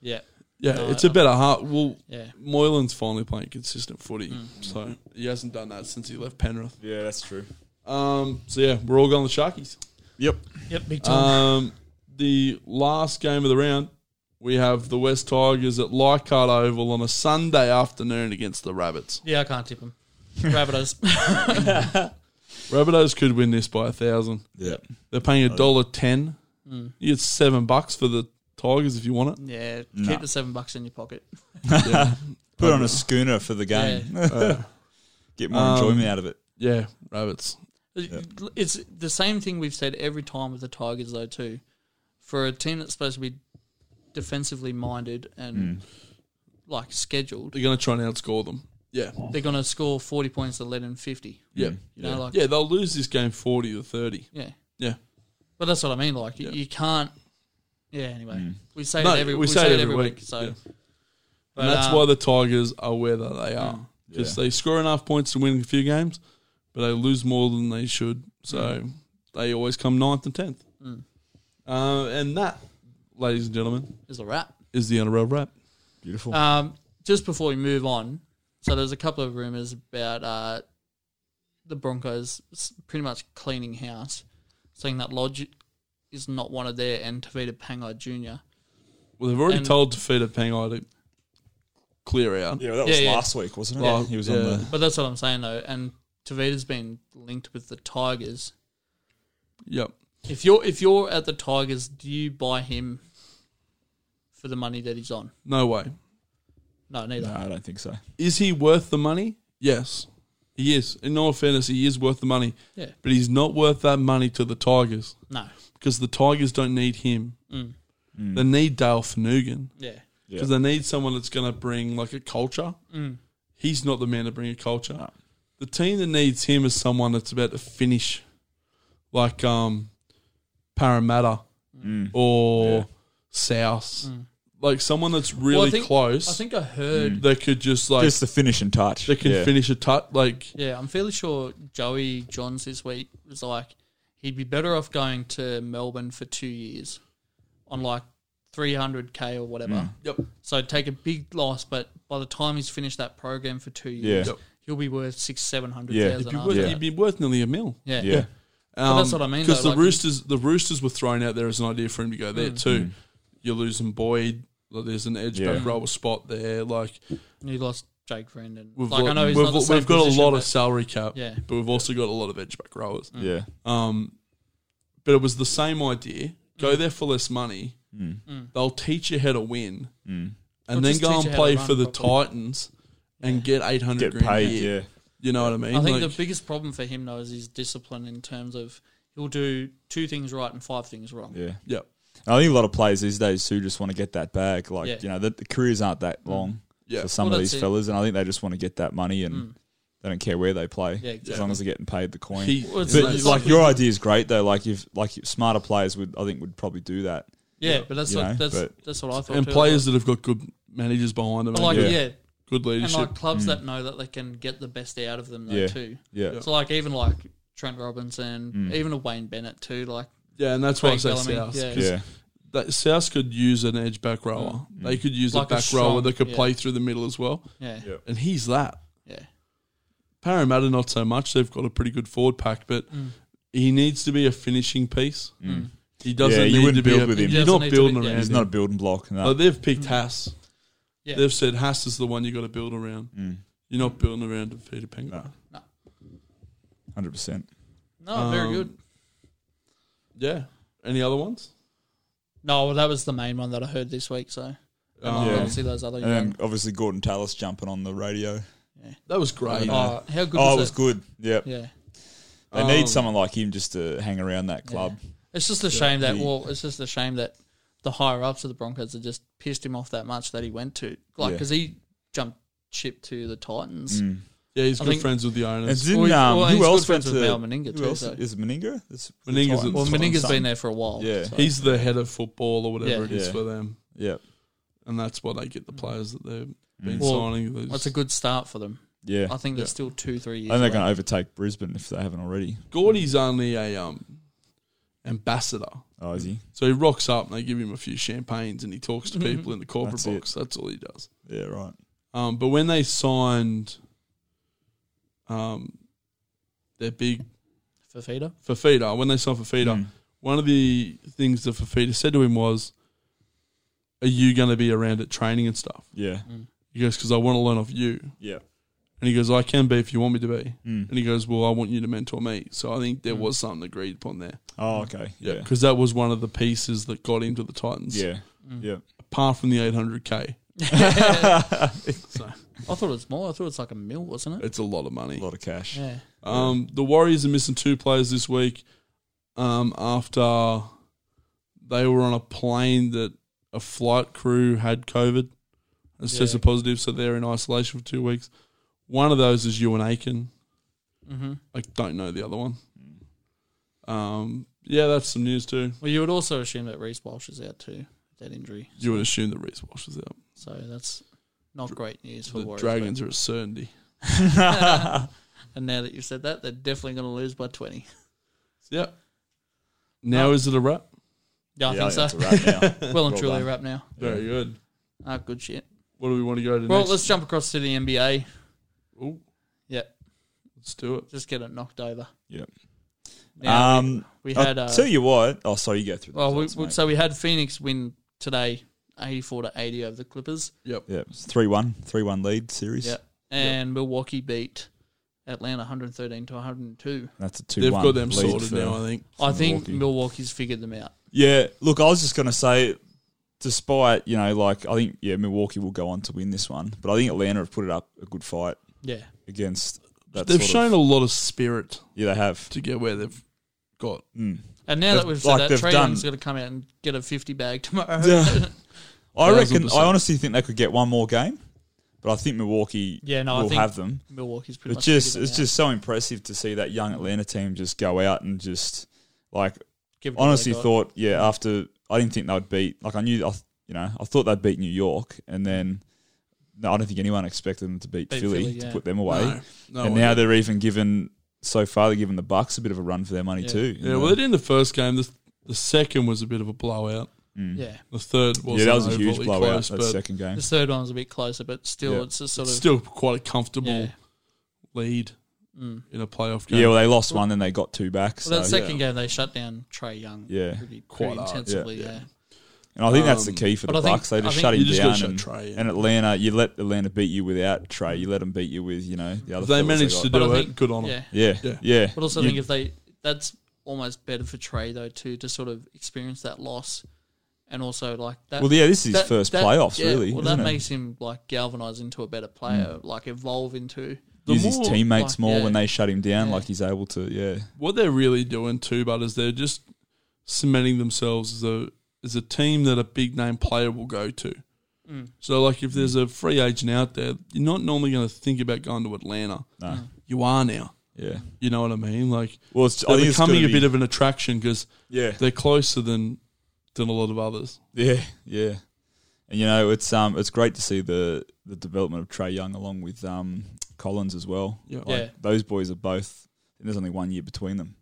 Speaker 1: yeah,
Speaker 3: Yeah,
Speaker 1: No,
Speaker 3: it's
Speaker 1: I-
Speaker 3: a better heart. Well,
Speaker 1: yeah.
Speaker 3: Moylan's finally playing consistent footy,
Speaker 1: Mm.
Speaker 3: so he hasn't done that since he left Penrith.
Speaker 2: yeah, that's true.
Speaker 3: Um, so yeah, we're all going with Sharkies.
Speaker 2: Yep.
Speaker 1: Yep, big time.
Speaker 2: uh,
Speaker 3: Um, the last game of the round, we have the West Tigers at Leichhardt Oval on a Sunday afternoon against the Rabbits.
Speaker 1: yeah, I can't tip him. Rabbitohs.
Speaker 3: Rabbitohs could win this by a thousand.
Speaker 2: Yeah,
Speaker 3: They're paying a dollar ten. You get seven bucks for the Tigers if you want it.
Speaker 1: Yeah,
Speaker 2: Nah.
Speaker 1: keep the seven bucks in your pocket.
Speaker 3: Yeah,
Speaker 2: put on a schooner for the game. Get more
Speaker 3: Um,
Speaker 2: enjoyment out of it.
Speaker 3: yeah Rabbits.
Speaker 1: It's the same thing we've said every time with the Tigers, though, too. For a team that's supposed to be defensively minded and
Speaker 3: Hmm.
Speaker 1: like scheduled,
Speaker 3: They're going to try and outscore them. Yeah,
Speaker 1: they're going to score 40 points to let in 50.
Speaker 3: yeah,
Speaker 1: You know, like, yeah.
Speaker 3: yeah. They'll lose this game forty to thirty. Yeah.
Speaker 1: But that's what I mean. Like, you,
Speaker 3: Yeah. Hmm.
Speaker 1: you can't. Yeah, anyway. We say
Speaker 3: No,
Speaker 1: it every
Speaker 3: we
Speaker 1: we
Speaker 3: say it every week,
Speaker 1: So,
Speaker 3: yeah.
Speaker 1: but,
Speaker 3: and that's
Speaker 1: um,
Speaker 3: why the Tigers are where they are because
Speaker 2: Yeah.
Speaker 3: they score enough points to win a few games, but they lose more than they should. So they always come ninth and tenth. Uh, and that, ladies and gentlemen,
Speaker 1: is a wrap.
Speaker 3: is the NRL wrap.
Speaker 2: Beautiful.
Speaker 1: Um, just before we move on, so there's a couple of rumors about uh, the Broncos s- pretty much cleaning house, saying that Lodge is not wanted there and Tavita Pangai Jr.
Speaker 3: Well, they've already
Speaker 1: And-
Speaker 3: told Tafita Pangai to clear out.
Speaker 2: yeah, well, that
Speaker 1: yeah,
Speaker 2: was
Speaker 1: yeah.
Speaker 2: last week, wasn't it?
Speaker 3: Yeah.
Speaker 2: He was
Speaker 3: Yeah.
Speaker 2: on the.
Speaker 1: But that's what I'm saying though, and Tavita's been linked with the Tigers.
Speaker 3: Yep.
Speaker 1: If you're if you're at the Tigers, do you buy him for the money that he's on?
Speaker 3: No way.
Speaker 1: No, neither.
Speaker 2: No, I don't think so.
Speaker 3: Is he worth the money? Yes. He is. In all fairness, he is worth the money,
Speaker 1: Yeah,
Speaker 3: but he's not worth that money to the Tigers
Speaker 1: no.
Speaker 3: because the Tigers don't need him.
Speaker 1: Mm.
Speaker 3: They need Dale Finugan.
Speaker 1: Yeah,
Speaker 2: Yeah.
Speaker 3: because they need someone that's going to bring like a culture.
Speaker 1: Mm.
Speaker 3: He's not the man to bring a culture.
Speaker 2: No.
Speaker 3: The team that needs him is someone that's about to finish, like um, Parramatta
Speaker 2: Mm.
Speaker 3: or
Speaker 2: Yeah.
Speaker 3: South, like someone that's
Speaker 1: Mm.
Speaker 3: really
Speaker 1: Well, I think-
Speaker 3: close.
Speaker 1: I think I heard.
Speaker 3: they could just like
Speaker 2: Just the finishing touch.
Speaker 3: they can
Speaker 2: Mm. yeah.
Speaker 3: finish a tut like
Speaker 1: Yeah, I'm fairly sure Joey Johns this week was like he'd be better off going to Melbourne for two years on like 300k or whatever.
Speaker 3: yep
Speaker 1: So take a big loss, but by the time he's finished that program for two
Speaker 2: Yeah.
Speaker 1: years, he'll be worth six, seven hundred
Speaker 2: Yeah.
Speaker 1: thousand.
Speaker 3: He'd be
Speaker 1: after
Speaker 3: worth,
Speaker 1: that.
Speaker 2: Yeah.
Speaker 3: he'd be worth nearly a mil.
Speaker 1: yeah.
Speaker 2: Yeah.
Speaker 1: Well, that's what I mean,
Speaker 3: Because
Speaker 1: though,
Speaker 3: Um,
Speaker 1: like-
Speaker 3: the
Speaker 1: Mm.
Speaker 3: roosters, the roosters were thrown out there as an idea for him to go there too. You're losing Boyd. Like there's an edge
Speaker 2: Mm. Yeah.
Speaker 3: back rower spot there. Like
Speaker 1: And he lost Jake Friend, and
Speaker 3: we've
Speaker 1: like
Speaker 3: got,
Speaker 1: I know he's
Speaker 3: we've,
Speaker 1: not the same
Speaker 3: we've got
Speaker 1: position,
Speaker 3: a lot of
Speaker 1: but-
Speaker 3: salary cap,
Speaker 1: Yeah. Mm.
Speaker 3: but we've also got a lot of edge back rowers.
Speaker 2: Yeah.
Speaker 3: Um, but it was the same idea.
Speaker 1: Mm.
Speaker 3: Go there for less money.
Speaker 2: Mm.
Speaker 3: They'll teach you how to win, and
Speaker 1: Or
Speaker 3: then
Speaker 1: Mm. just
Speaker 3: go
Speaker 1: teach
Speaker 3: and
Speaker 1: you how to
Speaker 3: play
Speaker 1: run
Speaker 3: for the
Speaker 1: properly.
Speaker 3: Titans and get eight hundred
Speaker 2: Get
Speaker 3: grand
Speaker 2: paid.
Speaker 3: a year.
Speaker 2: Yeah.
Speaker 3: You know what I mean?
Speaker 1: I think
Speaker 3: Like,
Speaker 1: the biggest problem for him though is his discipline in terms of he'll do two things right and five things wrong.
Speaker 2: Yeah.
Speaker 3: yeah,
Speaker 2: I think a lot of players these days who just want to get that bag, like
Speaker 1: Yeah.
Speaker 2: you know, the, the careers aren't that long
Speaker 3: yeah.
Speaker 2: for some
Speaker 1: Well,
Speaker 2: of
Speaker 1: that's
Speaker 2: these
Speaker 1: it.
Speaker 2: fellas, and I think they just want to get that money and they don't care where they play
Speaker 1: Yeah,
Speaker 2: as
Speaker 1: exactly.
Speaker 2: long as they're getting paid the coin.
Speaker 3: He-
Speaker 1: Well, it's
Speaker 2: but
Speaker 1: like-
Speaker 2: like, your idea is great though. Like if like smarter players would, I think would probably do that.
Speaker 1: Yeah, but that's
Speaker 2: You
Speaker 1: what
Speaker 2: know,
Speaker 1: that's
Speaker 2: but-
Speaker 1: that's what I thought.
Speaker 3: and
Speaker 1: too.
Speaker 3: players that have got good managers behind them,
Speaker 1: But
Speaker 3: and
Speaker 1: like
Speaker 2: Yeah.
Speaker 1: yeah,
Speaker 3: good
Speaker 1: and
Speaker 3: leadership.
Speaker 1: like clubs that know that they can get the best out of them though
Speaker 2: Mm. Yeah.
Speaker 1: too.
Speaker 2: Yeah,
Speaker 1: So like even like Trent Robinson,
Speaker 2: Mm.
Speaker 1: even a Wayne Bennett too. Like
Speaker 3: yeah, and that's why I
Speaker 1: Craig
Speaker 3: say
Speaker 1: Bellamy,
Speaker 3: South.
Speaker 1: yeah.
Speaker 3: because
Speaker 2: yeah,
Speaker 3: That South could use an edge back rower. They could use
Speaker 1: Like a
Speaker 3: a back
Speaker 1: strong-
Speaker 3: rower that could
Speaker 1: yeah.
Speaker 3: play through the middle as well.
Speaker 1: yeah, yeah,
Speaker 2: Yeah.
Speaker 3: And he's that. Parramatta, not so much. They've got a pretty good forward pack, but
Speaker 1: Mm.
Speaker 3: he needs to be a finishing piece. He doesn't
Speaker 2: Yeah, you
Speaker 3: need
Speaker 2: wouldn't
Speaker 3: to be
Speaker 2: build
Speaker 3: a,
Speaker 2: with him.
Speaker 3: You're
Speaker 1: Doesn't
Speaker 3: not
Speaker 1: need to be-
Speaker 3: building
Speaker 1: yeah. Mm.
Speaker 3: around
Speaker 2: he's
Speaker 3: him.
Speaker 2: not a building block. No.
Speaker 3: Like, they've picked Haas.
Speaker 1: Yeah.
Speaker 2: Mm.
Speaker 3: They've said Haas is the one you got to build around. You're not building around defeated Penguin.
Speaker 2: No.
Speaker 1: No.
Speaker 2: Hundred percent.
Speaker 1: No, very
Speaker 3: Um,
Speaker 1: good.
Speaker 3: Yeah. Any other ones?
Speaker 1: No, well, that was the main one that I heard this week. So
Speaker 3: Um,
Speaker 2: Oh, Yeah.
Speaker 1: obviously those other.
Speaker 2: And then obviously Gordon Tallis jumping on the radio.
Speaker 3: That was
Speaker 1: Oh,
Speaker 3: great.
Speaker 2: Yeah.
Speaker 1: how good was
Speaker 2: oh, it was
Speaker 1: that?
Speaker 2: good. Yep.
Speaker 1: Yeah, Oh.
Speaker 2: They
Speaker 3: Um,
Speaker 2: need someone like him just to hang around that club.
Speaker 1: it's just a shame that.
Speaker 2: he-
Speaker 1: Well, it's just a shame that the higher ups of the Broncos have just pissed him off that much that he went to, like,
Speaker 2: Yeah.
Speaker 1: because he jumped ship to the Titans.
Speaker 2: Mm.
Speaker 3: Yeah, he's
Speaker 1: I
Speaker 3: good
Speaker 1: think-
Speaker 3: friends with the owners.
Speaker 2: And
Speaker 1: Well,
Speaker 2: didn't,
Speaker 1: he-
Speaker 2: um,
Speaker 1: well, he's
Speaker 2: who
Speaker 1: good
Speaker 2: else went
Speaker 1: friends
Speaker 2: to
Speaker 1: with Mal Meninga
Speaker 2: Who
Speaker 1: too,
Speaker 2: else
Speaker 1: so-
Speaker 2: is it Meninga? It's the
Speaker 3: Meninga's
Speaker 2: Titans.
Speaker 3: at the
Speaker 1: Well,
Speaker 3: Titans.
Speaker 1: Meninga's been there for a while.
Speaker 2: Yeah.
Speaker 1: so-
Speaker 3: He's the head of football or whatever
Speaker 1: Yeah.
Speaker 3: it is
Speaker 2: Yeah.
Speaker 3: for them,
Speaker 2: Yep.
Speaker 3: and that's why they get the players that they've been
Speaker 1: Well,
Speaker 3: signing. They
Speaker 1: that's
Speaker 3: just-
Speaker 1: a good start for them.
Speaker 2: Yeah.
Speaker 1: I think there's
Speaker 3: Yeah.
Speaker 1: still two, three
Speaker 2: I
Speaker 1: years.
Speaker 2: think they're
Speaker 1: left.
Speaker 2: going to overtake Brisbane if they haven't already.
Speaker 3: Gordy's only a um, ambassador,
Speaker 2: Oh, is he?
Speaker 3: so he rocks up and they give him a few champagnes and he talks to people in the corporate
Speaker 2: That's it.
Speaker 3: box. That's all he does.
Speaker 2: Yeah, right.
Speaker 3: Um, but when they signed, um, their big
Speaker 1: Fafita.
Speaker 3: Fafita, when they signed Fafita,
Speaker 2: Mm.
Speaker 3: one of the things that Fafita said to him was, "Are you going to be around at training and stuff?"
Speaker 2: Yeah.
Speaker 3: He goes, "Because I want to learn off you."
Speaker 2: Yeah.
Speaker 3: And he goes, I can be if you want me to be.
Speaker 2: Mm.
Speaker 3: And he goes, Well, I want you to mentor me. So I think there
Speaker 1: Mm.
Speaker 3: was something agreed upon there.
Speaker 2: Oh, okay. Yeah.
Speaker 3: Because that was one of the pieces that got him to the Titans.
Speaker 2: Yeah.
Speaker 1: Mm.
Speaker 2: Yeah.
Speaker 3: Apart from the 800K,
Speaker 1: I thought it was more. I thought it was like a mil, wasn't it?
Speaker 3: it's a lot of
Speaker 2: A
Speaker 3: money.
Speaker 2: lot of cash.
Speaker 1: Yeah.
Speaker 3: Um, the Warriors are missing two players this week um, after they were on a plane that a flight crew had COVID as
Speaker 1: Yeah.
Speaker 3: tested positive. So they're in isolation for two weeks. One of those is Ewan Aiken.
Speaker 1: Mm-hmm.
Speaker 3: I don't know the other one. Um, yeah, that's some news too.
Speaker 1: Well, you would also assume that Reese Walsh is out too, that injury.
Speaker 3: You would assume that Reese Walsh is out.
Speaker 1: So that's not great news for
Speaker 3: The
Speaker 1: Warriors.
Speaker 3: Dragons are a certainty.
Speaker 1: but- and now that you've said that, they're definitely going to lose by 20.
Speaker 3: Yep. Now is it a wrap?
Speaker 1: Yeah, I
Speaker 2: Yeah,
Speaker 1: think so.
Speaker 2: that's a wrap now.
Speaker 1: well and
Speaker 2: Well
Speaker 1: truly
Speaker 2: done.
Speaker 1: wrap now.
Speaker 3: Very good.
Speaker 1: Ah, good shit.
Speaker 3: What do we want to go to
Speaker 1: well,
Speaker 3: next?
Speaker 1: let's jump across to the NBA.
Speaker 3: Ooh,
Speaker 1: Yep,
Speaker 3: let's do it.
Speaker 1: just get it knocked over.
Speaker 2: Yep.
Speaker 1: Now, we-
Speaker 2: um,
Speaker 1: we,
Speaker 2: I'll
Speaker 1: had. Uh,
Speaker 2: tell you what. Oh, sorry, you go through. The
Speaker 1: well, we,
Speaker 2: results,
Speaker 1: we-
Speaker 2: mate.
Speaker 1: so we had Phoenix win today, 84 to 80 over the Clippers.
Speaker 3: Yep.
Speaker 2: yeah, three one, three one lead series.
Speaker 1: Yep. And Milwaukee beat Atlanta 113 to 102.
Speaker 2: That's a two.
Speaker 3: They've
Speaker 2: one
Speaker 3: got them
Speaker 2: lead
Speaker 3: sorted
Speaker 2: for-
Speaker 3: now, I think.
Speaker 1: I think
Speaker 2: Milwaukee.
Speaker 1: Milwaukee's figured them out.
Speaker 2: Yeah, look, I was just going to say, despite you know, like I think yeah, Milwaukee will go on to win this one, but I think Atlanta have put it up a good fight
Speaker 1: Yeah.
Speaker 2: against. That
Speaker 3: They've
Speaker 2: sort
Speaker 3: shown
Speaker 2: of-
Speaker 3: a lot of spirit
Speaker 2: yeah, they have.
Speaker 3: to get where they've got.
Speaker 2: Mm.
Speaker 1: And now that
Speaker 2: They've-
Speaker 1: we've
Speaker 2: like,
Speaker 1: said that,
Speaker 2: they've
Speaker 1: Trey
Speaker 2: done-
Speaker 1: Young's going to come out and get a 50 bag tomorrow.
Speaker 2: Yeah. I reckon.
Speaker 3: 1000%.
Speaker 2: I honestly think they could get one more game, but I think Milwaukee
Speaker 1: Yeah, no, I
Speaker 2: will
Speaker 1: think-
Speaker 2: have them.
Speaker 1: Milwaukee's pretty
Speaker 2: But
Speaker 1: much.
Speaker 2: just
Speaker 1: figured
Speaker 2: it's
Speaker 1: them out.
Speaker 2: just so impressive to see that young Atlanta team just go out and just like
Speaker 1: Give it what they
Speaker 2: honestly
Speaker 1: got.
Speaker 2: thought yeah after I didn't think they'd beat like I knew I th- you know I thought they'd beat New York and then no I don't think anyone expected them to beat,
Speaker 1: Beat
Speaker 2: Philly,
Speaker 1: Philly,
Speaker 2: to
Speaker 1: yeah.
Speaker 2: put them away
Speaker 3: No, no
Speaker 2: and
Speaker 3: way.
Speaker 2: now they're even given so far they're giving the Bucks a bit of a run for their money
Speaker 1: Yeah.
Speaker 2: too Mm.
Speaker 3: yeah, well, they did in the first game. The, the second was a bit of a blowout.
Speaker 2: Mm.
Speaker 1: Yeah.
Speaker 3: The third was
Speaker 2: yeah that was a huge
Speaker 3: overly
Speaker 2: blowout
Speaker 3: close,
Speaker 2: that
Speaker 3: but
Speaker 2: second game
Speaker 1: The third one was a bit closer, but still,
Speaker 2: Yeah.
Speaker 1: it's a sort of.
Speaker 3: still quite a comfortable
Speaker 1: yeah.
Speaker 3: lead
Speaker 1: Mm.
Speaker 3: in a playoff game.
Speaker 2: yeah well they lost one and they got two back so
Speaker 1: Well, that
Speaker 3: yeah.
Speaker 1: second game, they shut down Trey Young
Speaker 2: yeah
Speaker 1: pretty,
Speaker 3: Quite
Speaker 1: quite
Speaker 3: hard, yeah.
Speaker 1: intensively.
Speaker 3: Yeah.
Speaker 1: Yeah.
Speaker 2: and I think that's the
Speaker 3: Um,
Speaker 2: key for
Speaker 1: but
Speaker 2: the
Speaker 1: I think-
Speaker 2: Bucks they
Speaker 1: I
Speaker 2: just
Speaker 1: think
Speaker 2: shut
Speaker 3: you
Speaker 2: him
Speaker 3: just got
Speaker 2: down
Speaker 3: to shut
Speaker 2: and,
Speaker 3: Trey.
Speaker 2: and Atlanta you let Atlanta beat you without Trey you let them beat you with you know the other
Speaker 3: If they
Speaker 2: fellas
Speaker 3: managed to
Speaker 2: got.
Speaker 1: But
Speaker 3: do
Speaker 1: I
Speaker 3: it.
Speaker 1: think-
Speaker 3: good on them.
Speaker 1: yeah.
Speaker 2: yeah
Speaker 3: Yeah.
Speaker 2: yeah,
Speaker 1: But also, I
Speaker 2: You-
Speaker 1: think if they. That's almost better for Trey, though, too, to sort of experience that loss. And also, like, that.
Speaker 2: Well, yeah, this is
Speaker 1: that-
Speaker 2: his first
Speaker 1: that-
Speaker 2: playoffs,
Speaker 1: yeah,
Speaker 2: really.
Speaker 1: Well,
Speaker 2: isn't
Speaker 1: that
Speaker 2: it? Mm.
Speaker 1: makes him, like, galvanize into a better player, like, evolve into.
Speaker 3: the
Speaker 2: use his
Speaker 3: more,
Speaker 2: teammates
Speaker 1: like,
Speaker 2: more
Speaker 1: yeah.
Speaker 2: when they shut him down.
Speaker 1: Yeah.
Speaker 2: Like he's able to, yeah,
Speaker 3: What they're really doing too, but is they're just cementing themselves as a as a team that a big name player will go to.
Speaker 1: Mm.
Speaker 3: So, like, if there's a free agent out there, you're not normally going to think about going to Atlanta.
Speaker 2: no,
Speaker 1: Hmm.
Speaker 3: You are now.
Speaker 2: yeah.
Speaker 3: You know what I mean? Like,
Speaker 2: Well, it's, I
Speaker 3: they're
Speaker 2: think it's
Speaker 3: becoming
Speaker 2: gotta
Speaker 3: a
Speaker 2: be-
Speaker 3: bit of an attraction because
Speaker 2: yeah,
Speaker 3: they're closer than than a lot of others.
Speaker 2: yeah, yeah. And you know, it's um, it's great to see the the development of Trey Young along with um Collins as well.
Speaker 3: Yeah.
Speaker 1: Yeah.
Speaker 2: Those boys are both. And there's only one year between them.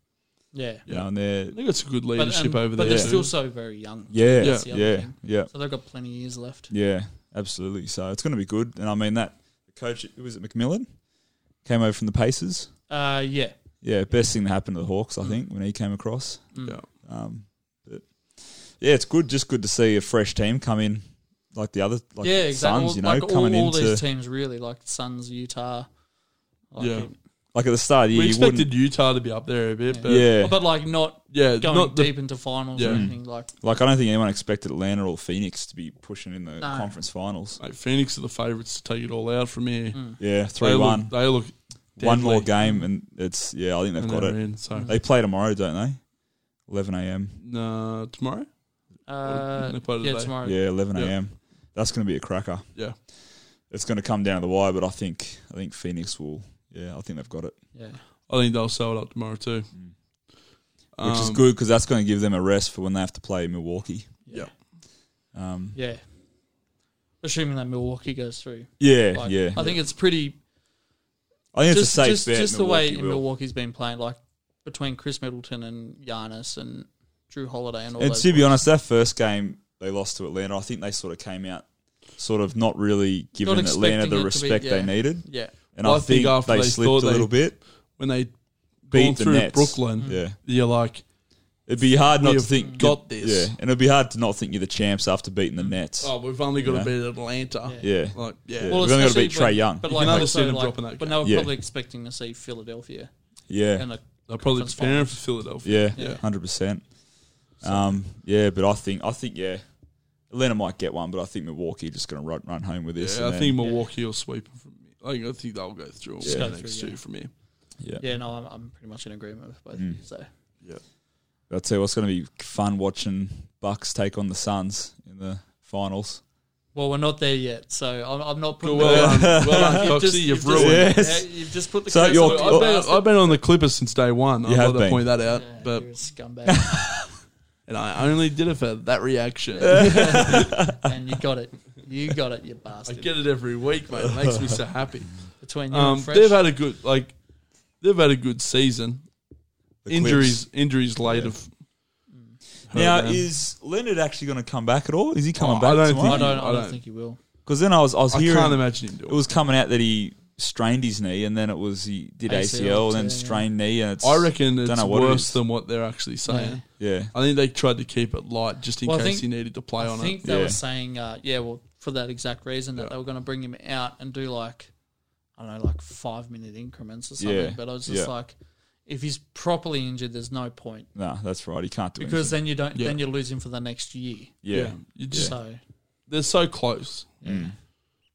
Speaker 1: Yeah.
Speaker 2: You know, and they're
Speaker 3: They got some good
Speaker 1: But,
Speaker 3: leadership
Speaker 1: and- but
Speaker 3: over there.
Speaker 1: they're
Speaker 2: yeah.
Speaker 3: too.
Speaker 1: still so very young.
Speaker 2: yeah, yeah,
Speaker 3: That's
Speaker 1: the other
Speaker 2: yeah,
Speaker 1: thing.
Speaker 2: yeah,
Speaker 1: So they've got plenty of years left.
Speaker 2: yeah, absolutely. So it's going to be good. And I mean that the coach who was it McMillan came over from the Pacers.
Speaker 1: Uh, yeah.
Speaker 2: Yeah, best thing that happened to the Hawks, I think, when he came across.
Speaker 1: Mm.
Speaker 3: Yeah.
Speaker 2: Um, but yeah, it's good. Just good to see a fresh team come in. like the other like
Speaker 1: yeah, exactly.
Speaker 2: Suns, you know,
Speaker 1: like
Speaker 2: coming
Speaker 1: all, all
Speaker 2: into
Speaker 1: these teams really, like Suns, Utah. Like,
Speaker 3: Yeah.
Speaker 2: like at the start of the year,
Speaker 3: we
Speaker 2: you wouldn't,
Speaker 3: expected Utah to be up there a bit, but
Speaker 2: yeah,
Speaker 1: but like not
Speaker 3: yeah,
Speaker 1: going
Speaker 3: not the-
Speaker 1: deep into finals
Speaker 3: Yeah.
Speaker 1: or anything. Like
Speaker 2: like I don't think anyone expected Atlanta or Phoenix to be pushing in the
Speaker 1: No.
Speaker 2: conference finals.
Speaker 3: Mate, Phoenix are the favourites to take it all out from here.
Speaker 1: mm.
Speaker 2: Yeah,
Speaker 3: They
Speaker 2: Mm. three
Speaker 3: look-
Speaker 2: one,
Speaker 3: They look
Speaker 2: one more
Speaker 3: deadly.
Speaker 2: game, and it's yeah, I think they've
Speaker 3: And
Speaker 2: got
Speaker 3: they're
Speaker 2: it. Mm.
Speaker 3: in, so
Speaker 2: They play tomorrow, don't they? Eleven a.m.
Speaker 3: nah, tomorrow.
Speaker 1: uh,
Speaker 3: They play
Speaker 1: yeah,
Speaker 3: today.
Speaker 1: tomorrow.
Speaker 2: Yeah, eleven
Speaker 3: Yeah.
Speaker 2: a.m. That's going to be a cracker.
Speaker 3: Yeah.
Speaker 2: it's going to come down to the wire, but I think I think Phoenix will. Yeah, I think they've got it,
Speaker 1: Yeah.
Speaker 3: I think they'll sell it up tomorrow too,
Speaker 2: Mm. which is
Speaker 3: Um,
Speaker 2: good because that's going to give them a rest for when they have to play Milwaukee.
Speaker 3: Yeah.
Speaker 2: Um,
Speaker 1: Yeah. Assuming that Milwaukee goes through.
Speaker 2: yeah,
Speaker 1: Like,
Speaker 2: yeah.
Speaker 1: I think it's pretty
Speaker 2: I think it's
Speaker 1: just
Speaker 2: a safe
Speaker 1: just,
Speaker 2: bet.
Speaker 1: just the way
Speaker 2: Milwaukee will.
Speaker 1: Milwaukee's been playing, like between Chris Middleton and Giannis and Drew Holiday and all
Speaker 2: And
Speaker 1: those.
Speaker 2: to be honest, that first game they lost to Atlanta, I think they sort of came out sort of not really giving
Speaker 1: Not
Speaker 2: Atlanta
Speaker 1: expecting it
Speaker 2: the
Speaker 1: to be-
Speaker 2: respect
Speaker 1: yeah.
Speaker 2: they needed.
Speaker 1: yeah,
Speaker 2: And
Speaker 3: Well,
Speaker 2: I, think,
Speaker 3: after
Speaker 2: they,
Speaker 3: they
Speaker 2: slipped
Speaker 3: thought
Speaker 2: a little bit.
Speaker 3: when they gone
Speaker 2: Beat the
Speaker 3: through
Speaker 2: Nets. Mm.
Speaker 3: Brooklyn.
Speaker 2: Yeah.
Speaker 3: You're like,
Speaker 2: It'd be hard not
Speaker 3: We
Speaker 2: to
Speaker 3: have
Speaker 2: think
Speaker 3: got
Speaker 2: Yeah.
Speaker 3: this.
Speaker 2: And it'd be hard to not think you're the champs after beating the Nets.
Speaker 3: oh, we've only got
Speaker 2: Yeah.
Speaker 3: to beat Atlanta.
Speaker 1: Yeah.
Speaker 2: Yeah.
Speaker 3: Like, yeah,
Speaker 2: Yeah. We've only got to
Speaker 1: especially
Speaker 2: beat Trae
Speaker 1: when-
Speaker 2: Young.
Speaker 1: But
Speaker 3: You
Speaker 1: like,
Speaker 3: can
Speaker 1: also,
Speaker 3: understand him
Speaker 1: like-
Speaker 3: dropping
Speaker 1: but
Speaker 3: that game.
Speaker 1: they were
Speaker 2: Yeah.
Speaker 1: probably expecting to see Philadelphia
Speaker 2: Yeah.
Speaker 1: and uh, a
Speaker 3: they're probably
Speaker 1: Conference
Speaker 3: preparing for Philadelphia.
Speaker 2: Yeah,
Speaker 1: Yeah.
Speaker 2: hundred percent. Um, yeah, but I think I think yeah, Atlanta might get one, but I think Milwaukee just going to run, run home with
Speaker 3: Yeah,
Speaker 2: this.
Speaker 3: I
Speaker 2: and then-
Speaker 3: think Milwaukee will sweep them from me. Like, I think they'll go through
Speaker 2: Just
Speaker 3: yeah.
Speaker 1: go
Speaker 3: next
Speaker 1: through,
Speaker 3: two
Speaker 1: yeah.
Speaker 3: from here.
Speaker 2: yeah,
Speaker 1: yeah. No, I'm, I'm pretty much in agreement with both.
Speaker 2: Mm.
Speaker 1: of you, So
Speaker 2: I'll tell you what's going to be fun watching Bucks take on the Suns in the finals.
Speaker 1: well, we're not there yet. So I'm, I'm not putting.
Speaker 3: Well
Speaker 1: the,
Speaker 3: done, well done,
Speaker 1: You've
Speaker 3: Coxie.
Speaker 1: just-
Speaker 3: You've
Speaker 1: just-
Speaker 3: ruined.
Speaker 2: ruined.
Speaker 1: yeah, you've just put the.
Speaker 2: So
Speaker 1: curse
Speaker 2: you're-
Speaker 1: on-
Speaker 3: I've, been, I've been on the Clippers since day one.
Speaker 2: You
Speaker 3: I've
Speaker 2: have
Speaker 3: got to
Speaker 2: been.
Speaker 3: point that out,
Speaker 1: Yeah,
Speaker 3: but
Speaker 1: you're a scumbag,
Speaker 3: and I only did it for that reaction.
Speaker 1: and you got it. You got it. You
Speaker 3: I
Speaker 1: bastard.
Speaker 3: get it every week, mate. It makes me so happy.
Speaker 1: Between you
Speaker 3: Um,
Speaker 1: and Fresh,
Speaker 3: they've had a good like, they've had a good season.
Speaker 2: The
Speaker 3: injuries, injuries late of.
Speaker 2: Clips. Now, is Leonard actually going to come back at all? Is he coming
Speaker 3: Oh,
Speaker 2: back
Speaker 3: I don't
Speaker 1: I
Speaker 2: tomorrow?
Speaker 1: don't. I
Speaker 3: I
Speaker 1: don't
Speaker 3: don't-
Speaker 1: think you will.
Speaker 2: Because then I was I was
Speaker 3: I
Speaker 2: hearing
Speaker 3: can't imagine him
Speaker 2: it
Speaker 3: doing.
Speaker 2: was coming out that he strained his knee, and then it was he did ACL,
Speaker 1: ACL,
Speaker 2: and then
Speaker 1: yeah, yeah.
Speaker 2: strained knee, and
Speaker 3: it.
Speaker 2: it's
Speaker 3: I reckon it's
Speaker 2: know what it
Speaker 3: worse
Speaker 2: is.
Speaker 3: than what they're actually saying.
Speaker 1: Yeah.
Speaker 2: yeah.
Speaker 3: I think they tried to keep it light just in
Speaker 1: Well, I
Speaker 3: case
Speaker 1: think-
Speaker 3: he needed to play
Speaker 1: I
Speaker 3: on
Speaker 1: think
Speaker 3: it.
Speaker 1: they
Speaker 2: Yeah.
Speaker 1: were saying, uh, yeah, well, for that exact reason that
Speaker 3: Yeah.
Speaker 1: they were going to bring him out and do like, I don't know, like five minute increments or something.
Speaker 2: Yeah.
Speaker 1: But I was just
Speaker 2: Yeah.
Speaker 1: like, if he's properly injured, there's no point
Speaker 2: No, that's right. He can't do
Speaker 1: because
Speaker 2: anything.
Speaker 1: then you don't,
Speaker 3: Yeah.
Speaker 1: then you lose him for the next year.
Speaker 2: yeah,
Speaker 3: You just
Speaker 1: So
Speaker 3: they're so close.
Speaker 2: Mm.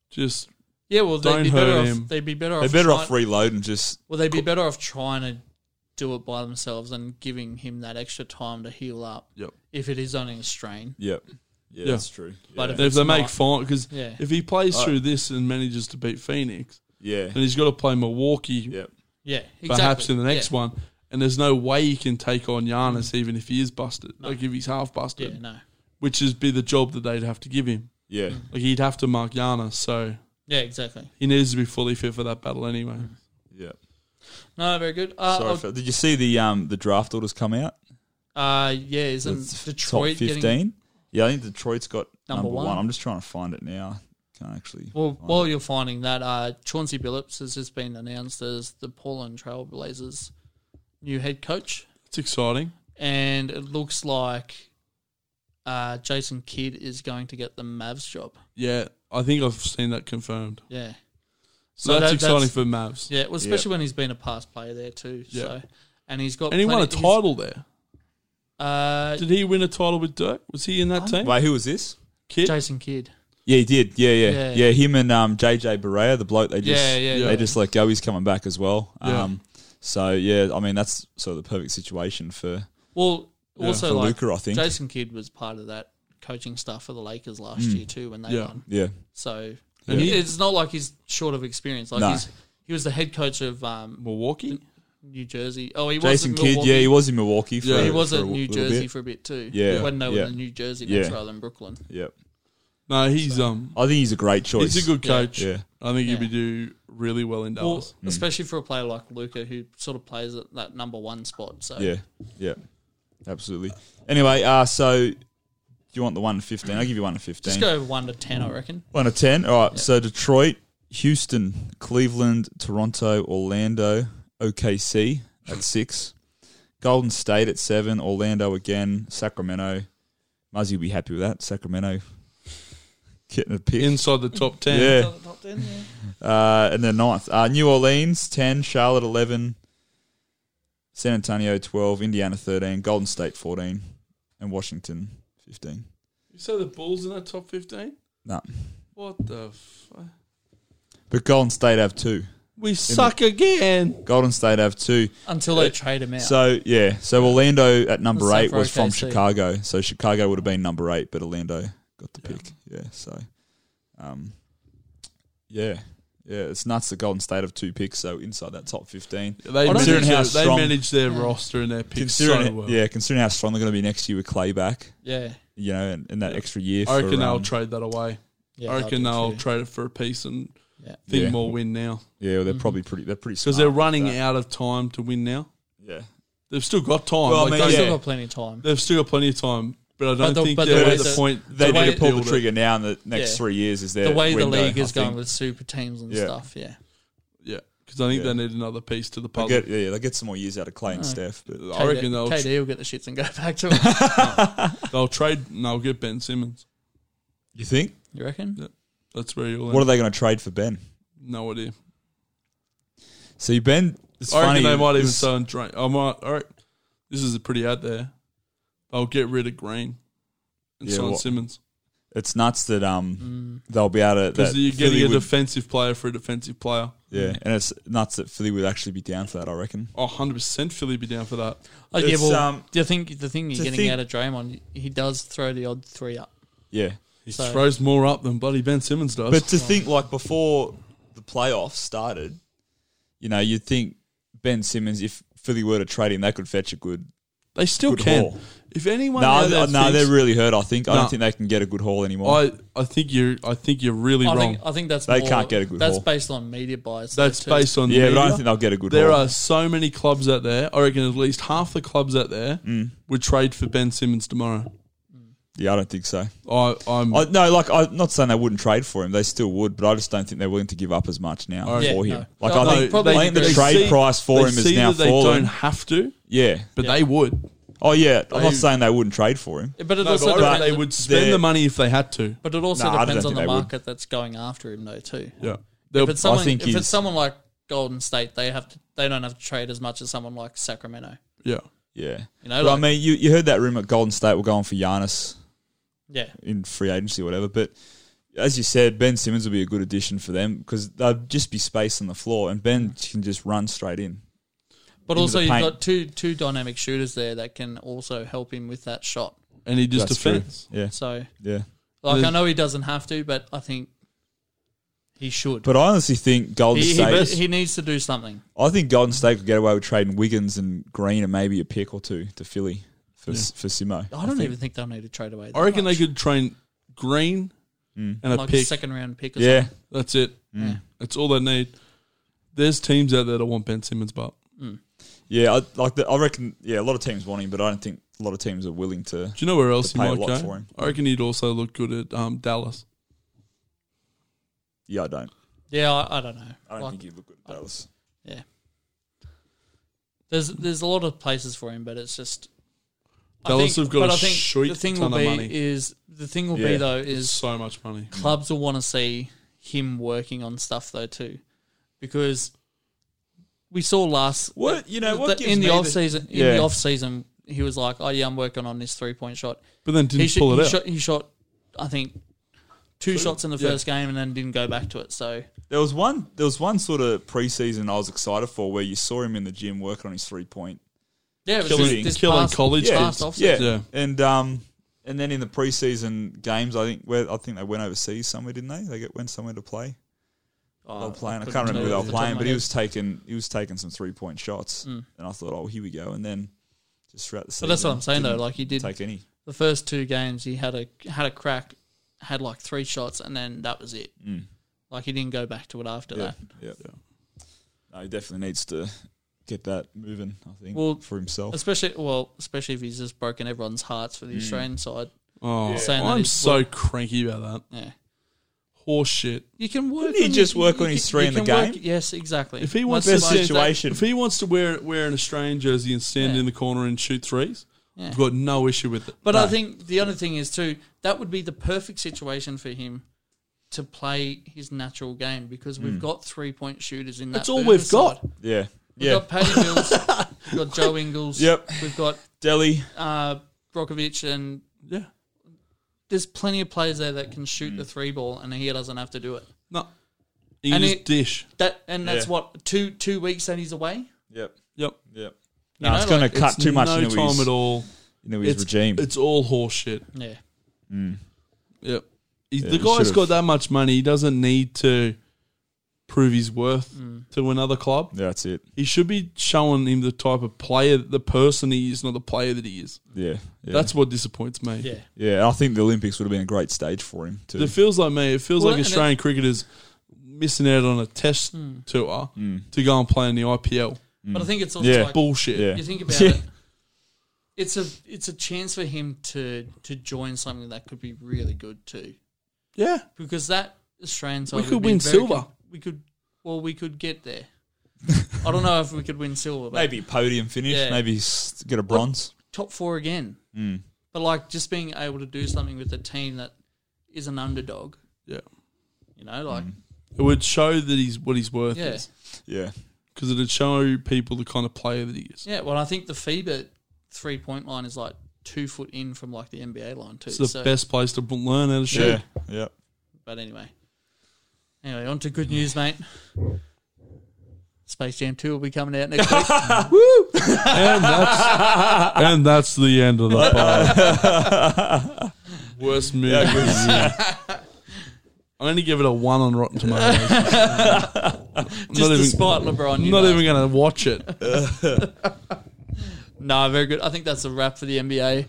Speaker 3: Just
Speaker 1: yeah, well, they'd
Speaker 3: Don't
Speaker 1: be better
Speaker 3: hurt
Speaker 1: off.
Speaker 3: him.
Speaker 1: They'd be better
Speaker 2: they're
Speaker 1: off.
Speaker 2: better
Speaker 1: trying,
Speaker 2: off reload and just
Speaker 1: well, they'd be better off trying to do it by themselves and giving him that extra time to heal up.
Speaker 3: Yep.
Speaker 1: If it is only a strain,
Speaker 2: Yep. Yeah,
Speaker 3: Yeah.
Speaker 2: that's true.
Speaker 1: But
Speaker 2: yeah.
Speaker 1: if-
Speaker 3: if they
Speaker 1: it's
Speaker 3: make
Speaker 1: not-
Speaker 3: final because
Speaker 1: yeah,
Speaker 3: if he plays
Speaker 2: Oh.
Speaker 3: through this and manages to beat Phoenix,
Speaker 2: yeah,
Speaker 3: then he's got to play Milwaukee
Speaker 2: yeah,
Speaker 1: yeah, exactly.
Speaker 3: perhaps in the next
Speaker 1: yeah.
Speaker 3: one. And there's no way he can take on Giannis even if he is busted.
Speaker 1: No.
Speaker 3: Like if he's half busted,
Speaker 1: Yeah, no.
Speaker 3: which is be the job that they'd have to give him.
Speaker 2: yeah,
Speaker 3: Like he'd have to mark Giannis, so
Speaker 1: Yeah, exactly.
Speaker 3: he needs to be fully fit for that battle anyway.
Speaker 1: Mm.
Speaker 2: yeah.
Speaker 1: No, very good. Uh,
Speaker 2: Sorry,
Speaker 1: I'll-
Speaker 2: for, did you see the um the draft orders come out?
Speaker 1: Uh, yeah, isn't
Speaker 2: The f-
Speaker 1: Detroit
Speaker 2: top
Speaker 1: getting
Speaker 2: fifteen. Yeah, I think Detroit's got number,
Speaker 1: Number
Speaker 2: one.
Speaker 1: one.
Speaker 2: I'm just trying to find it now. Can't actually.
Speaker 1: well?
Speaker 2: find
Speaker 1: While
Speaker 2: it.
Speaker 1: you're finding that, uh, Chauncey Billups has just been announced as the Portland Trailblazers' new head coach,
Speaker 3: It's exciting.
Speaker 1: and it looks like uh, Jason Kidd is going to get the Mavs job.
Speaker 3: Yeah, I think I've seen that confirmed.
Speaker 1: Yeah,
Speaker 3: So
Speaker 1: No,
Speaker 3: that's
Speaker 1: that-
Speaker 3: exciting
Speaker 1: that's-
Speaker 3: for Mavs.
Speaker 1: yeah, well, especially when he's been a past player there too.
Speaker 3: Yeah.
Speaker 1: So, and he's got
Speaker 3: And he won a
Speaker 1: plenty- he's-
Speaker 3: title there.
Speaker 1: Uh,
Speaker 3: Did he win a title with Dirk? Was he in that
Speaker 1: eh?
Speaker 3: team?
Speaker 2: Wait, who was this?
Speaker 3: Kid?
Speaker 1: uh, Jason Kidd.
Speaker 2: Yeah, he did. Yeah, yeah, yeah.
Speaker 1: Yeah.
Speaker 2: him and um JJ Barea, the bloke they just
Speaker 1: Yeah, yeah,
Speaker 2: they
Speaker 3: yeah.
Speaker 2: just let go. He's coming back as well.
Speaker 3: Yeah.
Speaker 2: Um, so yeah, I mean that's sort of the perfect situation for,
Speaker 1: Well,
Speaker 3: Yeah.
Speaker 1: also
Speaker 2: for
Speaker 1: like
Speaker 2: Luca, I think.
Speaker 1: Jason Kidd was part of that coaching stuff for the Lakers last
Speaker 2: Mm.
Speaker 1: year too when they
Speaker 3: Yeah.
Speaker 1: won.
Speaker 2: yeah,
Speaker 1: So
Speaker 3: And he-
Speaker 1: it's not like he's short of experience. Like
Speaker 2: No.
Speaker 1: he's he was the head coach of um,
Speaker 3: Milwaukee?
Speaker 1: New Jersey. Oh, he
Speaker 2: Jason
Speaker 1: was
Speaker 2: Kidd. Yeah, he was in Milwaukee. For,
Speaker 3: Yeah.
Speaker 1: he
Speaker 3: uh,
Speaker 1: was
Speaker 2: for a
Speaker 1: at New
Speaker 2: little
Speaker 1: Jersey
Speaker 2: Bit.
Speaker 1: for a bit too.
Speaker 2: Yeah,
Speaker 1: when they
Speaker 2: yeah.
Speaker 1: were in New Jersey next
Speaker 2: Yeah.
Speaker 1: rather than Brooklyn.
Speaker 2: Yeah,
Speaker 3: No, he's um
Speaker 2: I think he's a great choice.
Speaker 3: he's a good
Speaker 1: Yeah.
Speaker 3: coach.
Speaker 2: Yeah,
Speaker 3: I think
Speaker 1: Yeah.
Speaker 3: he'd be do really well in
Speaker 1: Well,
Speaker 2: Mm.
Speaker 3: Dallas.
Speaker 1: especially for a player like Luca who sort of plays at that number one spot. So
Speaker 2: Yeah, yeah, absolutely. Anyway, uh, so do you want the one to fifteen? I'll give you one to fifteen.
Speaker 1: just go one to
Speaker 2: Mm.
Speaker 1: ten, I reckon.
Speaker 2: One to ten. All right. So Detroit, Houston, Cleveland, Toronto, Orlando, OKC at six, Golden State at seven, Orlando again, Sacramento. Muzzy will be happy with that. Sacramento getting a pick.
Speaker 3: inside the top ten.
Speaker 2: yeah.
Speaker 1: Top 10, yeah.
Speaker 2: Uh, and then ninth, uh, New Orleans ten, Charlotte eleven, San Antonio twelve, Indiana thirteen, Golden State fourteen, and Washington fifteen.
Speaker 3: You say the Bulls in that top fifteen?
Speaker 2: No,
Speaker 3: What the? F-
Speaker 2: but Golden State have two.
Speaker 3: we suck again.
Speaker 2: Golden State have two.
Speaker 1: Until they trade him out.
Speaker 2: So yeah, so Orlando at number
Speaker 1: That's
Speaker 2: eight
Speaker 1: so
Speaker 2: was
Speaker 1: for
Speaker 2: from
Speaker 1: OKC.
Speaker 2: Chicago. So Chicago would have been number eight, but Orlando got the pick. Yeah, so um, yeah, yeah, it's nuts. The Golden State have two picks, so inside that top fifteen.
Speaker 3: They
Speaker 1: don't
Speaker 3: manage,
Speaker 1: think
Speaker 2: how
Speaker 3: their, they
Speaker 2: strong-
Speaker 3: manage their roster and their picks
Speaker 2: Considering,
Speaker 3: so well.
Speaker 2: yeah, considering how strong they're going to be next year with Clay back,
Speaker 1: yeah.
Speaker 2: you know, and, and that
Speaker 3: Yeah.
Speaker 2: extra year.
Speaker 3: I reckon
Speaker 2: for,
Speaker 3: they'll
Speaker 2: um,
Speaker 3: trade that away.
Speaker 1: yeah
Speaker 3: I reckon
Speaker 1: that'll
Speaker 3: they'll
Speaker 1: do it for
Speaker 3: trade it for a piece and
Speaker 1: you. yeah.
Speaker 3: think
Speaker 2: Yeah.
Speaker 3: more win now
Speaker 2: Yeah, well, they're
Speaker 1: Mhm.
Speaker 2: probably pretty. They're pretty
Speaker 3: because
Speaker 2: smart
Speaker 3: they're
Speaker 2: with
Speaker 3: running
Speaker 2: that.
Speaker 3: out of time to win now.
Speaker 2: Yeah,
Speaker 3: They've still got time.
Speaker 2: Well, I
Speaker 3: like,
Speaker 1: They've
Speaker 2: mean,
Speaker 3: don't
Speaker 2: yeah.
Speaker 3: get-
Speaker 1: still got plenty of time.
Speaker 3: They've still got plenty of time, but I don't
Speaker 1: the-
Speaker 3: think
Speaker 1: but the
Speaker 3: they're
Speaker 2: way
Speaker 3: at the
Speaker 2: that-
Speaker 3: point.
Speaker 2: they
Speaker 1: The
Speaker 2: need
Speaker 1: way-
Speaker 2: to pull the
Speaker 3: build it.
Speaker 2: trigger now, and the next
Speaker 1: Yeah.
Speaker 2: three years is their
Speaker 1: The way
Speaker 2: window,
Speaker 1: the league is
Speaker 2: I think.
Speaker 1: going with super teams and
Speaker 2: Yeah.
Speaker 1: stuff, yeah.
Speaker 3: Yeah, because I think
Speaker 2: Yeah.
Speaker 3: they need another piece to the
Speaker 2: They'll
Speaker 3: puzzle.
Speaker 2: get, yeah, they'll get some more years out of Clay and
Speaker 1: No.
Speaker 2: Steph. But
Speaker 3: I
Speaker 1: KD,
Speaker 3: reckon they'll tr-
Speaker 1: KD will get the shits and go back to him.
Speaker 3: they'll trade and they'll get Ben Simmons.
Speaker 2: you think?
Speaker 1: you reckon?
Speaker 3: That's where you'll
Speaker 2: What are
Speaker 3: end.
Speaker 2: they going to trade for Ben?
Speaker 3: No idea.
Speaker 2: See, Ben, it's
Speaker 3: I reckon
Speaker 2: funny.
Speaker 3: they might even
Speaker 2: this-
Speaker 3: sell and drain. I might. All right, this is pretty out there. They'll get rid of Green and
Speaker 2: Yeah,
Speaker 3: sign
Speaker 2: what-
Speaker 3: Simmons
Speaker 2: it's nuts that um
Speaker 1: Mm.
Speaker 2: they'll be able to.
Speaker 3: because
Speaker 2: that
Speaker 3: you're
Speaker 2: Philly
Speaker 3: getting a
Speaker 2: would-
Speaker 3: defensive player for a defensive player.
Speaker 2: yeah, and it's nuts that Philly would actually be down for that. I reckon.
Speaker 3: Oh, 100 percent Philly be down for that.
Speaker 1: Oh, yeah,
Speaker 2: It's,
Speaker 1: well,
Speaker 2: um,
Speaker 1: do you think the thing
Speaker 2: to
Speaker 1: you're getting
Speaker 2: think-
Speaker 1: out of Draymond, he does throw the odd three up.
Speaker 2: Yeah,
Speaker 3: He
Speaker 1: So-
Speaker 3: throws more up than bloody Ben Simmons does.
Speaker 2: but to think like before the playoffs started, you know, you'd think Ben Simmons, if Philly were to trade him, they could fetch a good.
Speaker 3: they still
Speaker 2: good
Speaker 3: can.
Speaker 2: haul.
Speaker 3: If anyone,
Speaker 2: No,
Speaker 3: out there
Speaker 2: th- no,
Speaker 3: thinks-
Speaker 2: they're really hurt. I think. I
Speaker 3: No.
Speaker 2: don't think they can get a good haul anymore.
Speaker 3: I, I think you're I think you're really
Speaker 1: I
Speaker 3: wrong.
Speaker 1: think I think that's
Speaker 2: They
Speaker 1: more-
Speaker 2: can't get a good
Speaker 1: That's
Speaker 2: haul.
Speaker 1: based on media bias. though,
Speaker 3: That's
Speaker 1: too.
Speaker 3: based on
Speaker 2: yeah, but I
Speaker 3: media.
Speaker 2: don't think they'll get a good.
Speaker 3: there
Speaker 2: haul.
Speaker 3: are so many clubs out there. I reckon at least half the clubs out there
Speaker 2: Mm.
Speaker 3: would trade for Ben Simmons tomorrow.
Speaker 2: Yeah, I don't think so.
Speaker 3: I I'm
Speaker 2: I, no, like I'm not saying they wouldn't trade for him. They still would, but I just don't think they're willing to give up as much now
Speaker 3: Oh, Yeah,
Speaker 2: for him.
Speaker 1: no.
Speaker 2: Like
Speaker 1: No,
Speaker 2: I
Speaker 1: no,
Speaker 2: think,
Speaker 1: probably
Speaker 2: I think the
Speaker 1: agree.
Speaker 2: trade
Speaker 3: They see-
Speaker 2: price for
Speaker 3: they
Speaker 2: him is
Speaker 3: see
Speaker 2: now
Speaker 3: that they don't
Speaker 2: fallen.
Speaker 3: have to,
Speaker 2: Yeah.
Speaker 3: but they would.
Speaker 2: Oh yeah. I'm not
Speaker 3: They-
Speaker 2: saying they wouldn't trade for him.
Speaker 1: But it
Speaker 3: No,
Speaker 1: also
Speaker 3: but I reckon
Speaker 1: depends.
Speaker 3: they would spend
Speaker 2: they're-
Speaker 3: the money if they had to.
Speaker 1: But it also
Speaker 2: Nah, I don't
Speaker 1: depends on
Speaker 2: think
Speaker 1: the
Speaker 2: they would.
Speaker 1: market that's going after him, though. Too.
Speaker 3: Yeah,
Speaker 1: If it's someone,
Speaker 2: think
Speaker 1: if
Speaker 2: he's-
Speaker 1: it's someone like Golden State, they have to, they don't have to trade as much as someone like Sacramento.
Speaker 3: yeah.
Speaker 2: Yeah.
Speaker 1: You know,
Speaker 2: but
Speaker 1: like-
Speaker 2: I mean, you, you heard that rumor Golden State were going for Giannis
Speaker 1: Yeah,
Speaker 2: in free agency or whatever. But as you said, Ben Simmons will be a good addition for them because they'll just be space on the floor, and Ben can just run straight in.
Speaker 1: but
Speaker 2: Into
Speaker 1: also
Speaker 2: the
Speaker 1: you've
Speaker 2: paint.
Speaker 1: got two two dynamic shooters there that can also help him with that shot.
Speaker 3: And he just
Speaker 2: That's true.
Speaker 3: defends.
Speaker 2: Yeah.
Speaker 1: So,
Speaker 2: Yeah.
Speaker 1: like,
Speaker 3: There's-
Speaker 1: I know he doesn't have to, but I think he should.
Speaker 2: But I honestly think Golden
Speaker 1: he,
Speaker 2: State.
Speaker 1: he, he needs to do something.
Speaker 2: I think Golden State could get away with trading Wiggins and Green and maybe a pick or two to Philly for for Simo.
Speaker 1: I don't even think they'll need to trade away.
Speaker 3: I reckon they could train Green
Speaker 2: Mm.
Speaker 3: and a
Speaker 1: like
Speaker 3: pick.
Speaker 1: second round pick. Or
Speaker 2: Yeah,
Speaker 3: That's it.
Speaker 1: Mm.
Speaker 3: That's all they need. There's teams out there that want Ben Simmons, but
Speaker 2: yeah. I, like the, I reckon. Yeah, a lot of teams want him, but I don't think a lot of teams are willing to.
Speaker 3: Do you know where else
Speaker 2: To
Speaker 3: he
Speaker 2: pay a
Speaker 3: might
Speaker 2: lot
Speaker 3: go?
Speaker 2: for him.
Speaker 3: I reckon he'd also look good at um, Dallas.
Speaker 2: Yeah, I don't.
Speaker 1: something. yeah. I, I don't know.
Speaker 2: I don't
Speaker 1: Like,
Speaker 2: think he'd look good at Dallas.
Speaker 1: there's there's a lot of places for him, but it's just.
Speaker 3: Dallas have got
Speaker 1: but
Speaker 3: a
Speaker 1: I think
Speaker 3: shit
Speaker 1: the thing
Speaker 3: ton
Speaker 1: will
Speaker 3: of
Speaker 1: be
Speaker 3: money.
Speaker 1: is the thing will be
Speaker 2: Yeah.
Speaker 1: though
Speaker 3: It's
Speaker 1: is
Speaker 3: so much money.
Speaker 1: clubs will want to see him working on stuff though too, because we saw last
Speaker 2: What you know?
Speaker 1: that
Speaker 2: What gives
Speaker 1: in the
Speaker 2: me
Speaker 1: off season in
Speaker 2: Yeah.
Speaker 1: the off season he was like, oh yeah, I'm working on this three point shot.
Speaker 3: But then
Speaker 1: he
Speaker 3: didn't
Speaker 1: sh-
Speaker 3: pull
Speaker 1: he
Speaker 3: it out.
Speaker 1: Shot, he shot, I think, two shots in the
Speaker 3: Yeah.
Speaker 1: first game and then didn't go back to it. So
Speaker 2: There was one. There was one sort of preseason I was excited for where you saw him in the gym working on his three point.
Speaker 1: yeah, it was
Speaker 3: Killing-
Speaker 1: this, this
Speaker 3: killing
Speaker 1: past-
Speaker 3: college
Speaker 1: this
Speaker 3: kids.
Speaker 1: past off
Speaker 2: Yeah.
Speaker 3: Yeah.
Speaker 2: and um, and then in the preseason games, I think where I think they went overseas somewhere, didn't they? They get, went somewhere to play.
Speaker 1: Oh,
Speaker 2: they were playing. I can't remember who they were playing, but he was taking he was taking some three point shots, and I thought, oh, here we go. And then just throughout the season,
Speaker 1: Hmm. But that's what I'm saying though. Like he did
Speaker 2: didn't take any.
Speaker 1: the first two games, he had a had a crack, had like three shots, and then that was it.
Speaker 2: Mm.
Speaker 1: Like he didn't go back to it after
Speaker 2: Yeah,
Speaker 1: that.
Speaker 2: yeah. No, he definitely needs to get that moving. I think
Speaker 1: Well,
Speaker 2: for himself.
Speaker 1: Especially well, especially if he's just broken everyone's hearts
Speaker 2: Mm.
Speaker 1: for the Australian side.
Speaker 3: Oh,
Speaker 1: Saying that
Speaker 3: I'm
Speaker 1: he's-
Speaker 3: so cranky about that.
Speaker 1: Yeah,
Speaker 3: Horse shit.
Speaker 1: you can work.
Speaker 2: Couldn't he
Speaker 1: on
Speaker 2: just work
Speaker 1: you
Speaker 2: on his
Speaker 1: can-
Speaker 2: three
Speaker 1: you
Speaker 2: in the
Speaker 1: can work-
Speaker 2: game?
Speaker 1: yes, exactly.
Speaker 3: If he wants
Speaker 1: That's
Speaker 2: Best
Speaker 3: to
Speaker 1: the-
Speaker 3: sit-
Speaker 2: situation.
Speaker 3: If he wants to wear wear an Australian jersey and stand
Speaker 1: Yeah.
Speaker 3: in the corner and shoot threes,
Speaker 1: Yeah.
Speaker 3: I've got no issue with it.
Speaker 1: But I
Speaker 2: No.
Speaker 1: think the other thing is too that would be the perfect situation for him to play his natural game because we've got three point shooters in that.
Speaker 3: That's all we've
Speaker 1: Burton
Speaker 3: got.
Speaker 1: side.
Speaker 2: Yeah.
Speaker 1: We've
Speaker 2: Yeah.
Speaker 1: got Paddy Mills, we've got Joe Ingles,
Speaker 2: Yep.
Speaker 1: we've got
Speaker 2: Delhi.
Speaker 1: uh, Brokovic, and
Speaker 3: Yeah.
Speaker 1: there's plenty of players there that can shoot the three ball, and he doesn't have to do it.
Speaker 3: No. You
Speaker 1: And
Speaker 3: can just
Speaker 1: it-
Speaker 3: dish.
Speaker 1: That and that's
Speaker 2: Yeah.
Speaker 1: what two two weeks that he's away.
Speaker 2: Yep.
Speaker 3: Yep.
Speaker 2: Yep.
Speaker 1: You
Speaker 2: No,
Speaker 1: know,
Speaker 2: it's going
Speaker 1: like,
Speaker 2: to cut
Speaker 3: It's
Speaker 2: too much
Speaker 3: No
Speaker 2: into
Speaker 3: time
Speaker 2: his,
Speaker 3: at all.
Speaker 2: into his
Speaker 3: It's
Speaker 2: regime.
Speaker 3: It's all horseshit.
Speaker 1: Yeah,
Speaker 3: Yep. He,
Speaker 2: Yeah,
Speaker 3: the
Speaker 2: we
Speaker 3: guy's
Speaker 2: should've-
Speaker 3: got that much money. He doesn't need to prove his worth
Speaker 1: Mm.
Speaker 3: to another club.
Speaker 2: yeah, that's it.
Speaker 3: He should be showing him the type of player, the person he is, not the player that he is.
Speaker 2: Yeah. yeah.
Speaker 3: That's what disappoints me.
Speaker 1: yeah.
Speaker 2: yeah. I think the Olympics would have been a great stage for him too.
Speaker 3: It feels like me. It feels
Speaker 1: Well,
Speaker 3: like
Speaker 1: and it- Hmm.
Speaker 3: Australian cricketers missing out on a test tour to go and play in the IPL.
Speaker 1: But I think it's also
Speaker 2: Yeah.
Speaker 1: like
Speaker 3: Bullshit.
Speaker 2: yeah.
Speaker 1: you think about
Speaker 2: Yeah.
Speaker 1: it. It's a it's a chance for him to to join something that could be really good too,
Speaker 3: Yeah.
Speaker 1: because that Australian side
Speaker 3: We
Speaker 1: would
Speaker 3: could
Speaker 1: be
Speaker 3: win
Speaker 1: very
Speaker 3: silver.
Speaker 1: com- we could, well, we could get there. I don't know if we could win silver, but
Speaker 2: Maybe podium finish.
Speaker 1: Yeah.
Speaker 2: Maybe s- get a bronze. Mm.
Speaker 1: top four again. But like just being able to do something with a team that is an underdog,
Speaker 3: Yeah.
Speaker 1: you know, like
Speaker 3: It would show that he's what he's worth
Speaker 1: yeah,
Speaker 3: is.
Speaker 2: Yeah.
Speaker 3: Because it'd show people the kind of player that he is.
Speaker 1: yeah. Well, I think the FIBA three point line is like two foot in from like the NBA line too.
Speaker 3: It's the
Speaker 1: so,
Speaker 3: best place to b- learn how to shoot.
Speaker 2: Yeah. Yeah.
Speaker 1: But anyway, anyway, on to good news, mate. Space Jam Two will be coming out next week.
Speaker 3: And that's and that's the end of the pod. Worst movie. of the year. I'm going to give it a one on Rotten Tomatoes. I'm
Speaker 1: Just
Speaker 3: not even,
Speaker 1: despite LeBron,
Speaker 3: I'm
Speaker 1: you
Speaker 3: not
Speaker 1: know.
Speaker 3: even going to watch it.
Speaker 1: No, very good. I think that's a wrap for the NBA.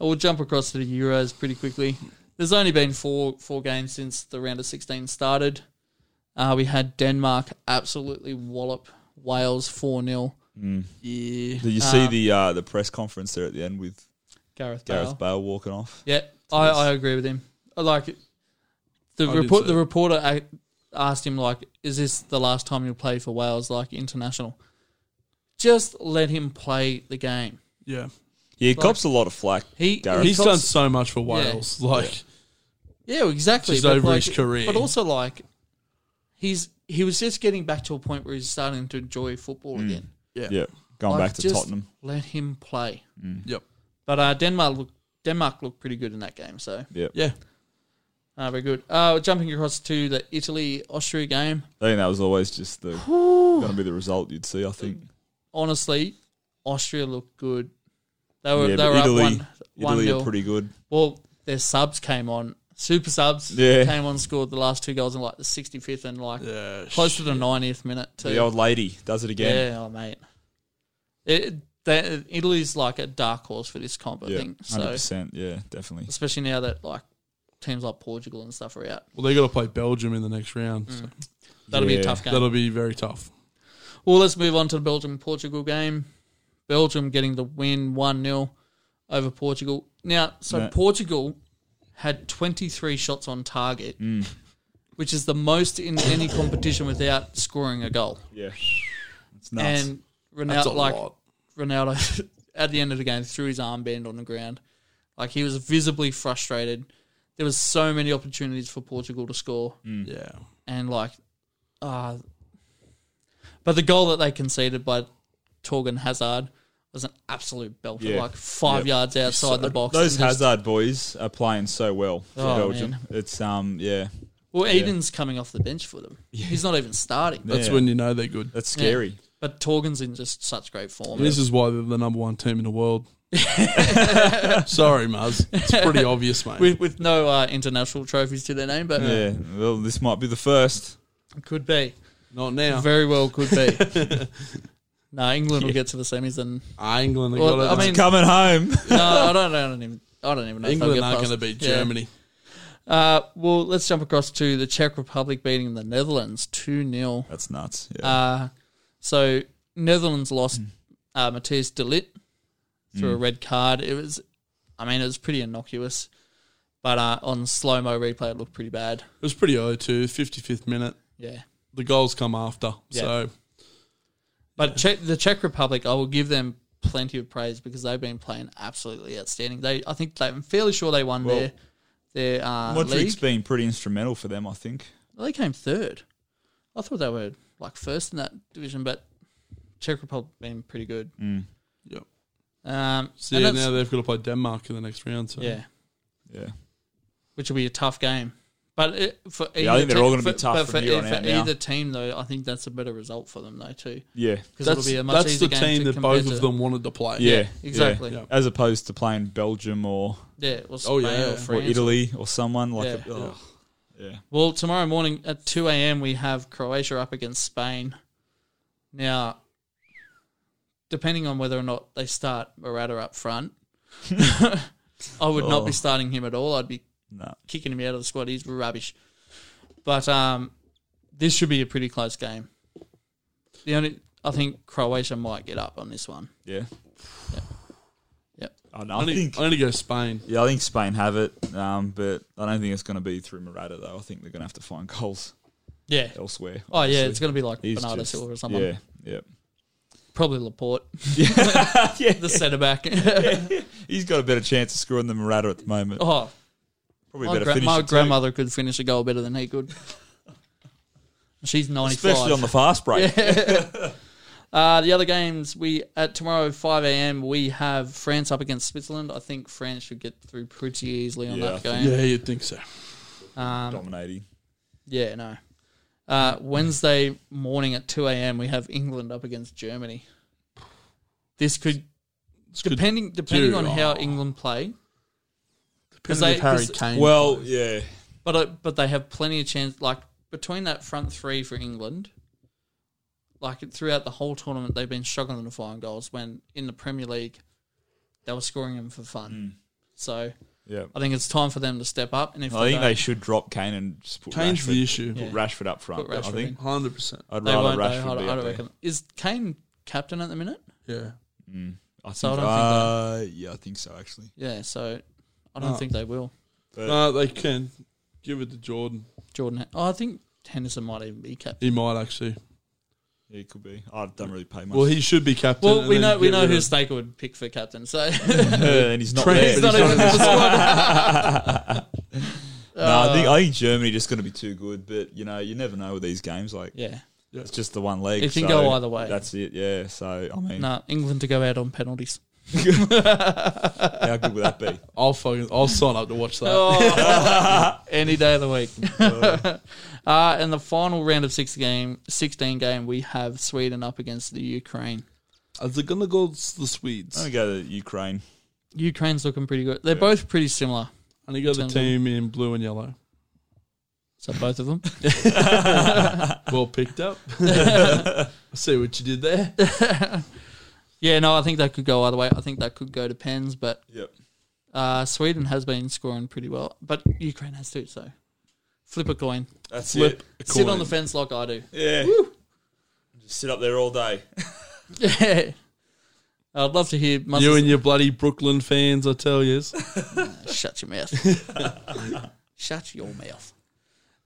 Speaker 1: We'll jump across to the Euros pretty quickly. There's only been four four games since the round of 16 started. Uh, we had Denmark absolutely wallop Wales 4 0. Yeah.
Speaker 2: Did you see the uh, the press conference there at the end with
Speaker 1: Gareth Bale.
Speaker 2: Gareth Bale walking off?
Speaker 1: Yeah, I, I agree with him. I like it. The,
Speaker 3: I did
Speaker 1: report,
Speaker 3: see
Speaker 1: the
Speaker 3: it.
Speaker 1: reporter a- asked him, like, is this the last time you'll play for Wales, like international? Just let him play the game.
Speaker 3: Yeah.
Speaker 2: Yeah, he cops a lot of flack.
Speaker 1: He-
Speaker 2: Gareth.
Speaker 3: He's
Speaker 1: Because-
Speaker 3: done so much for Wales. Like,
Speaker 1: Yeah, well, exactly.
Speaker 3: Just
Speaker 1: but
Speaker 3: over
Speaker 1: like-
Speaker 3: his career.
Speaker 1: but also like he's he was just getting back to a point where he's starting to enjoy football again.
Speaker 2: yeah,
Speaker 1: Like,
Speaker 2: going Hmm. back to
Speaker 1: just
Speaker 2: Tottenham.
Speaker 1: Let him play.
Speaker 3: yep.
Speaker 1: But uh, Denmark look, Denmark looked pretty good in that game, so
Speaker 2: Yep.
Speaker 3: Yeah.
Speaker 1: uh, very good. Uh, jumping across to the Italy Austria game,
Speaker 2: I think that was always just the going to be the result you'd see. I think.
Speaker 1: honestly, Austria looked good. They were they
Speaker 2: yeah, but
Speaker 1: were
Speaker 2: Italy,
Speaker 1: up one one
Speaker 2: Italy
Speaker 1: nil.
Speaker 2: are pretty good.
Speaker 1: well, their subs came on. Super subs
Speaker 2: Yeah.
Speaker 1: came on, scored the last two goals in like the 65th and like
Speaker 3: Yeah.
Speaker 1: close to the 90th minute too.
Speaker 2: The old lady does it again.
Speaker 1: Yeah, oh, mate. It, that, Italy's like a dark horse for this comp, I
Speaker 2: Yeah,
Speaker 1: think. So,
Speaker 2: hundred percent. Yeah, definitely.
Speaker 1: especially now that like teams like Portugal and stuff are out,
Speaker 3: Well, they got to play Belgium in the next round.
Speaker 1: Mm.
Speaker 3: So
Speaker 1: that'll be
Speaker 2: Yeah.
Speaker 1: a tough game.
Speaker 3: that'll be very tough.
Speaker 1: well, let's move on to the Belgium Portugal game. Belgium getting the win one 0 over Portugal. Now, so
Speaker 2: No.
Speaker 1: Portugal had twenty three shots on target,
Speaker 2: Mm.
Speaker 1: which is the most in any competition without scoring a goal.
Speaker 2: Yeah, it's nuts.
Speaker 1: And
Speaker 3: That's a
Speaker 1: Ronaldo, like
Speaker 3: lot.
Speaker 1: Ronaldo, at the end of the game, threw his armband on the ground. Like he was visibly frustrated. There was so many opportunities for Portugal to score,
Speaker 2: Mm.
Speaker 3: Yeah.
Speaker 1: and like, uh but the goal that they conceded by Torgan Hazard was an absolute belter,
Speaker 2: Yeah.
Speaker 1: like five
Speaker 2: Yep.
Speaker 1: yards outside the box.
Speaker 2: Those
Speaker 1: and just-
Speaker 2: Hazard boys are playing so well for
Speaker 1: Oh,
Speaker 2: Belgium.
Speaker 1: man.
Speaker 2: It's um yeah,
Speaker 1: Well, Eden's coming off the bench for them. He's not even starting.
Speaker 2: Yeah.
Speaker 3: That's when you know they're good.
Speaker 2: that's scary.
Speaker 1: But Torgan's in just such great form.
Speaker 3: And this is why they're the number one team in the world. Sorry, Muzz. It's pretty obvious, mate.
Speaker 1: With, with no uh, international trophies to their name, but
Speaker 2: Yeah. well, this might be the first.
Speaker 1: could be.
Speaker 3: Not now.
Speaker 1: Very well could be. no, England will get to the semis, and
Speaker 3: Ah, England have
Speaker 1: Well,
Speaker 3: got it.
Speaker 1: I mean-
Speaker 2: Coming home.
Speaker 1: no, I don't, I don't even. I don't even know. if they'll
Speaker 3: England
Speaker 1: get
Speaker 3: aren't
Speaker 1: past-
Speaker 3: going to beat
Speaker 1: Yeah.
Speaker 3: Germany.
Speaker 1: Uh, well, let's jump across to the Czech Republic beating the Netherlands two 0
Speaker 2: that's nuts. Yeah.
Speaker 1: uh, So Netherlands lost uh, Matthias De Ligt through a red card. It was, I mean, it was pretty innocuous, but uh, on slow mo replay, it looked pretty bad.
Speaker 3: It was pretty early too. 55th minute.
Speaker 1: Yeah,
Speaker 3: The goals come after.
Speaker 1: Yeah.
Speaker 3: So,
Speaker 1: But Czech, the Czech Republic, I will give them plenty of praise because they've been playing absolutely outstanding. They, I think, they, I'm fairly sure they won their their uh,
Speaker 2: Modric's
Speaker 1: league.
Speaker 2: been pretty instrumental for them, I think.
Speaker 1: They came third. I thought they were like first in that division, but Czech Republic been pretty good.
Speaker 2: Mm.
Speaker 3: Yep.
Speaker 1: Um,
Speaker 3: So
Speaker 1: and
Speaker 3: yeah,
Speaker 1: that's-
Speaker 3: now they've got to play Denmark in the next round. So
Speaker 1: yeah,
Speaker 2: Yeah.
Speaker 1: which will be a tough game. But it, for either
Speaker 2: Yeah, I think they're all
Speaker 1: team-
Speaker 2: gonna be
Speaker 1: for-
Speaker 2: tough
Speaker 1: but
Speaker 2: from here on
Speaker 1: for
Speaker 2: out now.
Speaker 1: either team, though, I think that's a better result for them, though, too,
Speaker 2: Yeah.
Speaker 1: because it'll
Speaker 3: that's,
Speaker 1: be a much
Speaker 3: that's
Speaker 1: easier
Speaker 3: the
Speaker 1: game
Speaker 3: team
Speaker 1: to
Speaker 3: that
Speaker 1: compare
Speaker 3: both
Speaker 1: to-
Speaker 3: of them wanted to play.
Speaker 2: Yeah.
Speaker 1: uh, exactly.
Speaker 3: Yeah.
Speaker 2: As opposed to playing Belgium or,
Speaker 1: Yeah, or Spain
Speaker 3: Oh, yeah.
Speaker 1: or
Speaker 3: Or
Speaker 2: or
Speaker 1: France.
Speaker 2: Italy or someone like
Speaker 1: Yeah.
Speaker 2: A, oh, yeah.
Speaker 1: Well, tomorrow morning at 2 a.m., we have Croatia up against Spain. Now, depending on whether or not they start Morata up front, I would not be
Speaker 2: Oh.
Speaker 1: starting him at all. I'd be
Speaker 2: No.
Speaker 1: kicking him out of the squad. He's rubbish. But um, this should be a pretty close game. The only I think Croatia might get up on this one.
Speaker 2: Yeah.
Speaker 1: Yeah. Yep.
Speaker 2: I,
Speaker 3: I,
Speaker 2: I
Speaker 3: need,
Speaker 2: think
Speaker 3: I need to go Spain.
Speaker 2: yeah, I think Spain have it, um, but I don't think it's going to be through Morata though. I think they're going to have to find goals
Speaker 1: Yeah.
Speaker 2: elsewhere.
Speaker 1: Oh yeah,
Speaker 2: obviously.
Speaker 1: it's going to be like
Speaker 2: He's
Speaker 1: Bernardo
Speaker 2: just-
Speaker 1: Silva or someone.
Speaker 2: Yeah, yeah.
Speaker 1: Probably Laporte,
Speaker 2: yeah,
Speaker 1: the centre back.
Speaker 2: he's got a better chance of scoring than Murata at the moment.
Speaker 1: oh,
Speaker 2: Probably
Speaker 1: my,
Speaker 2: better
Speaker 1: gra-
Speaker 2: finish.
Speaker 1: my
Speaker 2: it too.
Speaker 1: grandmother could finish a goal better than he could. She's ninety-five.
Speaker 2: especially on the fast break.
Speaker 1: Uh, the other games we at tomorrow five a.m. we have France up against Switzerland. I think France should get through pretty easily on
Speaker 2: Yeah, I
Speaker 1: that
Speaker 2: think-
Speaker 1: game.
Speaker 3: Yeah, you'd think so.
Speaker 1: Um,
Speaker 2: Dominating.
Speaker 1: yeah, no. Uh, Wednesday morning at two a.m. we have England up against Germany. This could
Speaker 3: It's good.
Speaker 1: depending depending on how
Speaker 3: Oh.
Speaker 1: England play,
Speaker 3: Depending
Speaker 1: they-
Speaker 3: if Harry
Speaker 1: 'cause-
Speaker 3: Kane.
Speaker 2: Well, yeah,
Speaker 1: but uh, but they have plenty of chance. Like between that front three for England, like throughout the whole tournament they've been struggling to find goals. When in the Premier League, they were scoring them for
Speaker 2: Mm.
Speaker 1: fun. So
Speaker 2: yeah.
Speaker 1: I think it's time for them to step up. And if
Speaker 2: I think
Speaker 1: don't,
Speaker 2: they should drop Kane and just put
Speaker 3: Kane's
Speaker 2: Rashford,
Speaker 3: the issue.
Speaker 1: Yeah.
Speaker 2: put Rashford up front.
Speaker 1: Put Rashford
Speaker 2: I think
Speaker 1: in.
Speaker 3: Hundred percent.
Speaker 2: I'd
Speaker 1: they
Speaker 2: rather
Speaker 1: won't.
Speaker 2: Rashford
Speaker 1: though. I, don't-
Speaker 2: be
Speaker 1: I
Speaker 2: up
Speaker 1: don't
Speaker 2: there.
Speaker 1: reckon. Is Kane captain at the minute?
Speaker 3: Yeah.
Speaker 2: Mm. I think,
Speaker 1: So I don't think
Speaker 2: uh, yeah, I think so actually.
Speaker 1: Yeah, so I
Speaker 2: Oh.
Speaker 1: don't
Speaker 3: No.
Speaker 1: think they will.
Speaker 2: But-
Speaker 3: No, they can give it to Jordan.
Speaker 1: Jordan, oh, I think Henderson might even be captain.
Speaker 3: He might actually.
Speaker 2: Yeah, it could be. I don't really pay much.
Speaker 3: Well, he should be captain.
Speaker 1: Well,
Speaker 3: and
Speaker 1: we
Speaker 3: then
Speaker 1: know we
Speaker 3: get
Speaker 1: know
Speaker 3: rid
Speaker 1: who
Speaker 3: of-
Speaker 1: Snaker would pick for captain. So
Speaker 2: and he's not
Speaker 3: Trent-
Speaker 2: there.
Speaker 3: He's
Speaker 1: It's not
Speaker 3: not
Speaker 1: even in the squad.
Speaker 2: no, I
Speaker 1: uh,
Speaker 2: think I think Germany just going to be too good. But you know, you never know with these games. Like
Speaker 1: Yeah,
Speaker 2: it's just the one leg.
Speaker 1: It can
Speaker 2: so
Speaker 1: go either way.
Speaker 2: That's it. Yeah. So I mean,
Speaker 1: no, England to go out on penalties.
Speaker 2: how good would that be?
Speaker 3: I'll fucking. I'll sign up to watch that.
Speaker 1: Oh. any day of the week. uh, and the final round of six game, sixteen game, we have Sweden up against the Ukraine.
Speaker 3: Are they gonna go the
Speaker 2: I'm
Speaker 3: Swedes?
Speaker 2: gonna go to Ukraine.
Speaker 1: Ukraine's looking pretty good. They're
Speaker 2: Yeah.
Speaker 1: both pretty similar.
Speaker 3: And he got the
Speaker 1: Turns
Speaker 3: team in blue and yellow.
Speaker 1: So both of them.
Speaker 3: Well picked up. I see what you did there.
Speaker 1: yeah, no, I think that could go either way. I think that could go to pens, but
Speaker 2: Yep.
Speaker 1: uh, Sweden has been scoring pretty well, but Ukraine has too. So flip a coin,
Speaker 2: That's
Speaker 3: Flip
Speaker 2: it.
Speaker 3: a
Speaker 1: sit on
Speaker 3: coin.
Speaker 1: the fence like I do.
Speaker 2: Yeah. Just sit up there all day.
Speaker 1: Yeah. I'd love to hear.
Speaker 3: You
Speaker 1: Muzzle's-
Speaker 3: and your bloody Brooklyn fans, I tell you.
Speaker 1: Shut your mouth. Shut your mouth.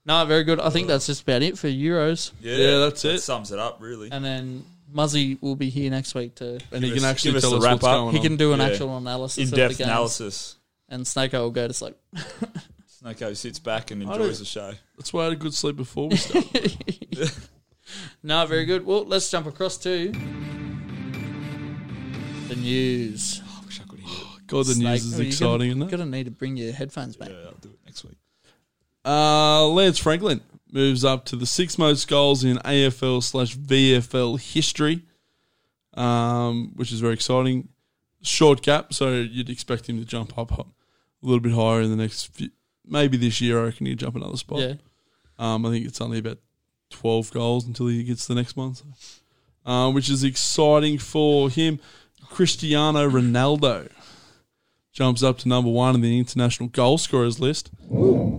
Speaker 1: No, very good. I think that's just about it for Euros.
Speaker 2: Yeah,
Speaker 3: Yeah, that's
Speaker 2: that
Speaker 3: it.
Speaker 2: Sums it up really.
Speaker 1: And then Muzzy will be here next week to
Speaker 3: And he
Speaker 2: Give us-
Speaker 3: can actually
Speaker 2: give us
Speaker 3: tell
Speaker 2: the
Speaker 3: us
Speaker 2: wrap
Speaker 3: what's
Speaker 2: up.
Speaker 3: going
Speaker 1: he
Speaker 3: on.
Speaker 1: can do an
Speaker 2: Yeah.
Speaker 1: actual analysis
Speaker 2: In
Speaker 1: of the
Speaker 2: depth
Speaker 1: games.
Speaker 2: analysis.
Speaker 1: And Snako will go to sleep.
Speaker 2: Snoko sits back and
Speaker 3: I
Speaker 2: enjoys
Speaker 3: don't-
Speaker 2: the show.
Speaker 3: That's why I had a good sleep before we started.
Speaker 1: no, very good. Well, let's jump across to the news.
Speaker 2: I wish I could hear it.
Speaker 3: God, the
Speaker 1: Snake-
Speaker 3: news is
Speaker 1: Oh, you're
Speaker 3: exciting,
Speaker 1: gonna,
Speaker 3: isn't it?
Speaker 1: Gonna need to bring your headphones back.
Speaker 2: Yeah, I'll do it next week.
Speaker 3: Uh, Lance Franklin moves up to the sixth most goals in AFL slash VFL history, um, which is very exciting. Short gap, so you'd expect him to jump up, up a little bit higher in the next few, maybe this year. I reckon he'd jump another spot.
Speaker 1: Yeah.
Speaker 3: Um, I think it's only about 12 goals until he gets the next one, so. uh, which is exciting for him. Cristiano Ronaldo jumps up to number one in the international goal scorers list,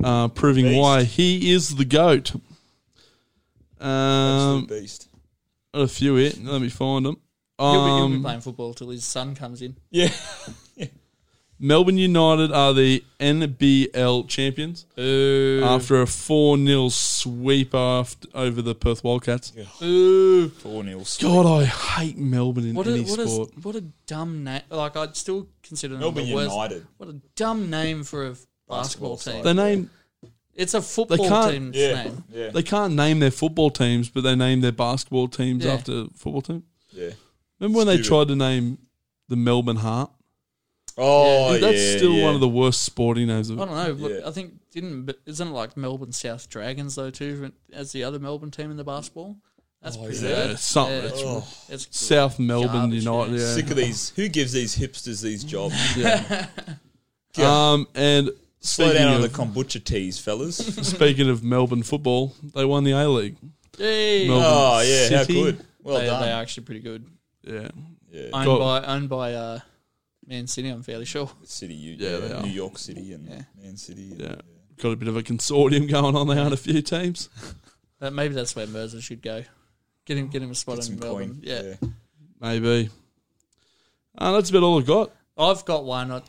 Speaker 3: uh, proving
Speaker 2: Beast.
Speaker 3: why he is the GOAT. Um,
Speaker 2: Absolute beast.
Speaker 3: got a few here. Let me find them.
Speaker 1: He'll, be, he'll be
Speaker 3: Um,
Speaker 1: playing football till his son comes in.
Speaker 2: Yeah.
Speaker 3: Melbourne United are the NBL champions
Speaker 1: Ooh.
Speaker 3: after a 4 0 sweep aft- over the Perth Wildcats.
Speaker 1: Ooh.
Speaker 2: Four nil.
Speaker 3: God, I hate Melbourne in
Speaker 1: What a,
Speaker 3: any
Speaker 1: what,
Speaker 3: sport.
Speaker 1: a, what a dumb name. Like, I'd still consider them
Speaker 2: Melbourne
Speaker 1: the worst.
Speaker 2: United.
Speaker 1: What a dumb name for a basketball,
Speaker 2: Basketball
Speaker 1: team.
Speaker 2: side.
Speaker 3: They name
Speaker 1: It's a football
Speaker 3: can't-
Speaker 1: team's
Speaker 2: Yeah,
Speaker 1: name.
Speaker 2: yeah,
Speaker 3: they can't name their football teams, but they name their basketball teams
Speaker 1: Yeah.
Speaker 3: after football team.
Speaker 2: yeah.
Speaker 3: Remember when they
Speaker 2: Stupid.
Speaker 3: tried to name the Melbourne Heart?
Speaker 2: Oh, yeah.
Speaker 3: That's still
Speaker 2: yeah.
Speaker 3: one of the worst sporting names.
Speaker 1: I don't
Speaker 3: Of,
Speaker 1: know. Look,
Speaker 2: Yeah.
Speaker 1: I think didn't but isn't it like Melbourne South Dragons though too as the other Melbourne team in the basketball? That's pretty
Speaker 2: yeah,
Speaker 1: bad.
Speaker 3: Oh, it's something that's
Speaker 2: Oh,
Speaker 1: it's
Speaker 3: South Melbourne
Speaker 1: Garbage,
Speaker 3: United.
Speaker 1: yeah.
Speaker 3: Yeah.
Speaker 2: sick of these. Who gives these hipsters these jobs?
Speaker 3: Yeah.
Speaker 2: Yeah.
Speaker 3: Um, and
Speaker 2: Slow
Speaker 3: Speaking
Speaker 2: down on
Speaker 3: of-
Speaker 2: the kombucha teas, fellas.
Speaker 3: speaking of Melbourne football, they won the A League.
Speaker 1: Yay.
Speaker 3: Melbourne
Speaker 2: oh yeah, how
Speaker 3: City.
Speaker 2: good. Well
Speaker 1: they, they are
Speaker 2: done.
Speaker 1: actually pretty good.
Speaker 3: Yeah,
Speaker 2: Yeah,
Speaker 1: Owned
Speaker 3: Got-
Speaker 1: by owned by uh, Man City, I'm fairly sure.
Speaker 2: City, U-
Speaker 3: Yeah, they
Speaker 2: yeah,
Speaker 3: are.
Speaker 2: New York City and
Speaker 1: Yeah.
Speaker 2: Man City. and-
Speaker 3: yeah. Got a bit of a consortium going on. They had a few teams.
Speaker 1: But maybe that's where Mercer should go. Get him, get him a spot
Speaker 2: Get
Speaker 1: in
Speaker 2: some
Speaker 1: Melbourne.
Speaker 2: coin.
Speaker 1: Yeah.
Speaker 3: Maybe. Uh, that's about all I've got.
Speaker 1: I've got one. I-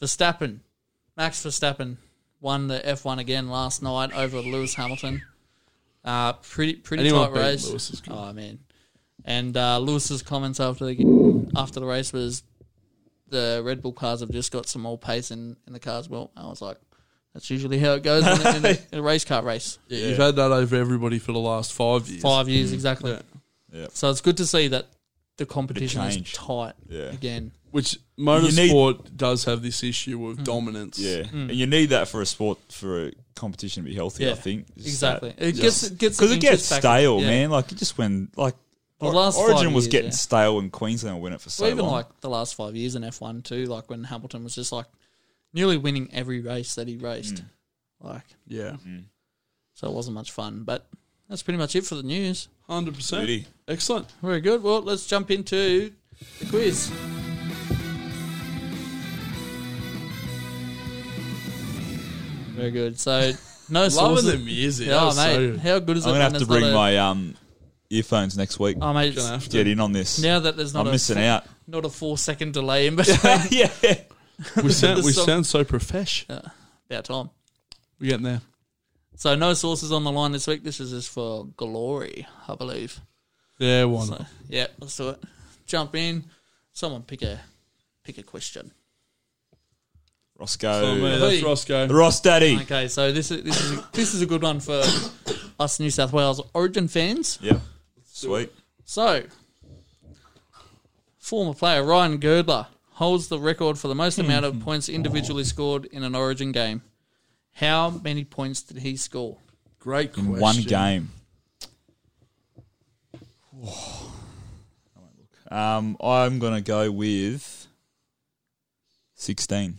Speaker 1: Verstappen, Max Verstappen, won the F1 again last night over Lewis Hamilton. Uh, pretty pretty
Speaker 3: Anyone
Speaker 1: tight
Speaker 3: beating
Speaker 1: race.
Speaker 3: Lewis is good.
Speaker 1: Oh man! And uh, Lewis's comments after the g- after the race was the Red Bull cars have just got some more pace in, in the cars. Well, I was like, that's usually how it goes in, a- in, a, in a race car race.
Speaker 3: Yeah, You've had that over everybody for the last five years.
Speaker 1: Five years exactly.
Speaker 3: Yeah.
Speaker 2: Yeah.
Speaker 1: So it's good to see that the competition is
Speaker 2: change.
Speaker 1: tight
Speaker 2: Yeah.
Speaker 1: again.
Speaker 3: Which motorsport does have this issue
Speaker 1: Mm.
Speaker 3: of dominance.
Speaker 2: Yeah, and you need that for a sport for a competition to be healthy.
Speaker 1: Yeah,
Speaker 2: I think Just
Speaker 1: Exactly.
Speaker 2: that-
Speaker 1: It gets it gets
Speaker 2: because
Speaker 1: the
Speaker 2: it gets
Speaker 1: interest back.
Speaker 2: stale,
Speaker 1: Yeah.
Speaker 2: man. Like it just when like
Speaker 1: The
Speaker 2: Or-
Speaker 1: last
Speaker 2: Origin
Speaker 1: five
Speaker 2: was
Speaker 1: years,
Speaker 2: getting
Speaker 1: yeah.
Speaker 2: stale and Queensland went it for so
Speaker 1: Well, even
Speaker 2: long.
Speaker 1: like the last five years in F one too, like when Hamilton was just like nearly winning every race that he raced.
Speaker 2: Hmm.
Speaker 1: Like
Speaker 3: Yeah.
Speaker 2: Mm-hmm.
Speaker 1: so it wasn't much fun. But that's pretty much it for the news.
Speaker 3: 100%.
Speaker 2: Really?
Speaker 3: Excellent.
Speaker 1: Very good. Well let's jump into the quiz. Very good. So no
Speaker 3: Loving
Speaker 1: sources.
Speaker 3: the music.
Speaker 1: Yeah,
Speaker 3: That was so
Speaker 1: mate.
Speaker 3: good.
Speaker 1: how good is
Speaker 2: I'm
Speaker 1: it?
Speaker 2: gonna have
Speaker 1: when
Speaker 2: to
Speaker 1: there's not
Speaker 2: bring
Speaker 1: a-
Speaker 2: my um earphones next week.
Speaker 1: Oh mate,
Speaker 3: Gonna have to-
Speaker 2: Get in on this.
Speaker 1: now that there's not
Speaker 2: I'm
Speaker 1: a
Speaker 2: missing
Speaker 1: four-
Speaker 2: out.
Speaker 1: not a four second delay in between
Speaker 2: yeah,
Speaker 3: We sound,
Speaker 1: The
Speaker 3: we
Speaker 1: song-
Speaker 3: sound so profesh.
Speaker 1: about time.
Speaker 3: We're getting there.
Speaker 1: So no sources on the line this week. This is just for glory, I believe.
Speaker 3: Yeah, why not?
Speaker 1: So yeah, let's do it. Jump in. Someone pick a pick a question.
Speaker 2: Roscoe,
Speaker 3: Oh, mate, that's
Speaker 1: Hey.
Speaker 3: Roscoe.
Speaker 2: the Ross Daddy.
Speaker 1: Okay, so this is this is this is a good one for us New South Wales Origin fans.
Speaker 2: Yep, sweet.
Speaker 1: So former player Ryan Girdler holds the record for the most amount of points individually scored in an Origin game. How many points did he score?
Speaker 3: Great
Speaker 2: In
Speaker 3: question.
Speaker 2: one game. I won't look. Um, I'm gonna go with sixteen.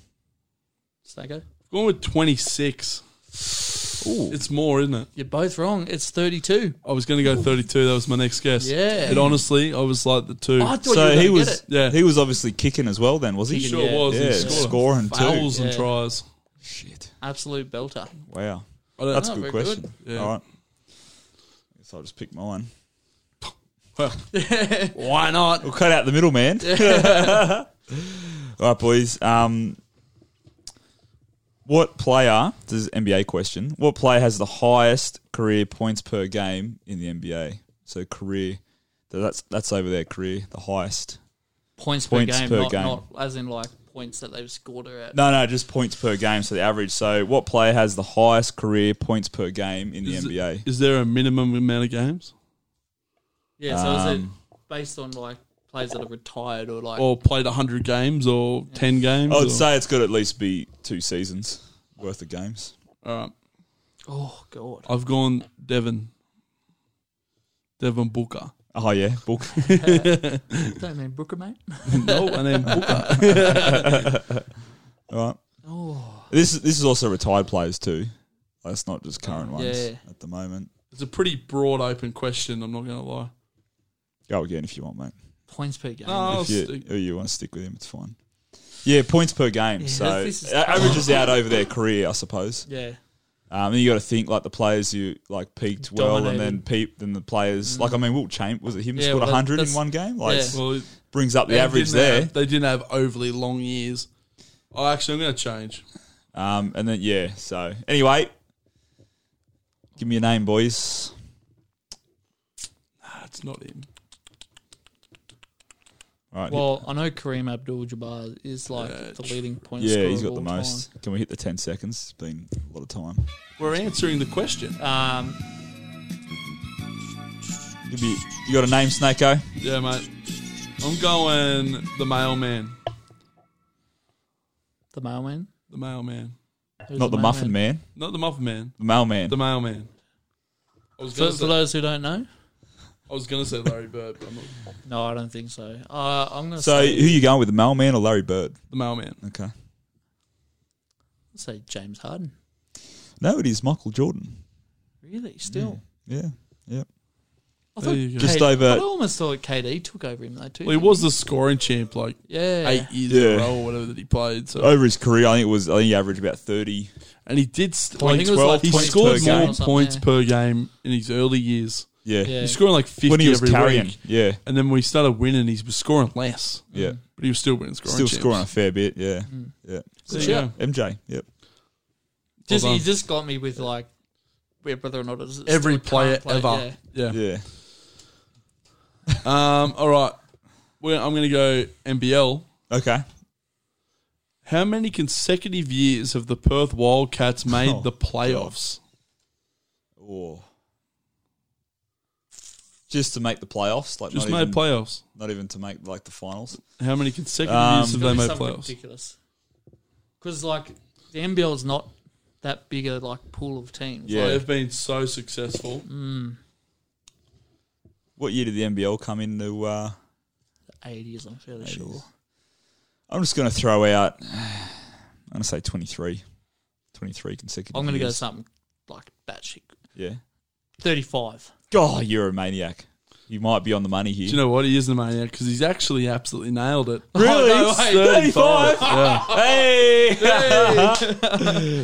Speaker 1: Stago?
Speaker 3: Going with 26.
Speaker 2: Ooh,
Speaker 3: It's more, isn't it?
Speaker 1: You're both wrong. It's thirty-two.
Speaker 3: I was going to go 32. That was my next guess.
Speaker 1: Yeah.
Speaker 3: It honestly, I was like the two.
Speaker 1: I thought you were
Speaker 2: so
Speaker 1: gonna
Speaker 2: he
Speaker 1: get
Speaker 2: was
Speaker 1: it.
Speaker 3: Yeah.
Speaker 2: he was obviously kicking as well. Then was he?
Speaker 3: He sure
Speaker 1: yeah.
Speaker 3: was.
Speaker 2: Yeah,
Speaker 3: he scored
Speaker 2: scoring too.
Speaker 3: fouls and
Speaker 1: Yeah.
Speaker 3: tries.
Speaker 2: Shit.
Speaker 1: absolute belter.
Speaker 2: Wow.
Speaker 3: I don't
Speaker 2: That's
Speaker 1: Oh,
Speaker 2: a good
Speaker 1: very
Speaker 2: question.
Speaker 3: Uh, good. Yeah.
Speaker 2: All right. I guess I'll just pick mine.
Speaker 3: Why not?
Speaker 2: We'll cut out the middle, man. All right, boys. Um, what player, this is an NBA question, what player has the highest career points per game in the NBA? So career, so that's that's over there, career, the highest.
Speaker 1: points,
Speaker 2: Points
Speaker 1: per game,
Speaker 2: per
Speaker 1: not,
Speaker 2: game.
Speaker 1: not as in like points that they've scored are at.
Speaker 2: No, no, just points per game, so the average. So what player has the highest career points per game in the
Speaker 3: Is it-
Speaker 2: NBA?
Speaker 3: Is there a minimum amount of games?
Speaker 1: Yeah, so is it
Speaker 2: Um,
Speaker 1: based on like players that are retired or like?
Speaker 3: Or played 100 games or 10 games?
Speaker 2: I would
Speaker 3: or-
Speaker 2: say Oh, it's got to at least be two seasons worth of games.
Speaker 3: All right.
Speaker 1: oh god,
Speaker 3: I've gone Devon. Devon Booker.
Speaker 2: Oh, yeah, book.
Speaker 1: don't mean Brooker, mate.
Speaker 3: no, and then Booker.
Speaker 2: All right.
Speaker 1: Oh,
Speaker 2: This is this is also retired players too. That's not just current ones
Speaker 1: Yeah.
Speaker 2: at the moment.
Speaker 3: It's a pretty broad open question, I'm not going to lie.
Speaker 2: Go again if you want, mate.
Speaker 1: points per game.
Speaker 3: No. I'll
Speaker 2: if you,
Speaker 3: stick-
Speaker 2: or you want to stick with him, it's fine. Yeah, points per game.
Speaker 1: Yeah,
Speaker 2: so
Speaker 1: this- this is-
Speaker 2: a- averages out over their career, I suppose.
Speaker 1: Yeah,
Speaker 2: Um, and you got to think like the players you like peaked well, and then
Speaker 1: Dominated. Mm.
Speaker 2: peaked, then the players like I mean, Will Champ was it him
Speaker 1: Yeah,
Speaker 2: scored
Speaker 1: well, that-
Speaker 2: hundred in
Speaker 1: that's-
Speaker 2: one game? Like
Speaker 1: yeah.
Speaker 3: Well,
Speaker 2: brings up the
Speaker 3: they
Speaker 2: average
Speaker 3: didn't
Speaker 2: there.
Speaker 3: have- they didn't have overly long years. Oh, actually, I'm going to change.
Speaker 2: Um, and then yeah. So anyway, give me a name, boys.
Speaker 3: Nah, it's not him.
Speaker 2: Right.
Speaker 1: Well, I know Kareem Abdul-Jabbar is like
Speaker 3: Yeah,
Speaker 1: the
Speaker 3: tr-
Speaker 1: leading point
Speaker 2: yeah,
Speaker 1: scorer.
Speaker 2: he's
Speaker 1: of
Speaker 2: got the
Speaker 1: all
Speaker 2: most. Can we hit the 10 seconds? It's been a lot of time.
Speaker 3: We're answering the question.
Speaker 1: time. Um,
Speaker 2: You, be, you got a name, Snako?
Speaker 3: Yeah, mate. I'm going the mailman.
Speaker 1: the mailman.
Speaker 3: The mailman.
Speaker 1: Who's
Speaker 2: Not the, Muffin
Speaker 1: mailman?
Speaker 2: Man,
Speaker 3: Not the muffin man.
Speaker 2: the Mailman.
Speaker 3: The mailman. I was
Speaker 1: For,
Speaker 3: gonna
Speaker 1: for
Speaker 3: say,
Speaker 1: those who don't know,
Speaker 3: I was gonna say Larry Bird, but I'm not.
Speaker 1: no, I don't think so. Uh, I'm gonna
Speaker 2: so, who
Speaker 1: say,
Speaker 2: you going with, the Mailman or Larry Bird?
Speaker 3: The mailman.
Speaker 2: Okay.
Speaker 1: say James Harden.
Speaker 2: No, it is Michael Jordan.
Speaker 1: Really,
Speaker 2: Mm.
Speaker 1: still.
Speaker 2: Yeah, yeah.
Speaker 1: I
Speaker 3: There
Speaker 1: thought
Speaker 3: you go.
Speaker 2: Just
Speaker 1: K-
Speaker 2: over-
Speaker 1: I almost thought KD took over him though too.
Speaker 3: Well, he was the scoring champ like
Speaker 1: Yeah.
Speaker 3: eight years
Speaker 2: Yeah.
Speaker 3: in a row or whatever that he played. So
Speaker 2: Over his career, I think it was. I think he averaged about 30.
Speaker 3: and he did st-
Speaker 1: Well, I
Speaker 3: like
Speaker 1: think it was
Speaker 3: twelve.
Speaker 1: like
Speaker 3: he
Speaker 1: 20
Speaker 2: per
Speaker 3: scored
Speaker 2: game
Speaker 3: more
Speaker 1: or something,
Speaker 3: points
Speaker 1: yeah.
Speaker 3: per game in his early years.
Speaker 2: Yeah.
Speaker 1: Yeah.
Speaker 3: He's scoring like fifty
Speaker 2: When he was
Speaker 3: every
Speaker 2: carrying.
Speaker 3: week.
Speaker 2: Yeah,
Speaker 3: And then when he started winning, he was scoring less,
Speaker 2: yeah.
Speaker 3: but he was still winning scoring.
Speaker 2: Still
Speaker 3: champs.
Speaker 2: scoring a fair bit. Yeah,
Speaker 1: Mm.
Speaker 2: yeah.
Speaker 3: So,
Speaker 1: Good
Speaker 3: yeah,
Speaker 1: shout.
Speaker 2: MJ, yep.
Speaker 1: Just
Speaker 3: Hold
Speaker 1: he
Speaker 3: on.
Speaker 1: just got me with like yeah, whether or not it's still
Speaker 3: every
Speaker 1: a current
Speaker 3: player
Speaker 1: player,
Speaker 3: ever.
Speaker 1: yeah.
Speaker 3: Yeah.
Speaker 2: Yeah.
Speaker 3: Um. All right. We're, I'm going to go NBL.
Speaker 2: Okay.
Speaker 3: How many consecutive years have the Perth Wildcats made
Speaker 2: Oh,
Speaker 3: the playoffs?
Speaker 2: Or just to make the playoffs, like
Speaker 3: Just
Speaker 2: not,
Speaker 3: made
Speaker 2: even,
Speaker 3: playoffs.
Speaker 2: not even to make like the finals.
Speaker 3: How many consecutive
Speaker 2: Um,
Speaker 3: years have
Speaker 1: Gotta
Speaker 3: they
Speaker 1: be
Speaker 3: made
Speaker 1: something
Speaker 3: playoffs?
Speaker 1: ridiculous. Because like the NBL is not that big a like pool of teams.
Speaker 2: Yeah.
Speaker 3: They've been so successful.
Speaker 1: Mm,
Speaker 2: What year did the NBL come into? Uh,
Speaker 1: eighties, I'm fairly sure.
Speaker 2: I'm just going to throw out. I'm going to say 23, 23 consecutive.
Speaker 1: I'm gonna go
Speaker 2: years.
Speaker 1: something like batshit.
Speaker 2: Yeah.
Speaker 1: Thirty five.
Speaker 2: God, you're a maniac. You might be on the money here.
Speaker 3: Do you know what? He is the maniac because he's actually absolutely nailed it.
Speaker 2: really?
Speaker 1: Oh, no, wait,
Speaker 2: Thirty-five.
Speaker 3: Yeah.
Speaker 2: Hey.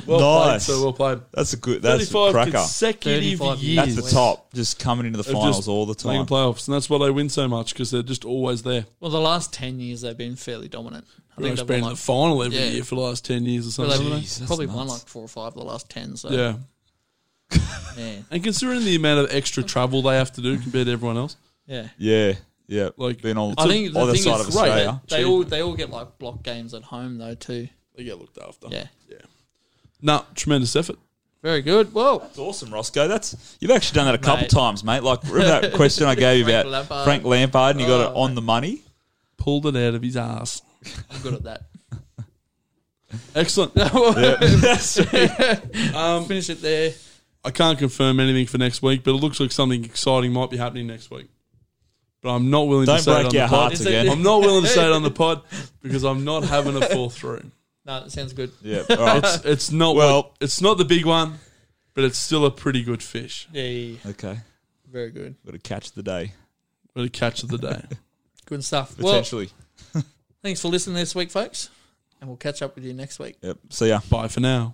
Speaker 3: Well played,
Speaker 2: nice.
Speaker 3: so well played.
Speaker 2: that's a good. That's a
Speaker 3: 35
Speaker 2: cracker.
Speaker 3: consecutive
Speaker 1: 35
Speaker 3: years.
Speaker 2: That's the
Speaker 1: years.
Speaker 2: top. Just coming into the
Speaker 3: They've
Speaker 2: finals
Speaker 3: just
Speaker 2: all the
Speaker 3: Making
Speaker 2: time.
Speaker 3: playoffs, and that's why they win so much because they're just always there.
Speaker 1: Well the last ten years they've been fairly dominant. I
Speaker 3: They've
Speaker 1: think
Speaker 3: been
Speaker 1: they've won
Speaker 3: in
Speaker 1: like
Speaker 3: the final every
Speaker 1: Yeah.
Speaker 3: year for the last ten years or
Speaker 1: Well,
Speaker 3: something.
Speaker 1: they've
Speaker 3: haven't
Speaker 2: Jeez, that's
Speaker 1: probably won
Speaker 2: nuts.
Speaker 1: like four or five of the last ten. So
Speaker 3: they? Yeah,
Speaker 1: yeah,
Speaker 3: and considering the amount of extra travel they have to do compared to everyone else,
Speaker 1: yeah.
Speaker 2: Yeah, yeah.
Speaker 3: Like-
Speaker 2: being on
Speaker 1: I think the
Speaker 2: other
Speaker 1: thing
Speaker 2: side
Speaker 1: is
Speaker 2: of
Speaker 1: great.
Speaker 2: Australia.
Speaker 1: They, they all they all get like block games at home though too.
Speaker 3: they get looked after.
Speaker 1: Yeah,
Speaker 3: No, tremendous effort.
Speaker 1: very good. Whoa,
Speaker 2: That's awesome, Roscoe. That's you've actually done that a couple
Speaker 1: Mate.
Speaker 2: times, mate. Like remember that question I gave you
Speaker 1: Frank
Speaker 2: about
Speaker 1: Lampard.
Speaker 2: Frank Lampard, and you got it
Speaker 1: Oh,
Speaker 2: on the money.
Speaker 3: Pulled it out of his ass.
Speaker 1: I'm good at that.
Speaker 3: Excellent. um,
Speaker 1: Finish it there.
Speaker 3: I can't confirm anything for next week, but it looks like something exciting might be happening next week. But I'm not willing
Speaker 2: Don't
Speaker 3: to say it
Speaker 2: break
Speaker 3: on the
Speaker 2: our
Speaker 3: pod.
Speaker 2: hearts
Speaker 1: Is it-
Speaker 2: again.
Speaker 3: I'm not willing to say it on the pod because I'm not having a fall through.
Speaker 1: No, that sounds good.
Speaker 2: yeah. All right.
Speaker 3: It's, it's not
Speaker 2: Well-
Speaker 3: what- it's not the big one, but it's still a pretty good fish.
Speaker 1: Yeah, yeah, yeah.
Speaker 2: Okay.
Speaker 1: very good.
Speaker 2: Got to catch the day
Speaker 3: But a catch of the day.
Speaker 1: Good stuff. Well,
Speaker 2: potentially.
Speaker 1: thanks for listening this week, folks, and we'll catch up with you next week.
Speaker 2: yep. See ya.
Speaker 3: Bye for now.